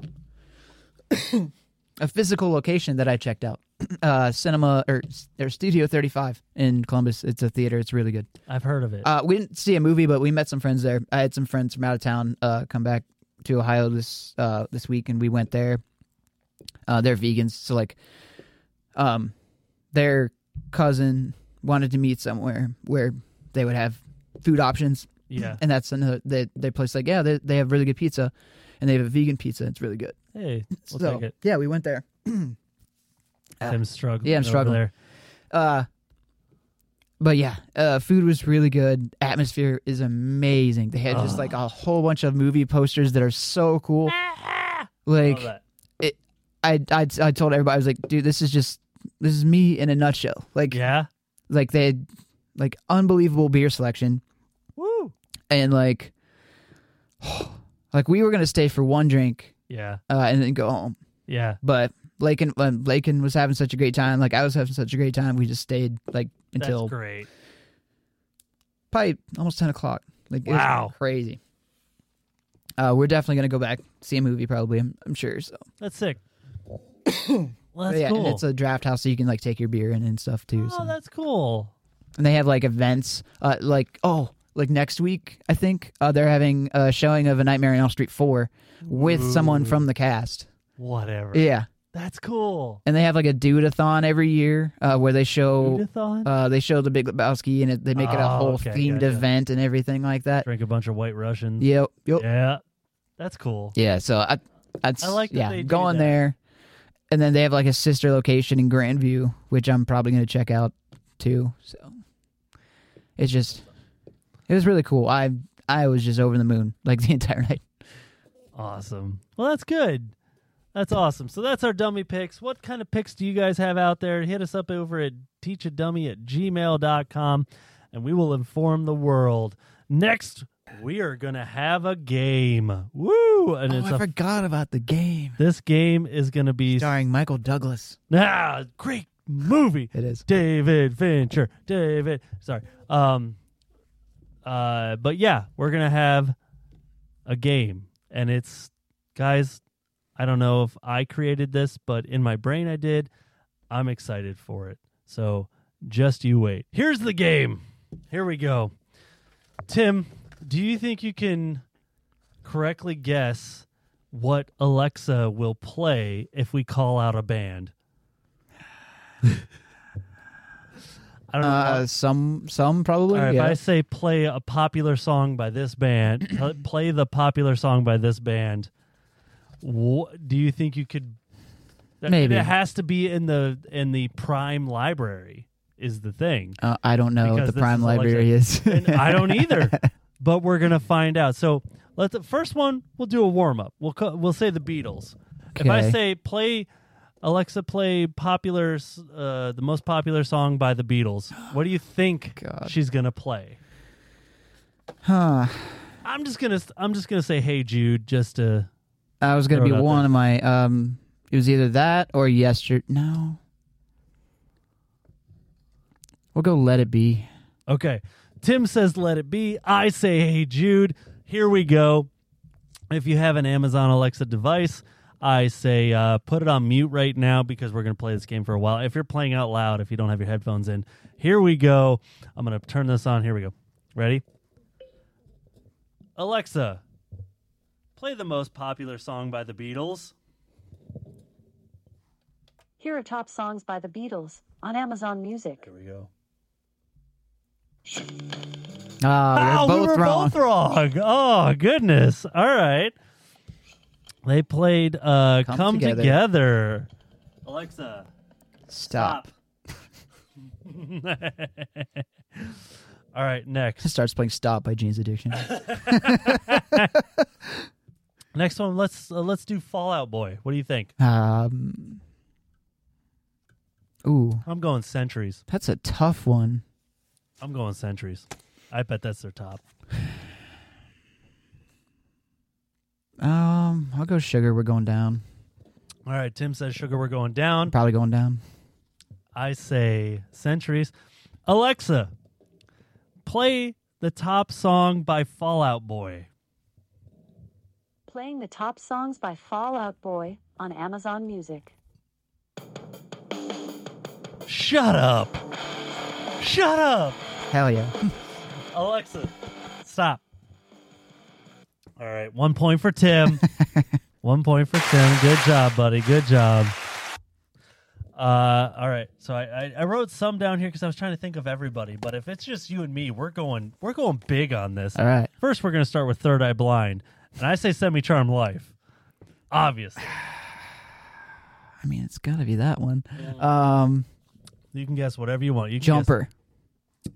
Speaker 3: a physical location that I checked out. Uh, cinema or, or Studio 35 in Columbus. It's a theater. It's really good.
Speaker 2: I've heard of it.
Speaker 3: Uh, we didn't see a movie, but we met some friends there. I had some friends from out of town uh, come back to Ohio this uh, this week, and we went there. Uh, they're vegans, so like, um, their cousin wanted to meet somewhere where they would have food options.
Speaker 2: Yeah.
Speaker 3: and that's another they they place like yeah they they have really good pizza, and they have a vegan pizza. It's really good.
Speaker 2: Hey, we'll
Speaker 3: So,
Speaker 2: take it.
Speaker 3: Yeah, we went there.
Speaker 2: I'm struggling.
Speaker 3: Yeah, I'm
Speaker 2: over
Speaker 3: struggling.
Speaker 2: there.
Speaker 3: Uh, but yeah, uh, food was really good. Atmosphere is amazing. They had just
Speaker 2: Ugh.
Speaker 3: like a whole bunch of movie posters that are so cool. like,
Speaker 2: that.
Speaker 3: it, I, I, I told everybody, I was like, dude, this is just, this is me in a nutshell. Like,
Speaker 2: yeah,
Speaker 3: like they had like unbelievable beer selection.
Speaker 2: Woo.
Speaker 3: And like, like we were going to stay for one drink.
Speaker 2: Yeah.
Speaker 3: Uh, and then go home.
Speaker 2: Yeah.
Speaker 3: But Lakin, um, Lakin was having such a great time. Like I was having such a great time. We just stayed like until
Speaker 2: That's great.
Speaker 3: probably almost 10 o'clock. Like, it was
Speaker 2: Wow.
Speaker 3: crazy. Uh, we're definitely going to go back, see a movie probably, I'm, I'm sure. So,
Speaker 2: That's sick. well, that's
Speaker 3: But yeah,
Speaker 2: cool.
Speaker 3: and it's a draft house, so you can like take your beer in and stuff too.
Speaker 2: oh,
Speaker 3: so.
Speaker 2: that's cool.
Speaker 3: And they have like events, uh, like, oh, like next week, I think, uh, they're having a showing of A Nightmare on Elm Street 4 with someone from the cast.
Speaker 2: Whatever.
Speaker 3: Yeah.
Speaker 2: That's cool.
Speaker 3: And they have like a dude-a-thon every year uh, where they show
Speaker 2: Dude-a-thon?
Speaker 3: uh, they show the Big Lebowski and it, they make it a
Speaker 2: Oh,
Speaker 3: whole
Speaker 2: okay,
Speaker 3: themed
Speaker 2: gotcha.
Speaker 3: event and everything like that.
Speaker 2: Drink a bunch of White Russians.
Speaker 3: Yep, yep.
Speaker 2: Yeah. That's cool.
Speaker 3: Yeah, so I, I'd,
Speaker 2: I like that
Speaker 3: yeah,
Speaker 2: they do
Speaker 3: going
Speaker 2: that.
Speaker 3: there, and then they have like a sister location in Grandview, which I'm probably gonna check out too. So it's just, it was really cool. I I was just over the moon like the entire night.
Speaker 2: Awesome. Well, that's good. That's awesome. So that's our dummy picks. What kind of picks do you guys have out there? Hit us up over at teachadummy at gmail.com and we will inform the world. Next, we are going to have a game. Woo! And it's
Speaker 3: Oh, I
Speaker 2: a
Speaker 3: forgot about the game
Speaker 2: This game is going to be
Speaker 3: starring Michael Douglas.
Speaker 2: Ah, great movie.
Speaker 3: It is.
Speaker 2: David Fincher. David. Sorry. Um uh but yeah, we're going to have a game and it's guys, I don't know if I created this, but in my brain I did. I'm excited for it. So just you wait. Here's the game. Here we go. Tim, do you think you can correctly guess what Alexa will play if we call out a band? I don't
Speaker 3: Uh,
Speaker 2: know.
Speaker 3: some, some probably.
Speaker 2: All right,
Speaker 3: yeah.
Speaker 2: If I say play a popular song by this band, pl- play the popular song by this band, wha- do you think you could? that-
Speaker 3: Maybe.
Speaker 2: it has to be in the in the prime library is the thing.
Speaker 3: Uh, I don't know what
Speaker 2: Because
Speaker 3: the
Speaker 2: this
Speaker 3: prime
Speaker 2: is
Speaker 3: library is.
Speaker 2: And I don't either, but we're gonna find out. So let the first one. We'll do a warm up. We'll co- we'll say the Beatles. If I
Speaker 3: Okay.
Speaker 2: say play. Alexa, play popular, s- uh, the most popular song by the Beatles. What do you think she's gonna play?
Speaker 3: Huh.
Speaker 2: I'm just gonna I'm just gonna say hey Jude just to
Speaker 3: I was gonna
Speaker 2: Throw it
Speaker 3: be
Speaker 2: out
Speaker 3: one of my. Um, it was either that or yesterday. No. We'll go. Let it be.
Speaker 2: okay. Tim says let it be. I say hey Jude. Here we go. If you have an Amazon Alexa device, I say uh, put it on mute right now because we're gonna play this game for a while. If you're playing out loud, if you don't have your headphones in, here we go. I'm gonna turn this on. Here we go. Ready? Alexa, play the most popular song by the Beatles.
Speaker 13: Here are top songs by the Beatles on Amazon Music. Here
Speaker 2: we go.
Speaker 3: Ah,
Speaker 2: Oh,
Speaker 3: we were
Speaker 2: we
Speaker 3: both
Speaker 2: were
Speaker 3: wrong.
Speaker 2: both wrong. Oh goodness! All right, they played uh, "Come,
Speaker 3: Come
Speaker 2: Together.
Speaker 3: Together.
Speaker 2: Alexa,
Speaker 3: Stop.
Speaker 2: All right, next.
Speaker 3: starts playing "Stop" by Jane's Addiction.
Speaker 2: next one. Let's uh, let's do Fallout Boy. What do you think?
Speaker 3: um. Ooh,
Speaker 2: I'm going Centuries.
Speaker 3: that's a tough one.
Speaker 2: I'm going Centuries. I bet that's their top.
Speaker 3: Um, I'll go sugar. We're going down.
Speaker 2: All right, Tim says Sugar. We're going down.
Speaker 3: Probably going down.
Speaker 2: I say centuries. Alexa, play the top song by Fallout Boy.
Speaker 13: Playing the top songs by Fallout Boy on Amazon Music.
Speaker 2: Shut up. Shut up.
Speaker 3: Hell yeah.
Speaker 2: Alexa, stop. All right, one point for Tim. one point for Tim. Good job, buddy. Good job. Uh, all right, so I, I, I wrote some down here because I was trying to think of everybody. But if it's just you and me, we're going we're going big on this.
Speaker 3: All right.
Speaker 2: First, we're going to start with Third Eye Blind, and I say Semi Charmed Life. Obviously,
Speaker 3: I mean, it's got to be that one. Um,
Speaker 2: you can guess whatever you want. You can guess-
Speaker 3: jumper.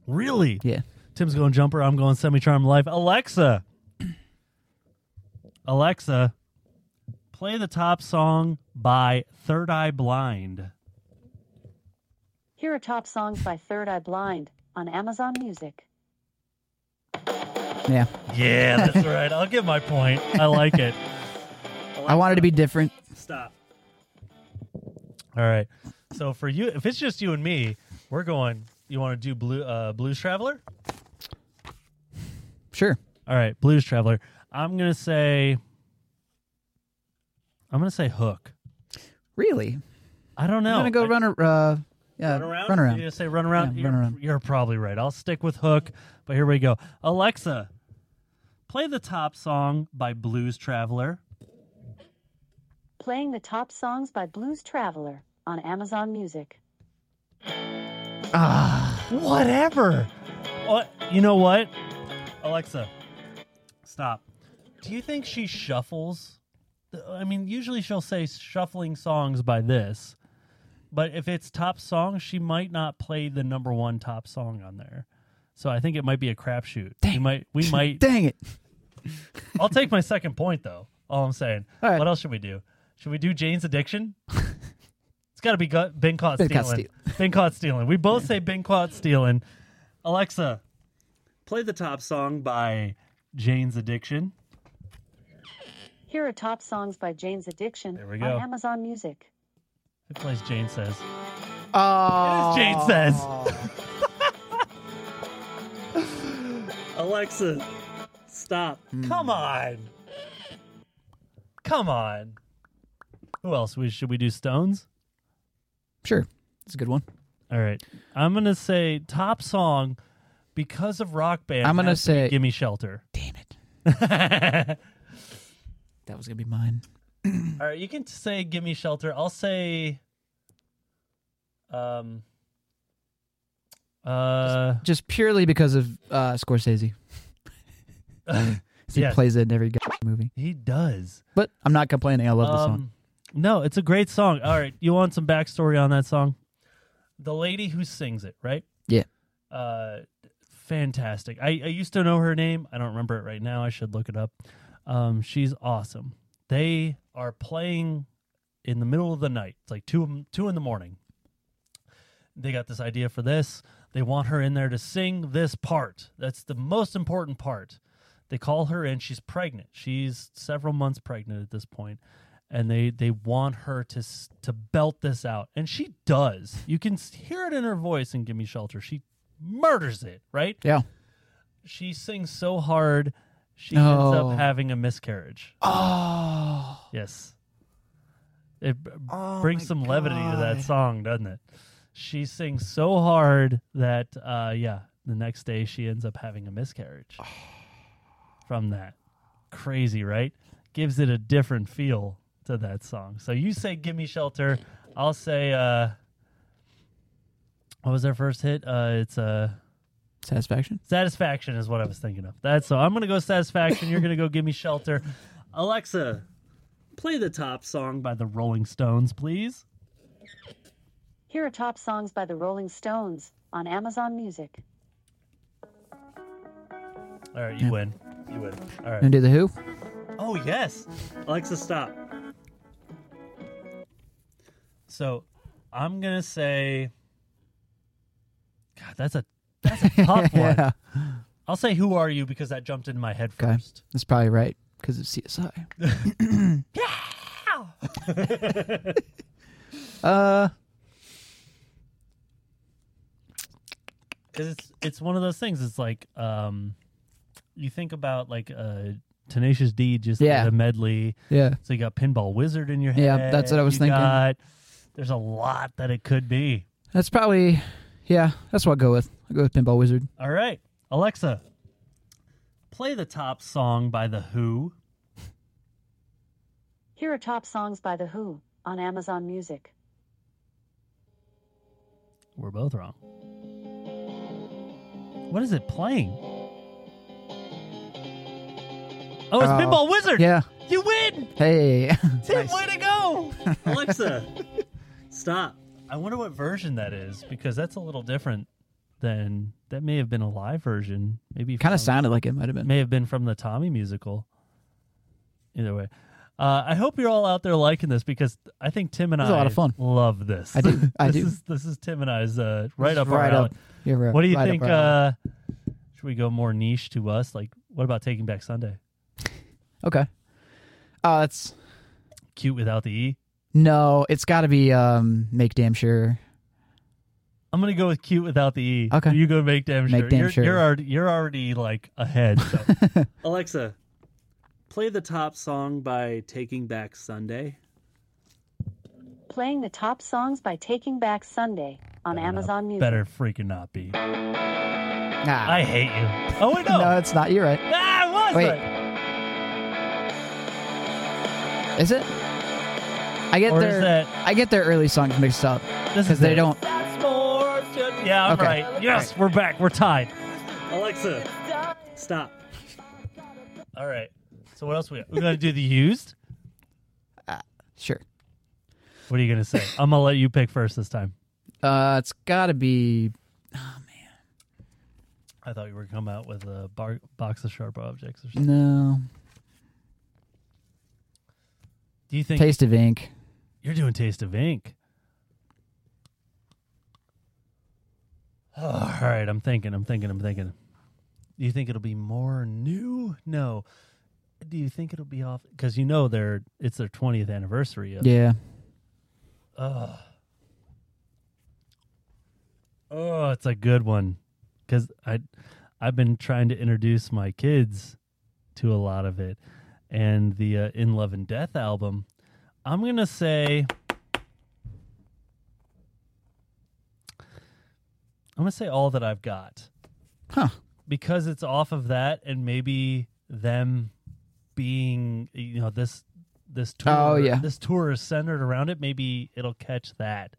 Speaker 2: Really?
Speaker 3: Yeah.
Speaker 2: Tim's going jumper. I'm going semi charm life. Alexa. Alexa, play the top song by Third Eye Blind.
Speaker 13: Here are top songs by Third Eye Blind on Amazon Music.
Speaker 3: Yeah.
Speaker 2: Yeah, that's right. I'll give my point. I like it.
Speaker 3: I wanted to be different.
Speaker 2: Stop. All right. So for you, if it's just you and me, we're going. You want to do blue uh, Blues Traveler?
Speaker 3: Sure.
Speaker 2: All right, Blues Traveler. I'm gonna say. I'm gonna say Hook.
Speaker 3: Really?
Speaker 2: I don't know.
Speaker 3: I'm gonna go
Speaker 2: I-
Speaker 3: run a uh, yeah, run around. Run
Speaker 2: You're
Speaker 3: around.
Speaker 2: gonna say run around.
Speaker 3: Yeah,
Speaker 2: you're,
Speaker 3: run around.
Speaker 2: you're probably right. I'll stick with Hook, but here we go. Alexa, play the top song by Blues Traveler.
Speaker 13: Playing the top songs by Blues Traveler on Amazon Music.
Speaker 2: Ah, whatever. What? Oh, You know what? Alexa, stop. Do you think she shuffles? I mean, usually she'll say shuffling songs by this, but if it's top song, she might not play the number one top song on there. So I think it might be a crapshoot. We might. We might.
Speaker 3: Dang it.
Speaker 2: I'll take my second point though. All I'm saying. What else should we do? Should we do Jane's addiction? it's got to be got, been caught
Speaker 3: Been caught
Speaker 2: stealing. been caught stealing. We both say been caught stealing. Alexa, play the top song by Jane's Addiction.
Speaker 13: Here are top songs by Jane's Addiction
Speaker 2: we go.
Speaker 13: on Amazon Music.
Speaker 2: It plays Jane says.
Speaker 3: Oh.
Speaker 2: Jane says. Alexa, Hmm. stop. Come on. Come on. Who else? We should we do Stones?
Speaker 3: Sure, it's a good one.
Speaker 2: All right, I'm gonna say top song because of Rock Band.
Speaker 3: I'm gonna
Speaker 2: has to be
Speaker 3: say-
Speaker 2: "Gimme Shelter."
Speaker 3: Damn
Speaker 2: it!
Speaker 3: That was gonna be mine.
Speaker 2: All right, you can say "Gimme Shelter." I'll say, um, uh,
Speaker 3: Just purely because of uh, Scorsese. 'Cause he
Speaker 2: Yes.
Speaker 3: plays it in every goddamn movie.
Speaker 2: He does.
Speaker 3: But I'm not complaining. I love this song.
Speaker 2: Um, No, it's a great song. All right, you want some backstory on that song? The lady who sings it, right?
Speaker 3: Yeah.
Speaker 2: Uh, fantastic. I, I used to know her name. I don't remember it right now. I should look it up. Um, she's awesome. They are playing in the middle of the night. It's like two two in the morning. They got this idea for this. They want her in there to sing this part. That's the most important part. They call her in. She's pregnant. She's several months pregnant at this point, and they they want her to s- to belt this out, and she does. You can s- hear it in her voice. And give me shelter. She murders it. Right.
Speaker 3: Yeah.
Speaker 2: She sings so hard, she
Speaker 3: Oh.
Speaker 2: ends up having a miscarriage.
Speaker 3: Oh.
Speaker 2: Yes. It b- brings some levity to that song, doesn't it? She sings so hard that, uh, yeah, the next day she ends up having a miscarriage from that. Crazy, right? Gives it a different feel to that song. So you say "Give Me Shelter," I'll say, uh, "What was their first hit?" Uh, it's uh,
Speaker 3: Satisfaction.
Speaker 2: "Satisfaction" is what I was thinking of. That's so. I'm gonna go "Satisfaction." You're gonna go "Give Me Shelter." Alexa, play the top song by the Rolling Stones, please.
Speaker 13: Here are top songs by the Rolling Stones on Amazon Music.
Speaker 2: All right, you
Speaker 3: Yeah.
Speaker 2: win. You win. All right.
Speaker 3: And do the Who.
Speaker 2: Oh yes, Alexa, stop. So, I'm gonna say, God, that's a that's a tough
Speaker 3: Yeah.
Speaker 2: one. I'll say, "Who are you?" because that jumped in my head
Speaker 3: Okay,
Speaker 2: first.
Speaker 3: that's probably right because it's CSI. uh,
Speaker 2: because it's it's one of those things. It's like um, you think about like uh, Tenacious D just did
Speaker 3: Yeah.
Speaker 2: a medley.
Speaker 3: Yeah.
Speaker 2: So you got Pinball Wizard in your head.
Speaker 3: Yeah, that's what I was
Speaker 2: You
Speaker 3: thinking.
Speaker 2: got- there's a lot that it could be.
Speaker 3: that's probably yeah. That's what I'll go with. I'll go with Pinball Wizard.
Speaker 2: All right, Alexa, play the top song by the Who.
Speaker 13: Here are top songs by The Who on Amazon Music.
Speaker 2: We're both wrong. What is it playing? Oh, it's
Speaker 3: Uh,
Speaker 2: Pinball Wizard.
Speaker 3: Yeah.
Speaker 2: you win.
Speaker 3: Hey.
Speaker 2: Tim, way to go! Alexa, stop. I wonder what version that is because that's a little different than that. May have been a live version. Maybe
Speaker 3: Kind
Speaker 2: from-
Speaker 3: of sounded like it might have been.
Speaker 2: May have been from the Tommy musical. Either way, uh, I hope you're all out there liking this because I think Tim and
Speaker 3: It's
Speaker 2: I
Speaker 3: a lot of fun.
Speaker 2: Love this.
Speaker 3: I do. I
Speaker 2: this
Speaker 3: do.
Speaker 2: Is, this is Tim and I's uh, right
Speaker 3: is
Speaker 2: up our
Speaker 3: right up.
Speaker 2: alley.
Speaker 3: You're right-
Speaker 2: what do you
Speaker 3: right up
Speaker 2: think?
Speaker 3: our alley.
Speaker 2: Uh, should we go more niche to us? Like, what about Taking Back Sunday?
Speaker 3: Okay. Uh, that's
Speaker 2: Cute without the e.
Speaker 3: no. It's got to be um. Make damn sure.
Speaker 2: I'm gonna go with cute without the e.
Speaker 3: Okay.
Speaker 2: You go make damn sure.
Speaker 3: Make damn
Speaker 2: you're,
Speaker 3: sure.
Speaker 2: You're already, you're already like ahead. So. Alexa, play the top song by Taking Back Sunday.
Speaker 13: Playing the top songs by Taking Back Sunday on Amazon Music.
Speaker 2: Better freaking not be.
Speaker 3: Nah.
Speaker 2: I hate you. Oh wait, no.
Speaker 3: No, it's not. You're right.
Speaker 2: Ah, it was
Speaker 3: Wait.
Speaker 2: right.
Speaker 3: Is it? I get
Speaker 2: Or is
Speaker 3: their
Speaker 2: that-
Speaker 3: I get their early songs mixed up
Speaker 2: This
Speaker 3: because
Speaker 2: is
Speaker 3: they
Speaker 2: it.
Speaker 3: don't.
Speaker 2: Yeah, I'm
Speaker 3: Okay.
Speaker 2: right. Yes, we're back. We're tied. Alexa, stop. All right. So what else we got? We're gonna do the used.
Speaker 3: Sure.
Speaker 2: What are you gonna say? I'm gonna let you pick first this time.
Speaker 3: Uh, it's got to be.
Speaker 2: I thought you were coming out with a bar- box of sharp objects or something.
Speaker 3: No.
Speaker 2: Do you think
Speaker 3: Taste of Ink.
Speaker 2: You're doing Taste of Ink. all right, I'm thinking, I'm thinking, I'm thinking. Do you think it'll be more new? No. Do you think it'll be off? Because you know they're it's their 20th anniversary. Of,
Speaker 3: Yeah.
Speaker 2: Ugh. Oh, it's a good one. Because I, I've been trying to introduce my kids to a lot of it, and the uh, In Love and Death album I'm going to say. I'm going to say all that I've got.
Speaker 3: Huh.
Speaker 2: Because it's off of that and maybe them being, you know, this this tour
Speaker 3: Oh, yeah.
Speaker 2: this tour is centered around it, maybe it'll catch that.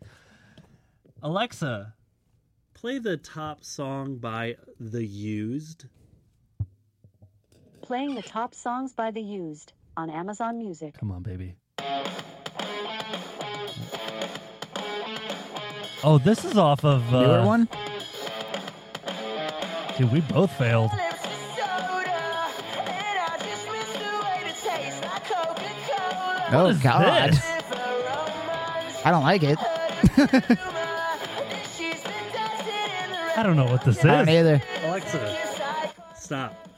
Speaker 2: Alexa, play the top song by The Used.
Speaker 13: Playing the top songs by The Used on Amazon Music.
Speaker 2: Come on, baby. Oh, this is off of uh,
Speaker 3: Newer one?
Speaker 2: Dude, we both failed.
Speaker 3: oh
Speaker 2: is
Speaker 3: God.
Speaker 2: this?
Speaker 3: I don't like it.
Speaker 2: I don't know what this
Speaker 3: I don't
Speaker 2: is.
Speaker 3: either.
Speaker 2: Alexa, stop.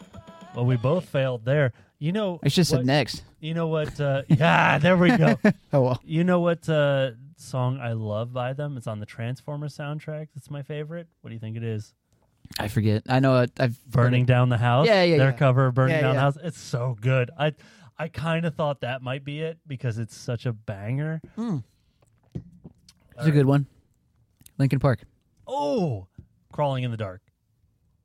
Speaker 2: Well, we both failed there. You know,
Speaker 3: I should've said
Speaker 2: what-
Speaker 3: next.
Speaker 2: You know what? Uh, yeah, there we go.
Speaker 3: Oh, well.
Speaker 2: You know what uh, song I love by them? It's on the Transformers soundtrack. That's my favorite. What do you think it is?
Speaker 3: I forget. I know it. I've
Speaker 2: Burning Down the House.
Speaker 3: Yeah, yeah,
Speaker 2: Their
Speaker 3: yeah.
Speaker 2: cover of Burning
Speaker 3: Yeah,
Speaker 2: Down the
Speaker 3: yeah.
Speaker 2: House. It's so good. I I kind of thought that might be it because it's such a banger.
Speaker 3: It's a good one. Lincoln Park.
Speaker 2: Oh, Crawling in the Dark.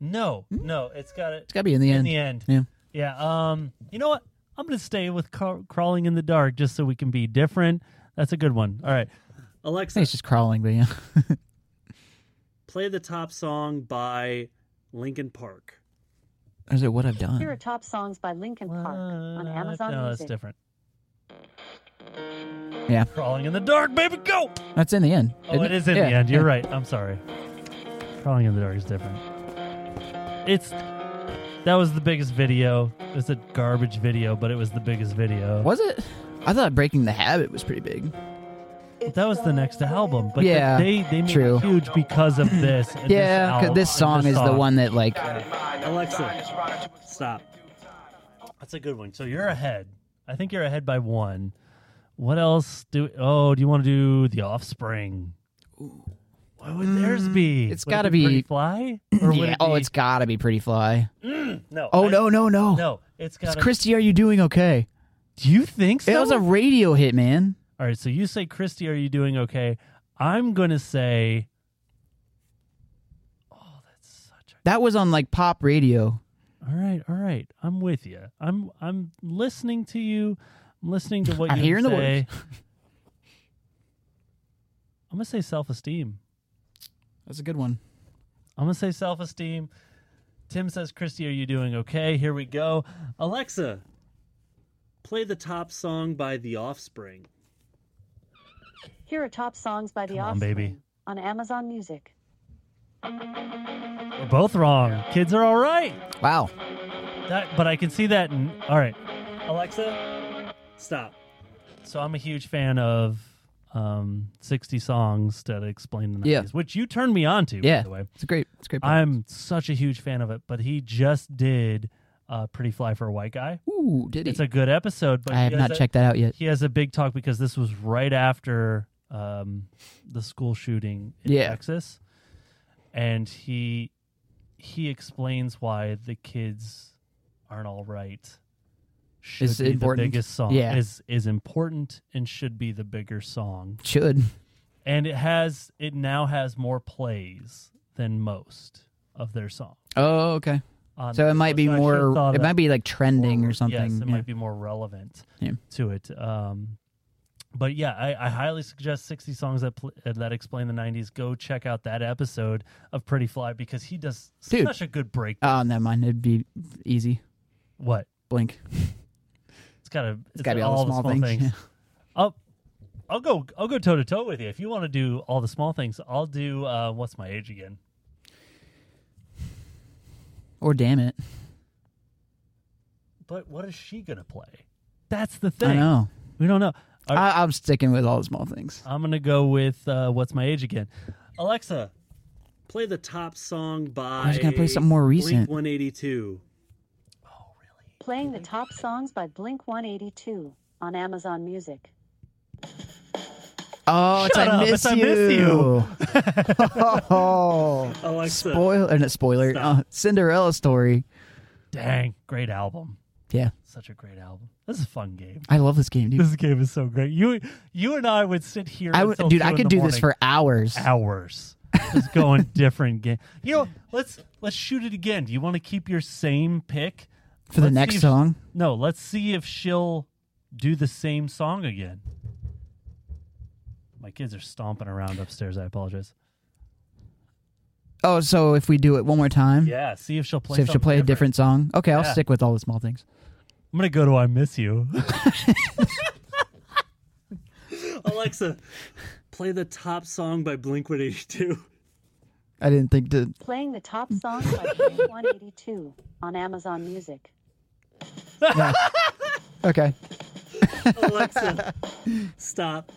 Speaker 2: No, no, it's got it. It's
Speaker 3: gotta be in the
Speaker 2: in
Speaker 3: end.
Speaker 2: the end.
Speaker 3: Yeah.
Speaker 2: Yeah. Um. You know what? I'm gonna stay with craw- Crawling in the Dark just so we can be different. That's a good one. All right,
Speaker 3: I
Speaker 2: Alexa,
Speaker 3: think it's just crawling, but yeah.
Speaker 2: play the top song by Linkin Park.
Speaker 3: Or Is it what I've
Speaker 13: Here
Speaker 3: done?
Speaker 13: are top songs by Linkin Park on Amazon
Speaker 2: no,
Speaker 13: Music.
Speaker 2: that's different.
Speaker 3: Yeah.
Speaker 2: Crawling in the dark, baby, go!
Speaker 3: That's in the end.
Speaker 2: Oh,
Speaker 3: isn't
Speaker 2: it is in
Speaker 3: Yeah,
Speaker 2: the end. You're
Speaker 3: yeah.
Speaker 2: right. I'm sorry. Crawling in the dark is different. It's that was the biggest video. It's a garbage video, but it was the biggest video.
Speaker 3: Was it? I thought Breaking the Habit was pretty big.
Speaker 2: That was the next album, but
Speaker 3: Yeah,
Speaker 2: they they made
Speaker 3: true.
Speaker 2: it huge because of this. and
Speaker 3: Yeah, 'cause
Speaker 2: album-
Speaker 3: this song is the
Speaker 2: song.
Speaker 3: one that like
Speaker 2: Alexa, stop. That's a good one. So you're ahead. I think you're ahead by one. What else do? Oh, do you want to do the Offspring? What would theirs be?
Speaker 3: Mm, it's
Speaker 2: Would it
Speaker 3: gotta
Speaker 2: Pretty
Speaker 3: be-
Speaker 2: Fly. Or would
Speaker 3: yeah.
Speaker 2: it
Speaker 3: Oh,
Speaker 2: be-
Speaker 3: it's gotta be Pretty Fly.
Speaker 2: Mm, no.
Speaker 3: Oh
Speaker 2: I-
Speaker 3: no no no.
Speaker 2: No, it's
Speaker 3: It's
Speaker 2: got.
Speaker 3: Christy. Are you doing okay?
Speaker 2: Do you think so?
Speaker 3: It was a radio hit, man.
Speaker 2: All right. So you say, Christy, are you doing okay? I'm gonna say
Speaker 3: That was on like pop radio.
Speaker 2: All right, all right. I'm with you. I'm I'm listening to you. I'm listening to what
Speaker 3: I'm
Speaker 2: you
Speaker 3: hearing the
Speaker 2: say. I'm gonna say self-esteem.
Speaker 3: That's a good one.
Speaker 2: I'm gonna say self-esteem. Tim says, "Christy, are you doing okay?" Here we go. Alexa, play the top song by The Offspring.
Speaker 13: Here are top songs by The
Speaker 2: Come on,
Speaker 13: Offspring
Speaker 2: baby.
Speaker 13: on Amazon Music.
Speaker 2: We're both wrong. Kids are all right.
Speaker 3: Wow.
Speaker 2: That, but I can see that. In, all right, Alexa, stop. So I'm a huge fan of um, 60 songs that explain the 90s,
Speaker 3: Yeah.
Speaker 2: which you turned me on to.
Speaker 3: Yeah.
Speaker 2: by the way,
Speaker 3: It's a great. It's a great.
Speaker 2: I'm such a huge fan of it. But he just did uh, "Pretty Fly for a White Guy."
Speaker 3: Ooh, did he?
Speaker 2: It's a good episode. But
Speaker 3: I
Speaker 2: he
Speaker 3: have
Speaker 2: has
Speaker 3: not
Speaker 2: a-
Speaker 3: checked that out yet.
Speaker 2: He has a big talk because this was right after um, the school shooting in
Speaker 3: Yeah.
Speaker 2: Texas, and he he explains why the kids aren't all right. Should
Speaker 3: Is
Speaker 2: be the
Speaker 3: important.
Speaker 2: biggest song.
Speaker 3: Yeah.
Speaker 2: is is important and should be the bigger song.
Speaker 3: Should.
Speaker 2: And it has it now has more plays than most of their songs.
Speaker 3: Oh, okay.
Speaker 2: on
Speaker 3: so
Speaker 2: this.
Speaker 3: it might be
Speaker 2: I should've
Speaker 3: more.
Speaker 2: thought
Speaker 3: It
Speaker 2: of-
Speaker 3: might be like trending or something.
Speaker 2: Yes, it
Speaker 3: yeah.
Speaker 2: might be more relevant
Speaker 3: Yeah.
Speaker 2: to it. Um, but yeah, I, I highly suggest 60 songs that pl- uh, that explain the 90s. Go check out that episode of Pretty Fly because he does
Speaker 3: Dude.
Speaker 2: such a good break.
Speaker 3: Oh, never mind. It'd be easy.
Speaker 2: What?
Speaker 3: Blink.
Speaker 2: It's got to it's
Speaker 3: gotta be
Speaker 2: all, the small things. I'll, I'll go I'll go toe to toe with you. If you want to do all the small things, I'll do uh, what's my age again?
Speaker 3: Or damn it.
Speaker 2: But what is she going to play? That's the thing.
Speaker 3: I know.
Speaker 2: We don't know. All right.
Speaker 3: I, I'm sticking with all the small things.
Speaker 2: I'm going to go with uh, what's my age again. Alexa, play the top song by.
Speaker 3: I was gonna play something more recent.
Speaker 2: 182.
Speaker 13: Playing the top songs by Blink 182 on Amazon Music.
Speaker 3: Oh, it's
Speaker 2: Shut
Speaker 3: I
Speaker 2: up,
Speaker 3: miss
Speaker 2: it's I
Speaker 3: you.
Speaker 2: Miss You.
Speaker 3: oh,
Speaker 2: Alexa.
Speaker 3: spoiler! Not spoiler. Uh, Cinderella Oh, story.
Speaker 2: Dang, great album.
Speaker 3: Yeah.
Speaker 2: Such a great album. This is a fun game.
Speaker 3: I love this game, dude.
Speaker 2: This game is so great. You you and I would sit here.
Speaker 3: I would-
Speaker 2: until
Speaker 3: dude,
Speaker 2: two
Speaker 3: I
Speaker 2: in
Speaker 3: could
Speaker 2: the
Speaker 3: do this
Speaker 2: morning.
Speaker 3: for hours.
Speaker 2: Hours. Just going different game. You know, let's let's shoot it again. Do you want to keep your same pick
Speaker 3: For the
Speaker 2: Let's see
Speaker 3: next
Speaker 2: if-
Speaker 3: song?
Speaker 2: No, let's see if she'll do the same song again. My kids are stomping around upstairs. I apologize.
Speaker 3: Oh, so if we do it one more time?
Speaker 2: Yeah, see if she'll play
Speaker 3: See if she'll
Speaker 2: something
Speaker 3: play a
Speaker 2: different.
Speaker 3: different song. Okay, I'll
Speaker 2: Yeah.
Speaker 3: stick with all the small things.
Speaker 2: I'm gonna go to "I Miss You." Alexa, play the top song by Blink 182.
Speaker 3: I didn't think to.
Speaker 13: Playing the top
Speaker 3: Mm.
Speaker 13: songs by Blink 182 on Amazon Music.
Speaker 3: no. Okay.
Speaker 2: Alexa, stop.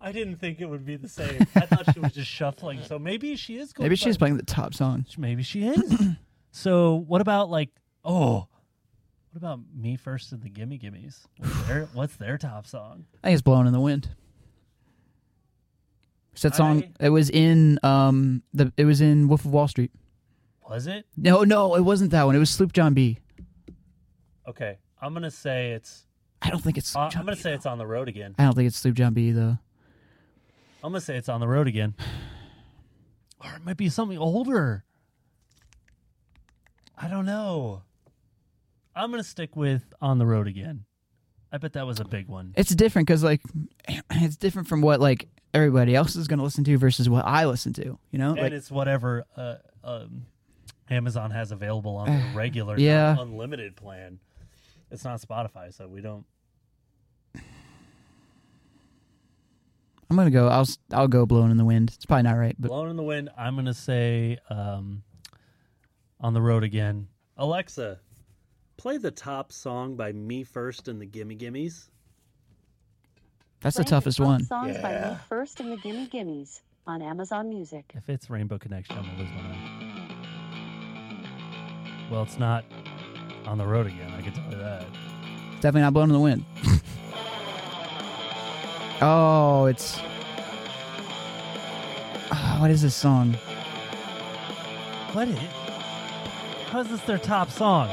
Speaker 2: I didn't think it would be the same. I thought she was just shuffling. So maybe she is going.
Speaker 3: Maybe she's playing the top song.
Speaker 2: Maybe she is. so what about like oh, what about me first in the Gimme Gimmes? What's their, what's their top song?
Speaker 3: I think it's "Blowing in the Wind." It's that song. It was in um the. It was in Wolf of Wall Street.
Speaker 2: Was it
Speaker 3: No, no, it wasn't that one. It was Sloop John B.
Speaker 2: okay? I'm gonna say it's.
Speaker 3: I don't think it's.
Speaker 2: Uh, I'm gonna say it's on the road again.
Speaker 3: I don't think it's Sloop John B though.
Speaker 2: I'm gonna say it's on the road again. Or it might be something older. I don't know. I'm gonna stick with on the road again. I bet that was a big one.
Speaker 3: It's different because like, it's different from what like everybody else is gonna listen to versus what I listen to. You know,
Speaker 2: and
Speaker 3: like
Speaker 2: it's whatever uh, um, Amazon has available on their regular, not
Speaker 3: Yeah.
Speaker 2: unlimited plan. It's not Spotify, so we don't.
Speaker 3: I'm gonna go. I'll s- I'll go "Blowing in the Wind." It's probably not right, but
Speaker 2: Blown in the wind. I'm gonna say um, on the road again. Alexa, play the top song by Me First and the Gimme Gimmies.
Speaker 3: that's the
Speaker 13: Playing
Speaker 3: toughest
Speaker 13: top
Speaker 3: one.
Speaker 13: Songs by Blink First and the Gimme Gimmes on Amazon Music.
Speaker 2: If it's Rainbow Connection, I'm gonna lose my mind. Well, it's not on the road again. I can tell you that.
Speaker 3: It's definitely not "Blowing in the Wind." oh, it's. Ah, what is this song?
Speaker 2: What is? How is this their top song?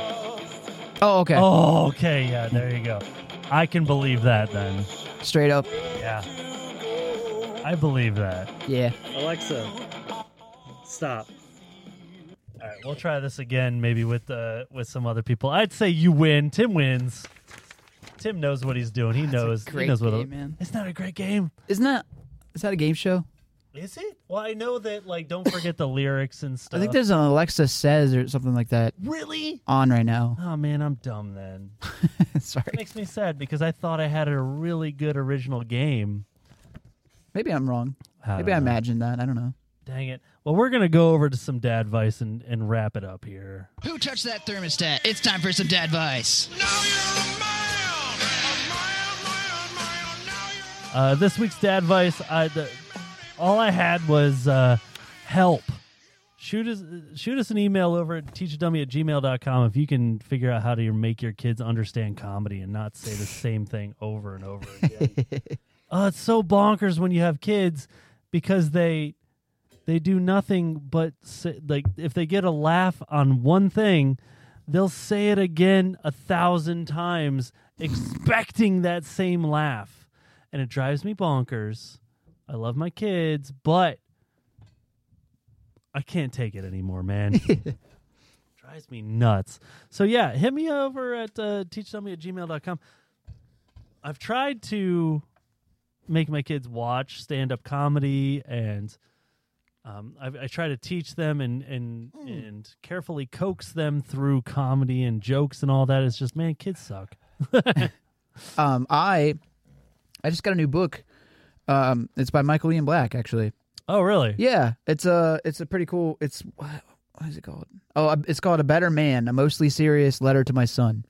Speaker 3: Oh, okay.
Speaker 2: Oh, okay. Yeah, there you go. I can believe that then.
Speaker 3: Straight up.
Speaker 2: Yeah. I believe that.
Speaker 3: Yeah.
Speaker 2: Alexa, stop. All right, we'll try this again, maybe with uh, with some other people. I'd say you win. Tim wins. Tim knows what he's doing. He knows. he
Speaker 3: great
Speaker 2: knows what.
Speaker 3: game, man.
Speaker 2: It's not a great game.
Speaker 3: Isn't that? Is that a game show?
Speaker 2: Is it? Well, I know that. Like, don't forget the lyrics and stuff.
Speaker 3: I think there's an Alexa says or something like that
Speaker 2: really.
Speaker 3: on right now.
Speaker 2: Oh man, I'm dumb then. It
Speaker 3: Sorry.
Speaker 2: makes me sad because I thought I had a really good original game.
Speaker 3: Maybe I'm wrong.
Speaker 2: I
Speaker 3: Maybe I
Speaker 2: don't know.
Speaker 3: imagined that. I don't know.
Speaker 2: Dang it. Well, we're gonna go over to some dad advice and, and wrap it up here.
Speaker 14: Who touched that thermostat? It's time for some dad advice.
Speaker 2: Uh, this week's dad advice, I the, all I had was uh, help. Shoot us shoot us an email over at teachadummy at gmail.com if you can figure out how to make your kids understand comedy and not say the same thing over and over again. uh, it's so bonkers when you have kids because they they do nothing but say, like if they get a laugh on one thing they'll say it again a thousand times expecting that same laugh and it drives me bonkers i love my kids but i can't take it anymore man drives me nuts so yeah hit me over at uh, teachsomebody at gmail.com i've tried to make my kids watch stand-up comedy and um, I, I try to teach them and and
Speaker 3: Hmm.
Speaker 2: and carefully coax them through comedy and jokes and all that. It's just man, kids suck.
Speaker 3: Um, I I just got a new book. Um, it's by Michael Ian Black, actually.
Speaker 2: Oh, really?
Speaker 3: Yeah, it's a it's a pretty cool. It's what, what is it called? Oh, it's called A Better Man: A Mostly Serious Letter to My Son.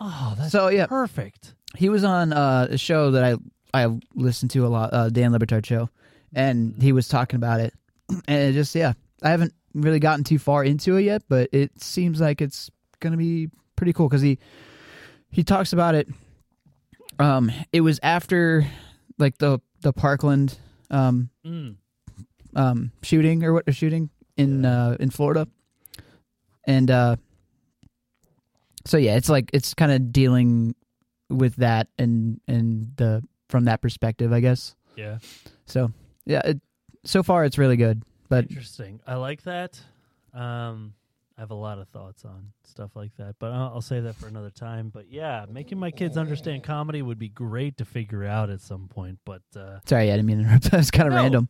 Speaker 2: Oh, that's
Speaker 3: So, yeah.
Speaker 2: perfect.
Speaker 3: He was on uh, a show that I I listened to a lot, uh, Dan Libertard show, and he was talking about it, and it just yeah, I haven't really gotten too far into it yet, but it seems like it's gonna be pretty cool because he he talks about it. Um, it was after like the the Parkland um
Speaker 2: Mm.
Speaker 3: um, shooting or what or shooting in uh, in Florida, and uh, So yeah, it's like it's kind of dealing with that and and the from that perspective, I guess.
Speaker 2: Yeah.
Speaker 3: So yeah, it, so far it's really good, but
Speaker 2: Interesting. I like that. Um, I have a lot of thoughts on stuff like that, but I'll, I'll save that for another time. But yeah, making my kids understand comedy would be great to figure out at some point. But uh,
Speaker 3: sorry, I didn't mean to interrupt. That was kind of
Speaker 2: No.
Speaker 3: random.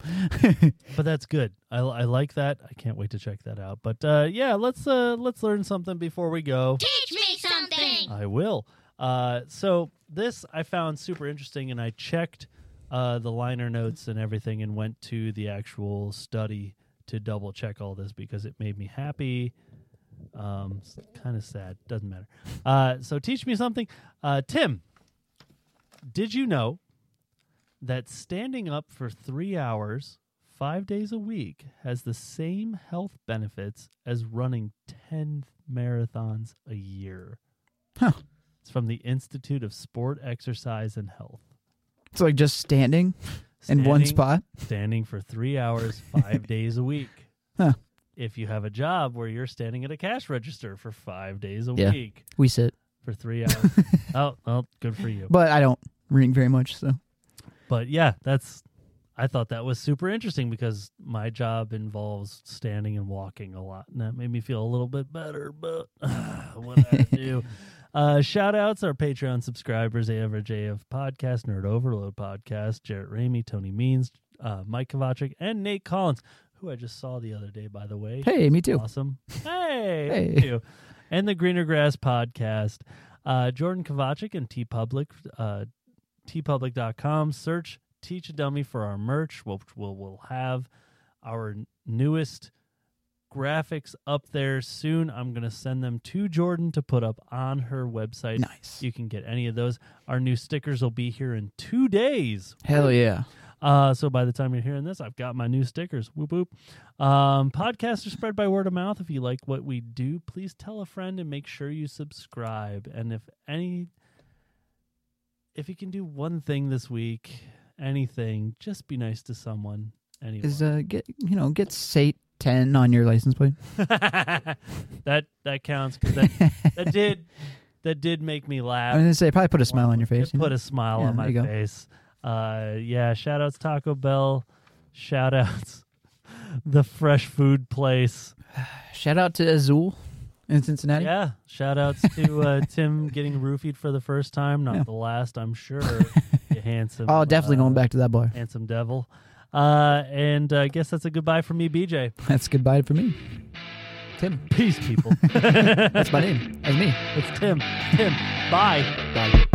Speaker 2: but that's good. I, I like that. I can't wait to check that out. But uh, yeah, let's uh, let's learn something before we go.
Speaker 1: Teach me something.
Speaker 2: I will. Uh, so this I found super interesting, and I checked uh, the liner notes and everything, and went to the actual study to double check all this because it made me happy. Um, kind of sad. Doesn't matter. Uh, so teach me something, uh, Tim. Did you know that standing up for three hours, five days a week, has the same health benefits as running 10 marathons a year. It's from the Institute of Sport, Exercise, and Health.
Speaker 3: It's like just standing, in one
Speaker 2: Standing-
Speaker 3: spot.
Speaker 2: Standing for three hours, five days a week.
Speaker 3: Huh.
Speaker 2: If you have a job where you're standing at a cash register for five days a
Speaker 3: Yeah,
Speaker 2: week.
Speaker 3: we sit.
Speaker 2: For three hours. oh, well, good for you.
Speaker 3: But I don't ring very much, so
Speaker 2: But yeah, that's I thought that was super interesting because my job involves standing and walking a lot, and that made me feel a little bit better. But what did I do? Uh, shout outs our Patreon subscribers: Average AF Podcast, Nerd Overload Podcast, Jarrett Ramey, Tony Means, uh, Mike Kovacic, and Nate Collins, who I just saw the other day, by the way.
Speaker 3: Hey, me too.
Speaker 2: Awesome. Hey,
Speaker 3: Hey.
Speaker 2: look at you. And the Greener Grass Podcast. Uh, Jordan Kovacic and T Public, uh, tpublic.com. Search Teach a Dummy for our merch, which we'll, we'll have our n- newest graphics up there soon. I'm going to send them to Jordan to put up on her website.
Speaker 3: Nice.
Speaker 2: You can get any of those. Our new stickers will be here in two days.
Speaker 3: Hell yeah.
Speaker 2: Uh, so by the time you're hearing this, I've got my new stickers. Whoop whoop. Um, podcasts are spread by word of mouth. If you like what we do, please tell a friend and make sure you subscribe. And if any, if you can do one thing this week, anything, just be nice to someone. Anyone.
Speaker 3: is uh get you know get sate ten on your license plate.
Speaker 2: that that counts 'cause that, that did that did make me laugh.
Speaker 3: I was gonna say probably put a smile on your face.
Speaker 2: It put a smile
Speaker 3: Yeah,
Speaker 2: on
Speaker 3: there
Speaker 2: my
Speaker 3: you go.
Speaker 2: face. Uh, yeah, shout outs Taco Bell. Shout outs the fresh food place.
Speaker 3: Shout out to Azul in Cincinnati.
Speaker 2: Yeah, shout outs to uh, Tim getting roofied for the first time, not
Speaker 3: Yeah.
Speaker 2: the last, I'm sure. You handsome. uh,
Speaker 3: Oh, definitely going back to that bar.
Speaker 2: Handsome devil. Uh, and uh, I guess that's a goodbye for me, BJ.
Speaker 3: That's goodbye for me. Tim.
Speaker 2: Peace, people.
Speaker 3: That's my name. That's me.
Speaker 2: It's Tim. Tim. Bye.
Speaker 3: Bye.